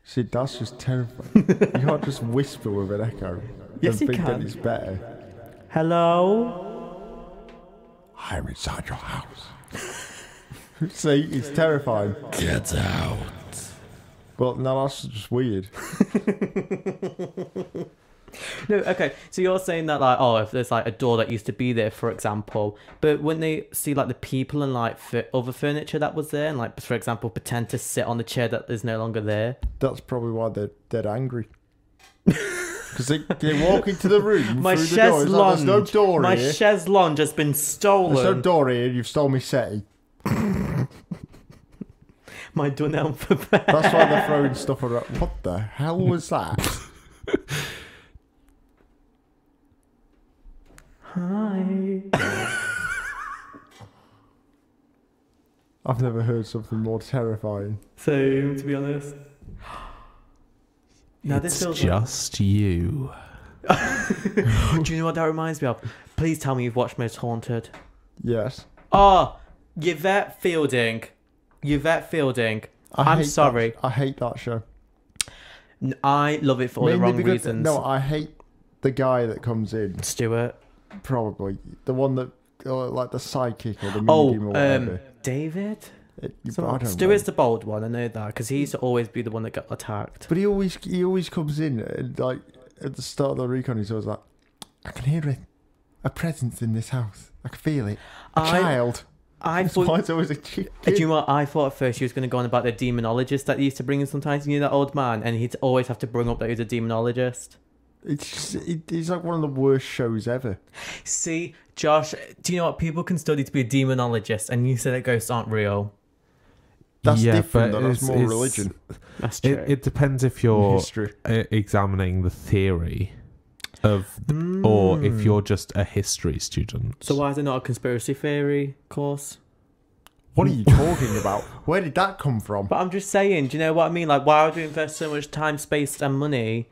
[SPEAKER 2] See, that's just terrifying. you can't just whisper with an echo.
[SPEAKER 1] Yes,
[SPEAKER 2] and
[SPEAKER 1] you
[SPEAKER 2] think
[SPEAKER 1] can.
[SPEAKER 2] That it's better.
[SPEAKER 1] Hello.
[SPEAKER 2] I'm inside your house. [LAUGHS] See, it's terrifying.
[SPEAKER 4] Get out.
[SPEAKER 2] Well, no, that's just weird.
[SPEAKER 1] No okay so you're saying that like oh if there's like a door that used to be there for example, but when they see like the people and like f- other furniture that was there and like for example pretend to sit on the chair that is no longer there.
[SPEAKER 2] That's probably why they're they're angry. [LAUGHS] Because they, they walk into the
[SPEAKER 1] [LAUGHS]
[SPEAKER 2] room
[SPEAKER 1] My
[SPEAKER 2] through the door.
[SPEAKER 1] chaise
[SPEAKER 2] It's like,
[SPEAKER 1] lounge.
[SPEAKER 2] there's no door
[SPEAKER 1] my
[SPEAKER 2] here.
[SPEAKER 1] chaise lounge has been stolen.
[SPEAKER 2] there's no door here. You've stole me SETI.
[SPEAKER 1] my Dunelm for [LAUGHS] bed.
[SPEAKER 2] That's why they're throwing stuff around. What the hell was that?
[SPEAKER 1] Hi.
[SPEAKER 2] I've never heard something more terrifying.
[SPEAKER 1] Same, to be honest. Now this
[SPEAKER 3] it's
[SPEAKER 1] feels
[SPEAKER 3] just you.
[SPEAKER 1] like, do you know what that reminds me of? Please tell me you've watched Most Haunted.
[SPEAKER 2] Yes.
[SPEAKER 1] Oh, Yvette Fielding. Yvette Fielding.
[SPEAKER 2] I
[SPEAKER 1] I'm
[SPEAKER 2] hate that-
[SPEAKER 1] sorry.
[SPEAKER 2] I hate that show.
[SPEAKER 1] N- I love it for all the
[SPEAKER 2] Mainly
[SPEAKER 1] wrong
[SPEAKER 2] because-
[SPEAKER 1] reasons.
[SPEAKER 2] No, I hate the guy that comes in.
[SPEAKER 1] Stuart.
[SPEAKER 2] Probably the one that, or like the psychic or the medium
[SPEAKER 1] Oh,
[SPEAKER 2] or whatever.
[SPEAKER 1] um, David?
[SPEAKER 2] It- you- I
[SPEAKER 1] Someone-
[SPEAKER 2] don't know.
[SPEAKER 1] Stuart's the bold one, I know that, because he used to always be the one that got attacked.
[SPEAKER 2] But he always he always comes in and like at the start of the recon. He's always like, I can hear it, a presence in this house. I can feel it.
[SPEAKER 1] [LAUGHS]
[SPEAKER 2] A
[SPEAKER 1] I-
[SPEAKER 2] child.
[SPEAKER 1] I
[SPEAKER 2] That's
[SPEAKER 1] thought
[SPEAKER 2] why it's always a kid.
[SPEAKER 1] Do you know what I thought at first? She was going to go on about the demonologist that he used to bring in sometimes. You know that old man, and he'd always have to bring up that he's a demonologist.
[SPEAKER 2] It's just, it, it's like one of the worst shows ever.
[SPEAKER 1] See, Josh, do you know what people can study to be a demonologist? And you said that ghosts aren't real.
[SPEAKER 2] That's
[SPEAKER 3] Yeah,
[SPEAKER 2] different.
[SPEAKER 3] but
[SPEAKER 2] Though. That's
[SPEAKER 3] it's-
[SPEAKER 2] more
[SPEAKER 3] it's-
[SPEAKER 2] religion and
[SPEAKER 1] That's
[SPEAKER 3] It, it depends if you're
[SPEAKER 2] history.
[SPEAKER 3] uh, examining the theory of,
[SPEAKER 1] Hmm.
[SPEAKER 3] or if you're just a history student.
[SPEAKER 1] So why is it not a conspiracy theory course?
[SPEAKER 2] What are
[SPEAKER 1] [LAUGHS]
[SPEAKER 2] you talking about? Where did that come from?
[SPEAKER 1] But I'm just saying, do you know what I mean? Like, why would we invest so much time, space, and money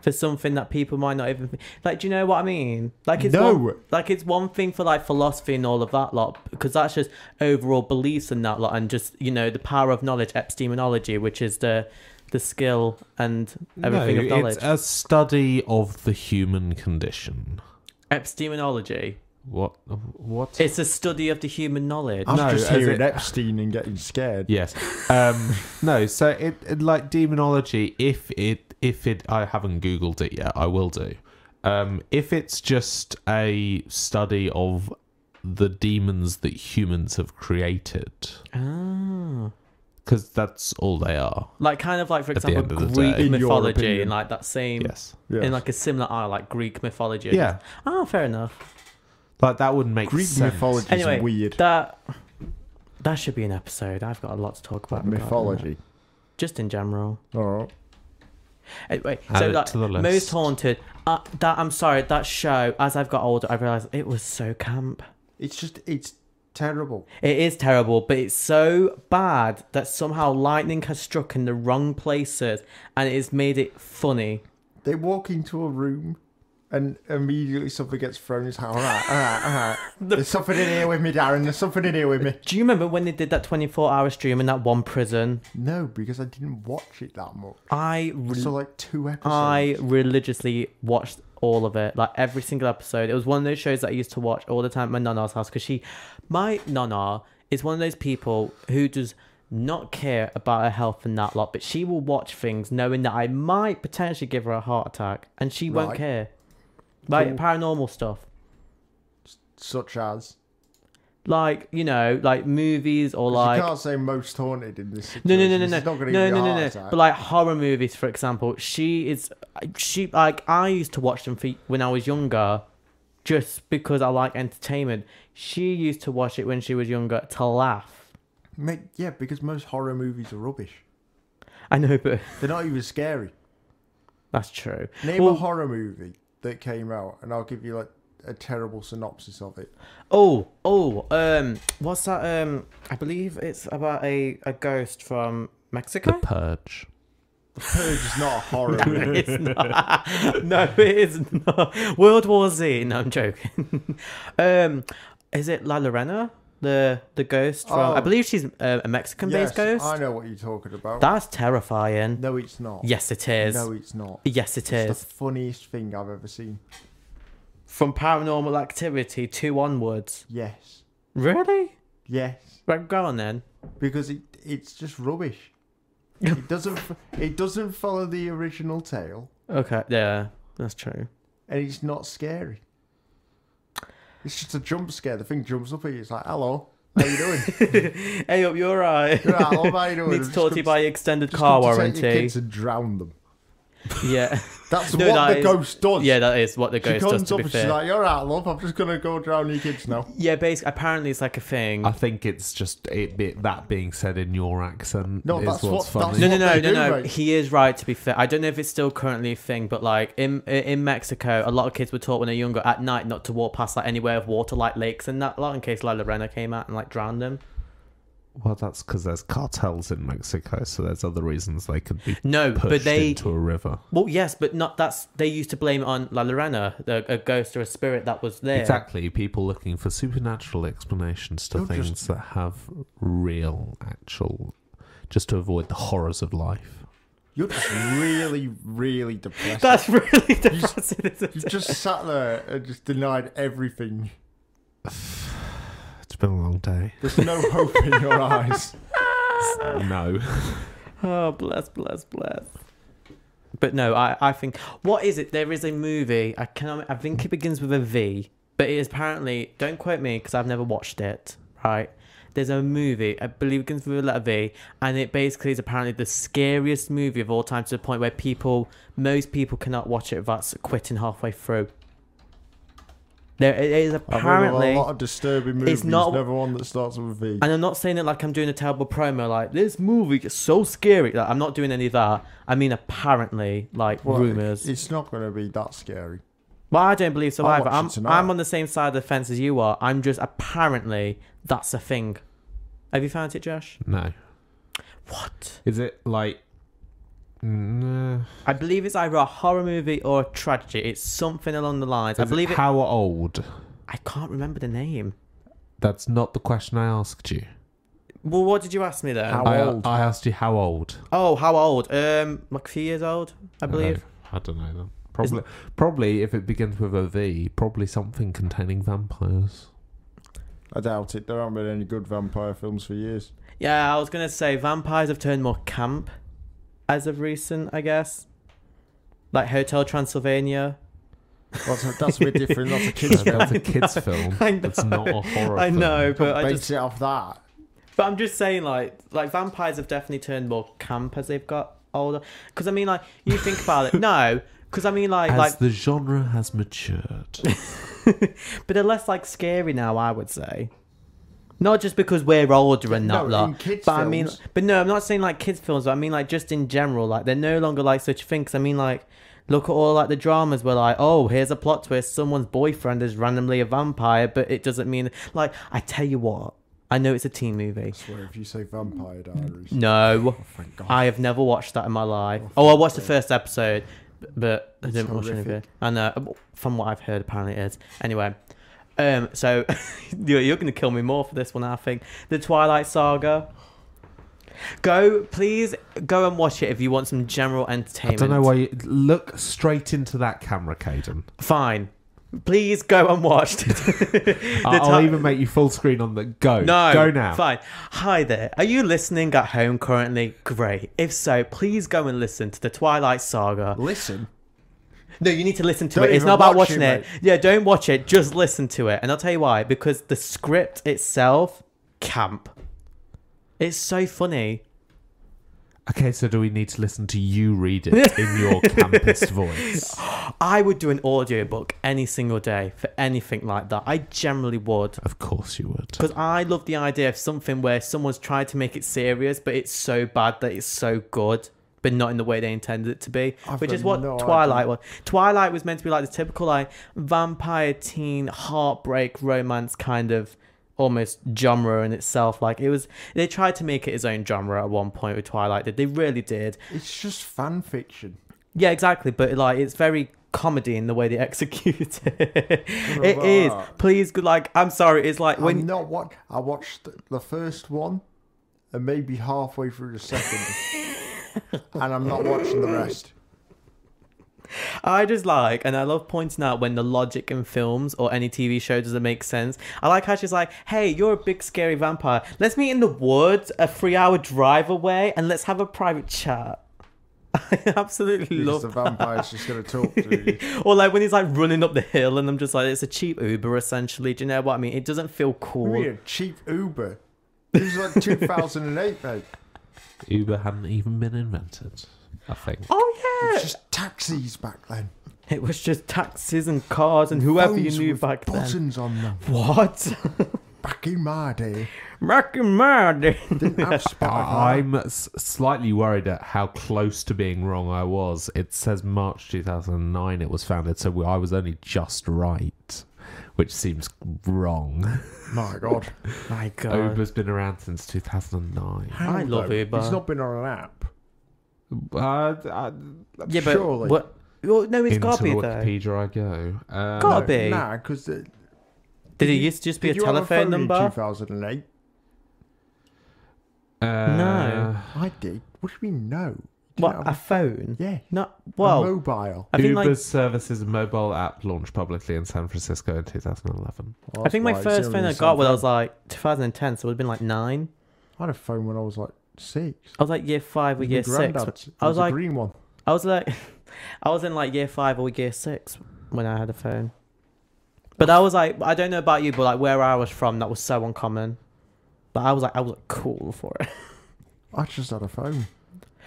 [SPEAKER 1] for something that people might not even like? Do you know what I mean? Like, it's
[SPEAKER 2] No.
[SPEAKER 1] one, like it's one thing for like philosophy and all of that lot, because that's just overall beliefs and that lot, and just you know the power of knowledge, epistemology, which is the the skill and everything of
[SPEAKER 3] no,
[SPEAKER 1] knowledge.
[SPEAKER 3] it's uh, a study of the human condition.
[SPEAKER 1] epistemology.
[SPEAKER 3] What? What?
[SPEAKER 1] It's a study of the human knowledge.
[SPEAKER 2] I was
[SPEAKER 3] No,
[SPEAKER 2] just
[SPEAKER 3] as
[SPEAKER 2] hearing
[SPEAKER 3] it-
[SPEAKER 2] Epstein and getting scared.
[SPEAKER 3] Yes. Um, no. So it, it- like demonology. If it if it I haven't googled it yet. I will do. Um, if it's just a study of the demons that humans have created,
[SPEAKER 1] Ah.
[SPEAKER 3] because that's all they are.
[SPEAKER 1] Like kind of like for
[SPEAKER 3] At the
[SPEAKER 1] example
[SPEAKER 3] end of the
[SPEAKER 1] Greek
[SPEAKER 3] day.
[SPEAKER 2] In your
[SPEAKER 1] mythology
[SPEAKER 2] opinion.
[SPEAKER 1] and like that same
[SPEAKER 3] Yes.
[SPEAKER 2] Yes.
[SPEAKER 1] in like a similar aisle, like Greek mythology.
[SPEAKER 3] Yeah.
[SPEAKER 1] Ah, fair enough.
[SPEAKER 3] Like that would make
[SPEAKER 2] Greek
[SPEAKER 3] sense.
[SPEAKER 2] mythology is
[SPEAKER 1] Anyway,
[SPEAKER 2] weird.
[SPEAKER 1] That that should be an episode. I've got a lot to talk about. regarding
[SPEAKER 2] mythology.
[SPEAKER 1] that. just in general.
[SPEAKER 2] All right.
[SPEAKER 1] Anyway,
[SPEAKER 3] Add
[SPEAKER 1] so
[SPEAKER 3] it
[SPEAKER 1] like
[SPEAKER 3] to the
[SPEAKER 1] most
[SPEAKER 3] list.
[SPEAKER 1] haunted. Uh, that I'm sorry, that show. As I've got older, I realised it was so camp.
[SPEAKER 2] It's just it's terrible.
[SPEAKER 1] It is terrible, but it's so bad that somehow lightning has struck in the wrong places, and it has made it funny.
[SPEAKER 2] They walk into a room, and immediately something gets thrown. It's like, all right, all right,
[SPEAKER 1] [LAUGHS]
[SPEAKER 2] all right. There's something in here with me, Darren. There's something in here with me.
[SPEAKER 1] Do you remember when they did that 24-hour stream in that one prison?
[SPEAKER 2] No, because I didn't watch it that much.
[SPEAKER 1] I re-
[SPEAKER 2] So like two episodes.
[SPEAKER 1] I religiously watched all of it, like every single episode. It was one of those shows that I used to watch all the time at my nana's house because she, my nana, is one of those people who does not care about her health and that lot, but she will watch things knowing that I might potentially give her a heart attack and she won't
[SPEAKER 2] Right.
[SPEAKER 1] care. Like
[SPEAKER 2] Cool.
[SPEAKER 1] paranormal stuff.
[SPEAKER 2] such as.
[SPEAKER 1] Like, you know, like movies or
[SPEAKER 2] 'Cause
[SPEAKER 1] like
[SPEAKER 2] you can't say most haunted in this.
[SPEAKER 1] No, no, no, no, no,
[SPEAKER 2] situation. This is not
[SPEAKER 1] no, no,
[SPEAKER 2] gonna give you a
[SPEAKER 1] no, no.
[SPEAKER 2] heart attack.
[SPEAKER 1] But like horror movies, for example, she is she like I used to watch them for, when I was younger, just because I like entertainment. She used to watch it when she was younger to laugh.
[SPEAKER 2] Mate, yeah, because most horror movies are rubbish.
[SPEAKER 1] I know, but [LAUGHS]
[SPEAKER 2] They're not even scary.
[SPEAKER 1] that's true.
[SPEAKER 2] Name
[SPEAKER 1] Well-
[SPEAKER 2] a horror movie that came out, and I'll give you like a terrible synopsis of it.
[SPEAKER 1] Oh, oh, um, what's that? Um, I believe it's about a a ghost from
[SPEAKER 3] The
[SPEAKER 1] Mexico.
[SPEAKER 3] purge.
[SPEAKER 2] The Purge is not
[SPEAKER 1] [LAUGHS]
[SPEAKER 2] a horror movie.
[SPEAKER 1] it's not. no, it is not. World War Z. No, I'm joking. [LAUGHS] um, is it La Lorena, the the ghost from? I
[SPEAKER 2] Oh.
[SPEAKER 1] believe she's uh, a Mexican-based
[SPEAKER 2] Yes,
[SPEAKER 1] ghost.
[SPEAKER 2] I know what you're talking about.
[SPEAKER 1] That's terrifying.
[SPEAKER 2] No, it's not.
[SPEAKER 1] Yes, it is.
[SPEAKER 2] No, it's not.
[SPEAKER 1] yes, it
[SPEAKER 2] It's
[SPEAKER 1] is.
[SPEAKER 2] the funniest thing I've ever seen.
[SPEAKER 1] From Paranormal Activity two onwards.
[SPEAKER 2] Yes.
[SPEAKER 1] Really?
[SPEAKER 2] Yes.
[SPEAKER 1] Right, go on then.
[SPEAKER 2] Because it it's
[SPEAKER 1] [LAUGHS]
[SPEAKER 2] just rubbish. It doesn't f- it doesn't follow the original tale,
[SPEAKER 1] Okay. Yeah, that's true.
[SPEAKER 2] and it's not scary. It's just a jump scare. The thing jumps up at you. It's like, "Hello, how
[SPEAKER 1] [LAUGHS]
[SPEAKER 2] you doing?
[SPEAKER 1] Hey, up, you're right.
[SPEAKER 2] You're
[SPEAKER 1] [LAUGHS]
[SPEAKER 2] right, love, how you doing?
[SPEAKER 1] Need
[SPEAKER 2] Just
[SPEAKER 1] to talk to you
[SPEAKER 2] come-
[SPEAKER 1] by extended
[SPEAKER 2] just
[SPEAKER 1] car
[SPEAKER 2] come to Take your
[SPEAKER 1] warranty.
[SPEAKER 2] kids and drown them.
[SPEAKER 1] Yeah,
[SPEAKER 2] That's
[SPEAKER 1] No,
[SPEAKER 2] what
[SPEAKER 1] that
[SPEAKER 2] the
[SPEAKER 1] is-
[SPEAKER 2] ghost [LAUGHS]
[SPEAKER 1] [LAUGHS]
[SPEAKER 2] does.
[SPEAKER 1] yeah, that is what the
[SPEAKER 2] she
[SPEAKER 1] ghost
[SPEAKER 2] comes
[SPEAKER 1] does. To
[SPEAKER 2] up
[SPEAKER 1] be
[SPEAKER 2] and she's
[SPEAKER 1] fair.
[SPEAKER 2] like, "You're right, love. I'm just gonna go drown your kids now."
[SPEAKER 1] Yeah, basically, apparently it's like a thing.
[SPEAKER 3] I think it's just it, be that being said in your accent
[SPEAKER 2] No,
[SPEAKER 3] is
[SPEAKER 2] that's
[SPEAKER 3] what's
[SPEAKER 2] what-
[SPEAKER 3] funny.
[SPEAKER 1] No, no,
[SPEAKER 2] what
[SPEAKER 1] no,
[SPEAKER 2] they
[SPEAKER 1] no,
[SPEAKER 2] do,
[SPEAKER 1] no.
[SPEAKER 2] mate.
[SPEAKER 1] He is right. To be fair, I don't know if it's still currently a thing, but like in in Mexico, a lot of kids were taught when they're younger at night not to walk past like anywhere of water, like lakes and that lot, in case La Lorena came out and like drowned them.
[SPEAKER 3] Well, that's because there's cartels in Mexico, so there's other reasons they could be
[SPEAKER 1] No,
[SPEAKER 3] pushed
[SPEAKER 1] but they.
[SPEAKER 3] into a river.
[SPEAKER 1] Well, yes, but not. That's they used to blame on La Llorona, the, a ghost or a spirit that was there.
[SPEAKER 3] Exactly, people looking for supernatural explanations to
[SPEAKER 2] You're
[SPEAKER 3] things
[SPEAKER 2] just-
[SPEAKER 3] that have real, actual, just to avoid the horrors of life.
[SPEAKER 2] You're just really, really depressed.
[SPEAKER 1] That's [LAUGHS] really depressing.
[SPEAKER 2] you
[SPEAKER 1] Isn't it?
[SPEAKER 2] just sat there and just denied everything.
[SPEAKER 3] It's been a long day.
[SPEAKER 2] There's no hope in your eyes.
[SPEAKER 3] no. [LAUGHS]
[SPEAKER 1] Oh, bless, bless, bless. But no, I, I think what is it? There is a movie. I cannot. I think it begins with a V, but it is apparently. Don't quote me because I've never watched it. Right. There's a movie, I believe it begins with a letter V, and it basically is apparently the scariest movie of all time to the point where people, most people cannot watch it without quitting halfway through. There it is
[SPEAKER 2] I've heard of
[SPEAKER 1] apparently.
[SPEAKER 2] a lot of disturbing movies.
[SPEAKER 1] it's not-
[SPEAKER 2] Never one that starts with a V.
[SPEAKER 1] And I'm not saying it like I'm doing a terrible promo, like this movie is so scary. Like, I'm not doing any of that. I mean, apparently, like
[SPEAKER 2] Well,
[SPEAKER 1] rumors.
[SPEAKER 2] It's not going to be that scary.
[SPEAKER 1] Well, I don't believe so
[SPEAKER 2] I'll
[SPEAKER 1] either.
[SPEAKER 2] watch it
[SPEAKER 1] I'm,
[SPEAKER 2] tonight.
[SPEAKER 1] I'm on the same side of the fence as you are. I'm just apparently that's a thing. Have you found it, Josh?
[SPEAKER 3] No.
[SPEAKER 1] What?
[SPEAKER 3] Is it like. Nah.
[SPEAKER 1] I believe it's either a horror movie or a tragedy. It's something along the lines. I
[SPEAKER 3] Is it
[SPEAKER 1] believe it.
[SPEAKER 3] How old?
[SPEAKER 1] I can't remember the name.
[SPEAKER 3] That's not the question I asked you.
[SPEAKER 1] Well, what did you ask me then?
[SPEAKER 2] How
[SPEAKER 3] I,
[SPEAKER 2] old?
[SPEAKER 3] I asked you how old.
[SPEAKER 1] Oh, how old? Um, like a few years old, I
[SPEAKER 3] Uh,
[SPEAKER 1] believe.
[SPEAKER 3] I don't know them. Probably, probably if it begins with a V, probably something
[SPEAKER 1] [LAUGHS]
[SPEAKER 3] containing vampires.
[SPEAKER 2] I doubt it. There haven't been any good vampire films for years.
[SPEAKER 1] Yeah, I was gonna say vampires have turned more camp as of recent, I guess. Like Hotel Transylvania. [LAUGHS]
[SPEAKER 2] That's a, that's a bit different. That's a kids' film.
[SPEAKER 3] That's
[SPEAKER 1] I
[SPEAKER 3] a kids'
[SPEAKER 1] know,
[SPEAKER 3] film.
[SPEAKER 1] I
[SPEAKER 3] It's not a horror.
[SPEAKER 1] I
[SPEAKER 3] film.
[SPEAKER 1] know, but I
[SPEAKER 2] Base
[SPEAKER 1] just
[SPEAKER 2] it off that.
[SPEAKER 1] but I'm just saying like like vampires have definitely turned more camp as they've got older. Because I mean like you think about it, no. Because I mean like
[SPEAKER 3] As
[SPEAKER 1] like
[SPEAKER 3] the genre has matured,
[SPEAKER 1] [LAUGHS] but they're less like scary now. I would say. Not just because we're older and
[SPEAKER 2] No,
[SPEAKER 1] that lot,
[SPEAKER 2] in kids'
[SPEAKER 1] but I mean,
[SPEAKER 2] films.
[SPEAKER 1] but no, I'm not saying like kids films. But I mean like just in general, like they're no longer like such things. I mean like, look at all like the dramas where like, oh, here's a plot twist: someone's boyfriend is randomly a vampire, but it doesn't mean like. I tell you what, I know it's a teen movie.
[SPEAKER 2] I swear, if you say Vampire Diaries,
[SPEAKER 1] No,
[SPEAKER 2] thank God.
[SPEAKER 1] I have never watched that in my life. Oh, I watched the first episode, b- but I didn't watch any of it.
[SPEAKER 2] horrific.
[SPEAKER 1] I know, from what I've heard, apparently it is. Anyway, um, so [LAUGHS] you're, you're going to kill me more for this one, I think. The Twilight Saga. Go, please go and watch it if you want some general
[SPEAKER 3] I
[SPEAKER 1] entertainment.
[SPEAKER 3] don't know why. You, look straight into that camera,
[SPEAKER 1] [LAUGHS]
[SPEAKER 3] Caden.
[SPEAKER 1] Fine. Please go and watch it.
[SPEAKER 3] [LAUGHS] I'll, I'll
[SPEAKER 1] ti-
[SPEAKER 3] even make you full screen on the go.
[SPEAKER 1] No.
[SPEAKER 3] go now.
[SPEAKER 1] Fine. Hi there. Are you listening at home currently? Great. If so, please go and listen to the Twilight Saga.
[SPEAKER 2] Listen.
[SPEAKER 1] No, you need to listen to
[SPEAKER 2] Don't
[SPEAKER 1] it. It's
[SPEAKER 2] even
[SPEAKER 1] not about
[SPEAKER 2] watch
[SPEAKER 1] watching
[SPEAKER 2] it,
[SPEAKER 1] it. Yeah, don't watch it. Just listen to it. And I'll tell you why. Because the script itself, camp. It's so funny.
[SPEAKER 3] Okay, so do we need to listen to you
[SPEAKER 1] [LAUGHS]
[SPEAKER 3] read it in your campus voice?
[SPEAKER 1] I would do an audiobook any single day for anything like that. I generally would.
[SPEAKER 3] Of course you would.
[SPEAKER 1] Because I love the idea of something where someone's tried to make it serious, but it's so bad that it's so good, but not in the way they intended it to be.
[SPEAKER 2] I've
[SPEAKER 1] which
[SPEAKER 2] got
[SPEAKER 1] is what
[SPEAKER 2] no
[SPEAKER 1] Twilight
[SPEAKER 2] idea.
[SPEAKER 1] was. Twilight was meant to be like the typical like vampire teen heartbreak romance kind of almost genre in itself. Like it was they tried to make it its own genre at one point with Twilight did. They really did.
[SPEAKER 2] It's just fan fiction.
[SPEAKER 1] Yeah, exactly. But like, it's very comedy in the way they [LAUGHS] execute it. it is.
[SPEAKER 2] Right.
[SPEAKER 1] Please, good. Like, I'm sorry. It's like
[SPEAKER 2] When
[SPEAKER 1] when
[SPEAKER 2] I'm not what I watched the- the first one, and maybe halfway through the second,
[SPEAKER 1] [LAUGHS]
[SPEAKER 2] and I'm not watching the rest.
[SPEAKER 1] I just like, and I love pointing out when the logic in films or any TV show doesn't make sense. I like how she's like, "Hey, you're a big scary vampire. Let's meet in the woods, a three-hour drive away, and let's have a private chat." [LAUGHS] I absolutely
[SPEAKER 2] Because
[SPEAKER 1] love
[SPEAKER 2] the vampire's just going to talk to you.
[SPEAKER 1] [LAUGHS] or like when he's like running up the hill and I'm just like it's a cheap Uber essentially. Do you know what I mean? It doesn't feel cool.
[SPEAKER 2] Be a cheap Uber. It was like 2008, mate.
[SPEAKER 1] [LAUGHS]
[SPEAKER 3] Uber hadn't even been invented. I think.
[SPEAKER 1] Oh
[SPEAKER 2] [LAUGHS]
[SPEAKER 1] yeah.
[SPEAKER 2] It's just taxis back then.
[SPEAKER 1] It was just taxis and cars and whoever
[SPEAKER 2] Phones
[SPEAKER 1] you knew
[SPEAKER 2] with
[SPEAKER 1] back then.
[SPEAKER 2] buttons on them.
[SPEAKER 1] What? [LAUGHS]
[SPEAKER 2] Back in my day,
[SPEAKER 1] Rocky Mardy.
[SPEAKER 2] [LAUGHS] didn't have Spotify.
[SPEAKER 3] I'm s- slightly worried at how close to being wrong I was. It says March 2009 it was founded, so I was only just right, which seems wrong.
[SPEAKER 2] My God.
[SPEAKER 1] My God.
[SPEAKER 3] Uber's been around since 2009.
[SPEAKER 1] I
[SPEAKER 2] Hang
[SPEAKER 1] love
[SPEAKER 2] though,
[SPEAKER 1] Uber.
[SPEAKER 2] It's not been on an app.
[SPEAKER 3] Uh, I,
[SPEAKER 1] yeah, but
[SPEAKER 2] surely.
[SPEAKER 1] what? Well, no, it's
[SPEAKER 3] into
[SPEAKER 1] gotta be though.
[SPEAKER 3] Wikipedia I go. Um,
[SPEAKER 1] Gotta be.
[SPEAKER 2] Nah, because did
[SPEAKER 1] Did it used to just be a
[SPEAKER 2] you have a
[SPEAKER 1] telephone
[SPEAKER 2] phone in
[SPEAKER 1] number?
[SPEAKER 2] 2008?
[SPEAKER 3] uh,
[SPEAKER 1] No.
[SPEAKER 2] I did. What do you mean no? You
[SPEAKER 1] What
[SPEAKER 2] didn't have
[SPEAKER 1] a phone?
[SPEAKER 2] a- yeah.
[SPEAKER 1] No.
[SPEAKER 2] a
[SPEAKER 1] Well,
[SPEAKER 2] mobile.
[SPEAKER 1] I
[SPEAKER 3] Uber's
[SPEAKER 1] think like
[SPEAKER 3] services mobile app launched publicly in San Francisco in 2011.
[SPEAKER 2] Well,
[SPEAKER 1] I
[SPEAKER 2] that's
[SPEAKER 1] think my
[SPEAKER 2] why it's
[SPEAKER 1] first
[SPEAKER 2] only
[SPEAKER 1] phone I
[SPEAKER 2] something-
[SPEAKER 1] got when I was like 2010, so it would have been like nine.
[SPEAKER 2] I had a phone when I was like six.
[SPEAKER 1] I was like year five or
[SPEAKER 2] My
[SPEAKER 1] year six.
[SPEAKER 2] granddad's. It
[SPEAKER 1] I was
[SPEAKER 2] a
[SPEAKER 1] like,
[SPEAKER 2] green one.
[SPEAKER 1] I was like, [LAUGHS] I was in like year five or year six when I had a phone. But I was like, I don't know about you, but like where I was from, that was so uncommon. But I was like, I was like, cool for it.
[SPEAKER 2] I just had a phone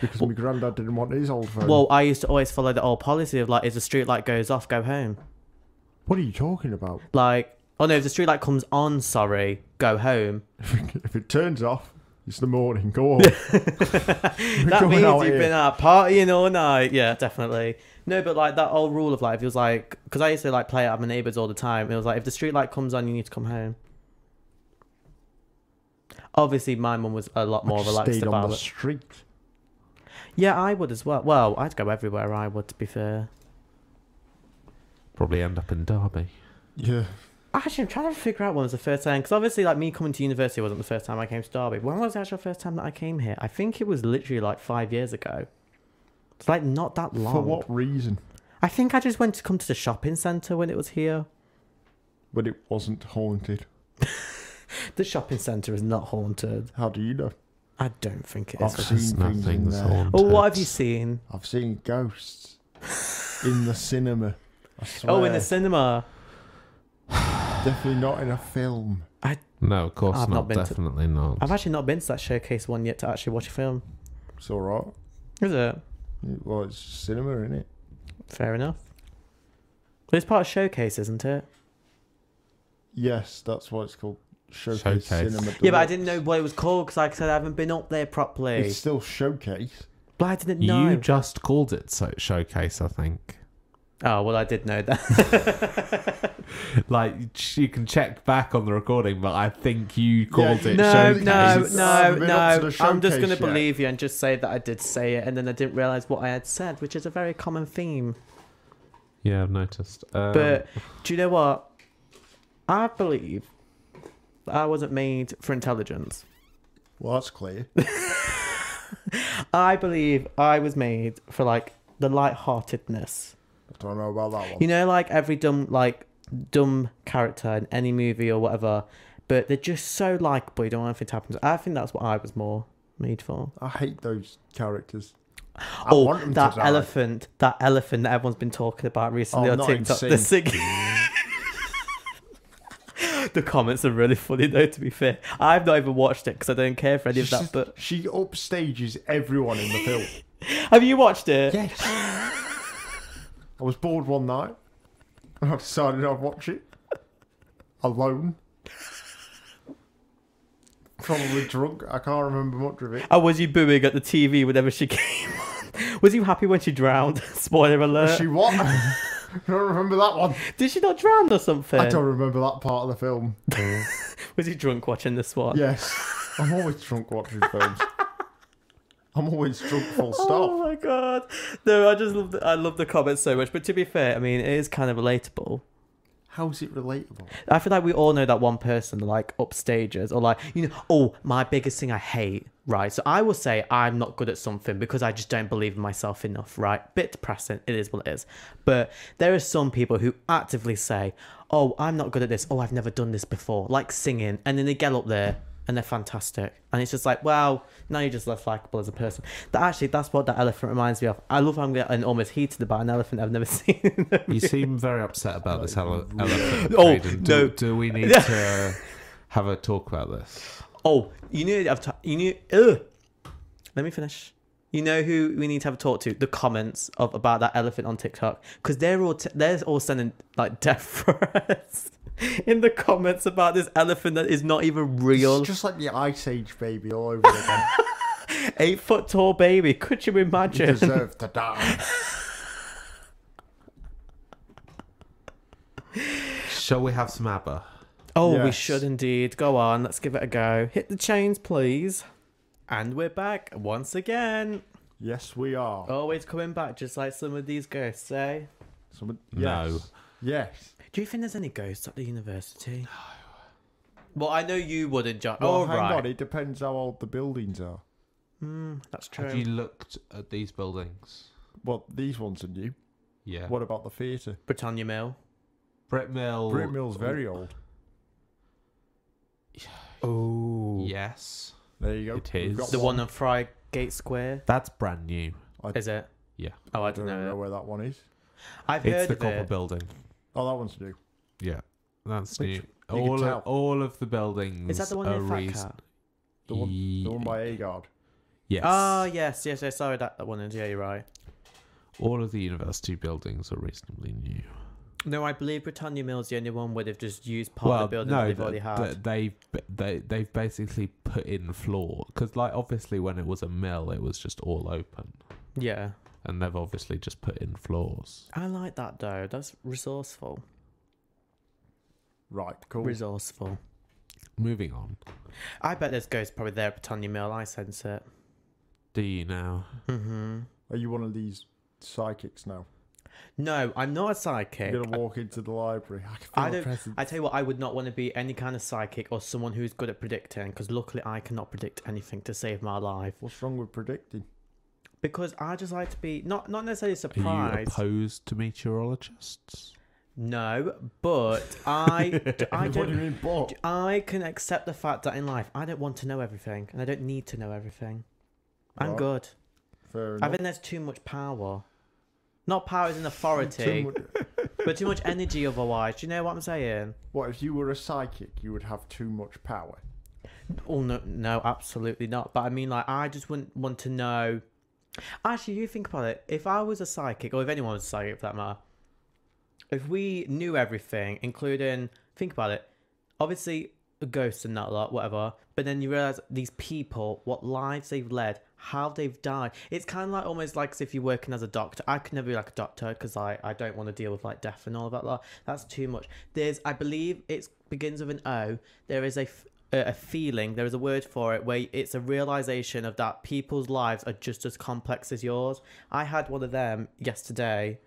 [SPEAKER 2] because my granddad didn't want his old phone.
[SPEAKER 1] Well, I used to always follow the old policy of like, if the street light goes off, go home.
[SPEAKER 2] what are you talking about? [LAUGHS]
[SPEAKER 1] Like, oh no, if the street light comes on, sorry, go home.
[SPEAKER 2] if it turns off, it's the morning. Go on.
[SPEAKER 1] [LAUGHS]
[SPEAKER 2] [LAUGHS]
[SPEAKER 1] that
[SPEAKER 2] going
[SPEAKER 1] means
[SPEAKER 2] out
[SPEAKER 1] you've
[SPEAKER 2] here.
[SPEAKER 1] been out partying all night. Yeah, definitely. No, but like that old rule of like, if it was like, because I used to like play out at my neighbours all the time. It was like, if the street light comes on, you need to come home. Obviously, my mum was a lot more
[SPEAKER 2] I just
[SPEAKER 1] relaxed
[SPEAKER 2] stayed on
[SPEAKER 1] about
[SPEAKER 2] the
[SPEAKER 1] it.
[SPEAKER 2] street.
[SPEAKER 1] yeah, I would as well. Well, I'd go everywhere. I would, to be fair.
[SPEAKER 3] Probably end up in Derby.
[SPEAKER 2] Yeah.
[SPEAKER 1] Actually, I'm trying to figure out when was the first time because obviously, like me coming to university wasn't the first time I came to Derby. When was the actual first time that I came here? I think it was literally like five years ago. It's like not that long.
[SPEAKER 2] For what reason?
[SPEAKER 1] I think I just went to come to the shopping centre when it was here.
[SPEAKER 2] But it wasn't haunted.
[SPEAKER 1] The shopping centre is not haunted.
[SPEAKER 2] How do you know?
[SPEAKER 1] I don't think it
[SPEAKER 2] I've
[SPEAKER 1] is.
[SPEAKER 2] seen
[SPEAKER 3] There's
[SPEAKER 2] things in
[SPEAKER 3] nothing
[SPEAKER 2] there.
[SPEAKER 3] haunted.
[SPEAKER 1] Oh, what have you seen?
[SPEAKER 2] I've seen ghosts in the cinema. I swear.
[SPEAKER 1] Oh, in the cinema.
[SPEAKER 2] definitely not in a film.
[SPEAKER 3] No, of course
[SPEAKER 1] I've
[SPEAKER 3] not.
[SPEAKER 1] not been to-
[SPEAKER 3] Definitely not.
[SPEAKER 1] I've actually not been to that showcase one yet to actually watch a film.
[SPEAKER 2] It's all right.
[SPEAKER 1] Is it?
[SPEAKER 2] Well, it's cinema, isn't it?
[SPEAKER 1] Fair enough. But it's part of showcase, isn't it?
[SPEAKER 2] Yes, that's why it's called Showcase,
[SPEAKER 3] Showcase.
[SPEAKER 2] Cinema.
[SPEAKER 1] Yeah, but I
[SPEAKER 2] Deluxe.
[SPEAKER 1] didn't know what it was called because, like I said, I haven't been up there properly.
[SPEAKER 2] It's still Showcase.
[SPEAKER 1] But I didn't know.
[SPEAKER 3] You just called it so- showcase, I think.
[SPEAKER 1] oh well, I did know that.
[SPEAKER 3] Like you can check back on the recording, but I think you called
[SPEAKER 2] you-
[SPEAKER 1] [LAUGHS]
[SPEAKER 3] it
[SPEAKER 1] no,
[SPEAKER 3] showcase.
[SPEAKER 1] no,
[SPEAKER 2] I
[SPEAKER 1] no,
[SPEAKER 2] haven't been up to
[SPEAKER 1] no.
[SPEAKER 2] the
[SPEAKER 1] I'm just
[SPEAKER 2] showcase
[SPEAKER 1] gonna
[SPEAKER 2] yet.
[SPEAKER 1] believe you and just say that I did say it, and then I didn't realize what I had said, which is a very common theme.
[SPEAKER 3] Yeah, I've noticed. Um,
[SPEAKER 1] But do you know what? I believe that I wasn't made for intelligence.
[SPEAKER 2] Well, that's clear.
[SPEAKER 1] [LAUGHS] I believe I was made for like the lightheartedness.
[SPEAKER 2] I don't know about that one.
[SPEAKER 1] You know, like every dumb, like dumb character in any movie or whatever, but they're just so likable. You don't want anything to happen. to- I think that's what I was more made for.
[SPEAKER 2] I hate those characters. I
[SPEAKER 1] oh,
[SPEAKER 2] want them
[SPEAKER 1] that
[SPEAKER 2] to die.
[SPEAKER 1] elephant, that elephant that everyone's been talking about recently
[SPEAKER 2] Oh,
[SPEAKER 1] on
[SPEAKER 2] not
[SPEAKER 1] TikTok. The
[SPEAKER 2] insane.
[SPEAKER 1] sig- [LAUGHS] the comments are really funny though. To be fair, I've not even watched it because I don't care for any of that. But
[SPEAKER 2] she upstages everyone in the film.
[SPEAKER 1] have you watched it?
[SPEAKER 2] yes. I was bored one night, [LAUGHS] and I decided I'd watch it alone. Probably drunk. I can't remember much of it.
[SPEAKER 1] Or was you booing at the TV whenever she [LAUGHS] came on? Was you happy when she drowned? [LAUGHS] Spoiler alert.
[SPEAKER 2] She [LAUGHS] what? I don't remember that one.
[SPEAKER 1] Did she not drown or something?
[SPEAKER 2] I don't remember that part of the film.
[SPEAKER 1] Was you drunk watching this one?
[SPEAKER 2] yes, [LAUGHS] I'm always drunk watching films. I'm always drunk. Full
[SPEAKER 1] Oh
[SPEAKER 2] stop.
[SPEAKER 1] my god. No, I just love the, I love the comments so much. But to be fair, I mean, it is kind of relatable.
[SPEAKER 2] How's it relatable?
[SPEAKER 1] I feel like we all know that one person like upstages or like you know oh my biggest thing I hate right so I will say I'm not good at something because I just don't believe in myself enough right bit depressing it is what it is but there are some people who actively say oh I'm not good at this oh I've never done this before like singing and then they get up there and they're fantastic and it's just like wow now you're just less likable as a person that actually that's what that elephant reminds me of I love how I'm getting almost heated about an elephant I've never [LAUGHS] seen
[SPEAKER 3] you seem very upset about this ele- elephant.
[SPEAKER 1] Oh,
[SPEAKER 3] Caden.
[SPEAKER 1] no.
[SPEAKER 3] Do, do we need to have a talk about this?
[SPEAKER 1] Oh, you knew I've ta- you knew. Ugh. Let me finish. You know who we need to have a talk to? The comments of about that elephant on TikTok because they're all t- they're all sending like [LAUGHS] death threats in the comments about this elephant that is not even real.
[SPEAKER 2] It's just like the Ice Age baby all over again. [LAUGHS]
[SPEAKER 1] Eight foot tall baby. Could you
[SPEAKER 2] You
[SPEAKER 1] imagine?
[SPEAKER 2] deserve to die.
[SPEAKER 3] Shall we have some ABBA?
[SPEAKER 1] Oh, we
[SPEAKER 2] Yes.
[SPEAKER 1] should indeed. Go on, let's give it a go. Hit the chains, please. And we're back once again.
[SPEAKER 2] Yes, we are.
[SPEAKER 1] Always coming back, just like some of these ghosts eh? say.
[SPEAKER 2] Someone-
[SPEAKER 3] No.
[SPEAKER 2] Yes. Yes.
[SPEAKER 1] Do you think there's any ghosts at the university? No. Well, I know you wouldn't, John.
[SPEAKER 2] Well,
[SPEAKER 1] All
[SPEAKER 2] hang
[SPEAKER 1] right.
[SPEAKER 2] on. It depends how old the buildings are.
[SPEAKER 1] Hmm, That's true.
[SPEAKER 3] Have you looked at these buildings?
[SPEAKER 2] Well, these ones are new.
[SPEAKER 3] Yeah.
[SPEAKER 2] What about the theatre?
[SPEAKER 1] Britannia Mill.
[SPEAKER 3] Brit Mill.
[SPEAKER 2] Brick Mill's very old.
[SPEAKER 1] Oh.
[SPEAKER 3] Yes.
[SPEAKER 2] There you go.
[SPEAKER 3] It
[SPEAKER 2] We've
[SPEAKER 3] is.
[SPEAKER 2] got
[SPEAKER 1] The one on Frygate Square.
[SPEAKER 3] That's brand new.
[SPEAKER 1] Is it?
[SPEAKER 3] Yeah.
[SPEAKER 1] Oh, I
[SPEAKER 2] I don't
[SPEAKER 1] don't
[SPEAKER 2] know
[SPEAKER 1] know.
[SPEAKER 2] where that one is.
[SPEAKER 1] I've
[SPEAKER 3] it's
[SPEAKER 1] heard
[SPEAKER 3] the
[SPEAKER 1] of
[SPEAKER 3] copper
[SPEAKER 1] it.
[SPEAKER 3] building.
[SPEAKER 2] Oh, that one's new.
[SPEAKER 3] Yeah. That's
[SPEAKER 2] Which-
[SPEAKER 3] new.
[SPEAKER 2] you can
[SPEAKER 3] All
[SPEAKER 2] tell.
[SPEAKER 3] of, all of the buildings. uh,
[SPEAKER 1] Is that the one
[SPEAKER 3] are
[SPEAKER 1] in Fat
[SPEAKER 3] reason-
[SPEAKER 1] Cat?
[SPEAKER 2] The one, the one by Agard.
[SPEAKER 3] Yes.
[SPEAKER 1] Ah, yes, yes, yes. Sorry, that, that one is. Yeah, you're right.
[SPEAKER 3] all of the university buildings are reasonably new.
[SPEAKER 1] No, I believe Britannia Mill's the only one where they've just used part of the building that they've
[SPEAKER 3] th-
[SPEAKER 1] already had.
[SPEAKER 3] th- they've they they've basically put in floor because, like, obviously when it was a mill, it was just all open,
[SPEAKER 1] yeah.
[SPEAKER 3] and they've obviously just put in floors.
[SPEAKER 1] I like that though. That's resourceful.
[SPEAKER 2] Right, cool.
[SPEAKER 1] Resourceful.
[SPEAKER 3] Moving on.
[SPEAKER 1] I bet there's ghosts probably there at Britannia Mill. I sense it.
[SPEAKER 3] Do you now?
[SPEAKER 1] Mm-hmm.
[SPEAKER 2] Are you one of these psychics now?
[SPEAKER 1] No, I'm not a psychic.
[SPEAKER 2] You're gonna walk into the library. I can feel
[SPEAKER 1] I
[SPEAKER 2] the
[SPEAKER 1] don't.
[SPEAKER 2] presence.
[SPEAKER 1] I tell you what, I would not want to be any kind of psychic or someone who's good at predicting, because luckily I cannot predict anything to save my life.
[SPEAKER 2] What's wrong with predicting?
[SPEAKER 1] Because I just like to be not not necessarily
[SPEAKER 3] Are you
[SPEAKER 1] surprised.
[SPEAKER 3] opposed
[SPEAKER 1] [LAUGHS]
[SPEAKER 3] to meteorologists?
[SPEAKER 1] no, but
[SPEAKER 2] [LAUGHS]
[SPEAKER 1] I d- I
[SPEAKER 2] what do you
[SPEAKER 1] don't.
[SPEAKER 2] mean, but?
[SPEAKER 1] I can accept the fact that in life I don't want to know everything, and I don't need to know everything. I'm
[SPEAKER 2] Right,
[SPEAKER 1] good.
[SPEAKER 2] Fair
[SPEAKER 1] I
[SPEAKER 2] enough.
[SPEAKER 1] think there's too much power. Not power as in authority,
[SPEAKER 2] Too mu-
[SPEAKER 1] but too much energy otherwise. Do you know what I'm saying?
[SPEAKER 2] what if you were a psychic? You would have too much power.
[SPEAKER 1] Oh no, no, absolutely not. But I mean, like, I just wouldn't want to know. Actually, you think about it. If I was a psychic, or if anyone was a psychic for that matter, if we knew everything, including think about it, obviously ghosts and that lot, whatever. But then you realize these people, what lives they've led, how they've died. It's kind of like almost like as if you're working as a doctor. I could never be like a doctor because I I don't want to deal with like death and all of that lot. That's too much. There's I believe it begins with an O. There is a f- a a feeling there is a word for it where it's a realization of that people's lives are just as complex as yours i had one of them yesterday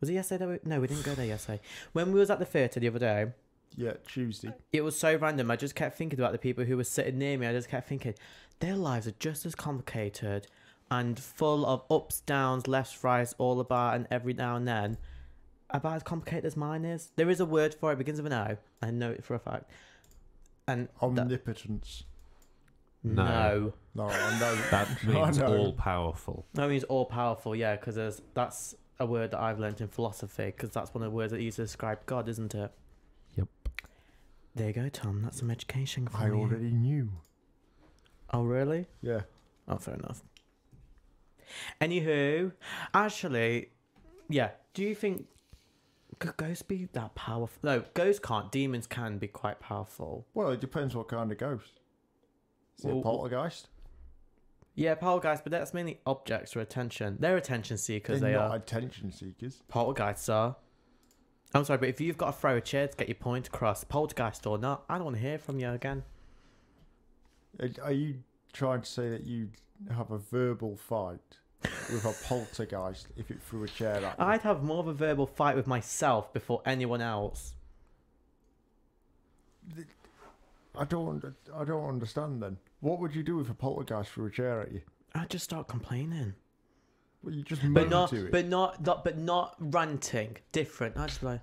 [SPEAKER 1] was it yesterday that we- no we didn't go there yesterday when we was at the theatre the other day
[SPEAKER 2] Yeah, Tuesday.
[SPEAKER 1] it was so random. I just kept thinking about the people who were sitting near me. I just kept thinking, their lives are just as complicated and full of ups, downs, lefts, rights, all about, and every now and then. About as complicated as mine is. There is a word for it. it begins with an O. I know it for a fact. And that-
[SPEAKER 2] Omnipotence.
[SPEAKER 3] No.
[SPEAKER 1] no,
[SPEAKER 2] No,
[SPEAKER 1] [LAUGHS]
[SPEAKER 2] I know.
[SPEAKER 3] That
[SPEAKER 2] [LAUGHS] I
[SPEAKER 3] means
[SPEAKER 2] know.
[SPEAKER 3] all powerful.
[SPEAKER 1] that means all powerful. Yeah, because there's that's a word that I've learnt in philosophy. Because that's one of the words that you use to describe God, isn't it?
[SPEAKER 3] Yep.
[SPEAKER 1] There you go, Tom. That's some education for
[SPEAKER 2] I
[SPEAKER 1] you.
[SPEAKER 2] already knew.
[SPEAKER 1] Oh, really?
[SPEAKER 2] Yeah.
[SPEAKER 1] Oh, fair enough. Anywho, actually, yeah. Do you think could ghosts be that powerful? No, ghosts can't. Demons can be quite powerful.
[SPEAKER 2] Well, it depends what kind of ghost. Is it
[SPEAKER 1] Well,
[SPEAKER 2] a poltergeist?
[SPEAKER 1] Yeah, poltergeists, but that's mainly objects for attention. They're attention seekers.
[SPEAKER 2] They're
[SPEAKER 1] they
[SPEAKER 2] not
[SPEAKER 1] are
[SPEAKER 2] attention seekers.
[SPEAKER 1] poltergeists are. I'm sorry, but if you've got to throw a chair to get your point across, poltergeist or not, I don't want to hear from you again.
[SPEAKER 2] Are are you trying to say that you have a verbal fight with a poltergeist if it threw a chair at you?
[SPEAKER 1] I'd have more of a verbal fight with myself before anyone else.
[SPEAKER 2] I don't. und- I don't understand. Then what would you do if a poltergeist threw a chair at you?
[SPEAKER 1] I'd just start complaining.
[SPEAKER 2] Well, you just
[SPEAKER 1] But
[SPEAKER 2] moan
[SPEAKER 1] not,
[SPEAKER 2] to it.
[SPEAKER 1] but not, not, but not ranting. Different. I just like,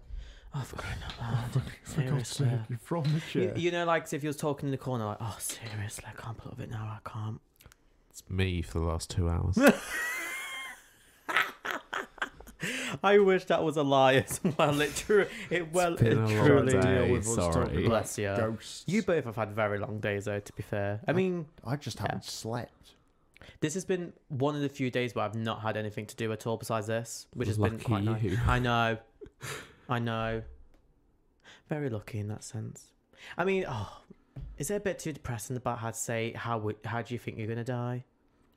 [SPEAKER 1] oh, for crying [LAUGHS] out loud.
[SPEAKER 2] [LAUGHS] For God's
[SPEAKER 1] seriously.
[SPEAKER 2] sake, you're from the chair.
[SPEAKER 1] You, you know, like if you was talking in the corner, like, oh, seriously, I can't believe it now. I can't.
[SPEAKER 3] It's me for the last two hours.
[SPEAKER 1] [LAUGHS] I wish that was a lie. It's well, it true. It [LAUGHS] well,
[SPEAKER 3] been a
[SPEAKER 1] it
[SPEAKER 3] long
[SPEAKER 1] truly.
[SPEAKER 3] day.
[SPEAKER 2] Deal with us
[SPEAKER 3] sorry.
[SPEAKER 2] talking about
[SPEAKER 1] Bless you.
[SPEAKER 2] Ghosts.
[SPEAKER 1] You both have had very long days, though. To be fair, I mean,
[SPEAKER 2] I just haven't slept.
[SPEAKER 1] this has been one of the few days where I've not had anything to do at all besides this, which has been
[SPEAKER 3] Lucky
[SPEAKER 1] quite nice.
[SPEAKER 3] you.
[SPEAKER 2] [LAUGHS]
[SPEAKER 1] I know, I know. Very lucky in that sense. I mean, oh, is it a bit too depressing about how to say how we, how do you think you're gonna die?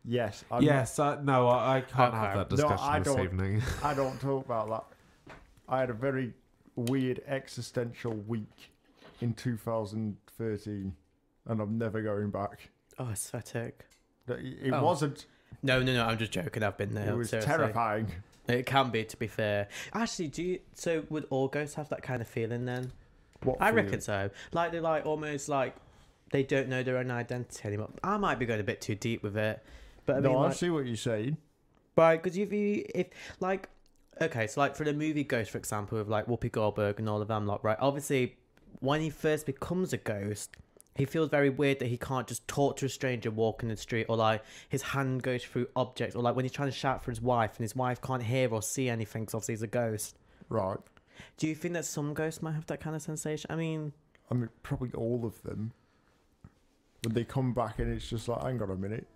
[SPEAKER 2] Yes. I'm,
[SPEAKER 3] yes. I, no, I, I can't
[SPEAKER 1] Okay.
[SPEAKER 3] have that
[SPEAKER 2] No,
[SPEAKER 3] discussion
[SPEAKER 2] I
[SPEAKER 3] this
[SPEAKER 2] don't-
[SPEAKER 3] evening.
[SPEAKER 2] I don't talk about that. I had a very weird existential week in 2013, and I'm never going back.
[SPEAKER 1] Oh, it's so sick.
[SPEAKER 2] That- It it
[SPEAKER 1] Oh.
[SPEAKER 2] wasn't.
[SPEAKER 1] No, no, no. I'm just joking. I've been there.
[SPEAKER 2] it was
[SPEAKER 1] seriously.
[SPEAKER 2] terrifying.
[SPEAKER 1] It can be, to be fair. Actually, do you? So would all ghosts have that kind of feeling then?
[SPEAKER 2] What
[SPEAKER 1] I
[SPEAKER 2] feeling?
[SPEAKER 1] reckon so. Like they're like almost like they don't know their own identity anymore. I might be going a bit too deep with it, but I
[SPEAKER 2] no,
[SPEAKER 1] mean,
[SPEAKER 2] I
[SPEAKER 1] like,
[SPEAKER 2] see what you're saying.
[SPEAKER 1] right? Because if you if like okay, so like for the movie Ghost, for example, with like Whoopi Goldberg and all of them, like right, obviously when he first becomes a ghost. He feels very weird that he can't just talk to a stranger walking in the street, or like his hand goes through objects, or like when he's trying to shout for his wife and his wife can't hear or see anything because obviously he's a ghost.
[SPEAKER 2] Right.
[SPEAKER 1] Do you think that some ghosts might have that kind of sensation? I mean,
[SPEAKER 2] I mean, probably all of them. When they come back and it's just like, hang on a minute,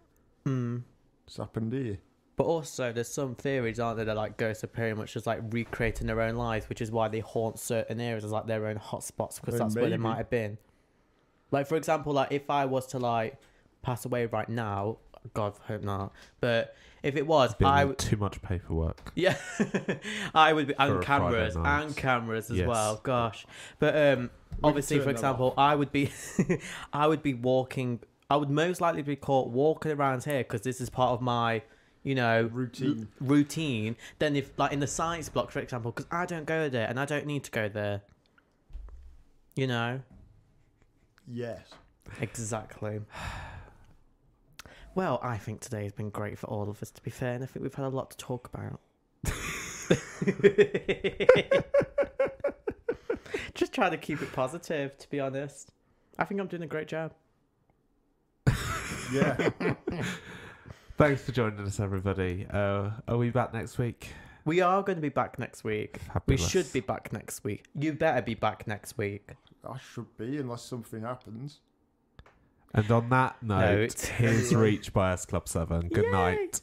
[SPEAKER 1] hmm.
[SPEAKER 2] it's happened here.
[SPEAKER 1] But also, there's some theories, aren't there, that like ghosts are pretty much just like recreating their own lives, which is why they haunt certain areas as like their own hotspots because
[SPEAKER 2] Well,
[SPEAKER 1] that's where they
[SPEAKER 2] maybe.
[SPEAKER 1] might have been. Like for example, like if I was to like pass away right now, God hope not. But if it was,
[SPEAKER 3] Been
[SPEAKER 1] I
[SPEAKER 3] on too much paperwork.
[SPEAKER 1] yeah, [LAUGHS] I would be
[SPEAKER 3] For
[SPEAKER 1] and
[SPEAKER 3] a Friday
[SPEAKER 1] cameras
[SPEAKER 3] night.
[SPEAKER 1] and cameras as
[SPEAKER 3] Yes.
[SPEAKER 1] well. Gosh, but um, obviously,
[SPEAKER 2] turn
[SPEAKER 1] for
[SPEAKER 2] them
[SPEAKER 1] example, I would be, [LAUGHS] I would be walking. I would most likely be caught walking around here because this is part of my, you know,
[SPEAKER 2] Routine.
[SPEAKER 1] l- routine. Then if like in the science block, for example, because I don't go there and I don't need to go there. You know
[SPEAKER 2] Yes. [LAUGHS]
[SPEAKER 1] exactly. [SIGHS] Well, I think today has been great for all of us. To be fair, and I think we've had a lot to talk about. Just trying to keep it positive, to be honest. I think I'm doing a great job.
[SPEAKER 2] Yeah.
[SPEAKER 3] Thanks for joining us, everybody. Uh, are we back next week?
[SPEAKER 1] We are going to be back next week. We
[SPEAKER 3] Fabulous.
[SPEAKER 1] should be back next week. You better be back next week.
[SPEAKER 2] I should be, unless something happens.
[SPEAKER 3] And on that note,
[SPEAKER 1] it's-
[SPEAKER 3] [LAUGHS] here's Reach by S Club 7. Good
[SPEAKER 1] Yay.
[SPEAKER 3] night.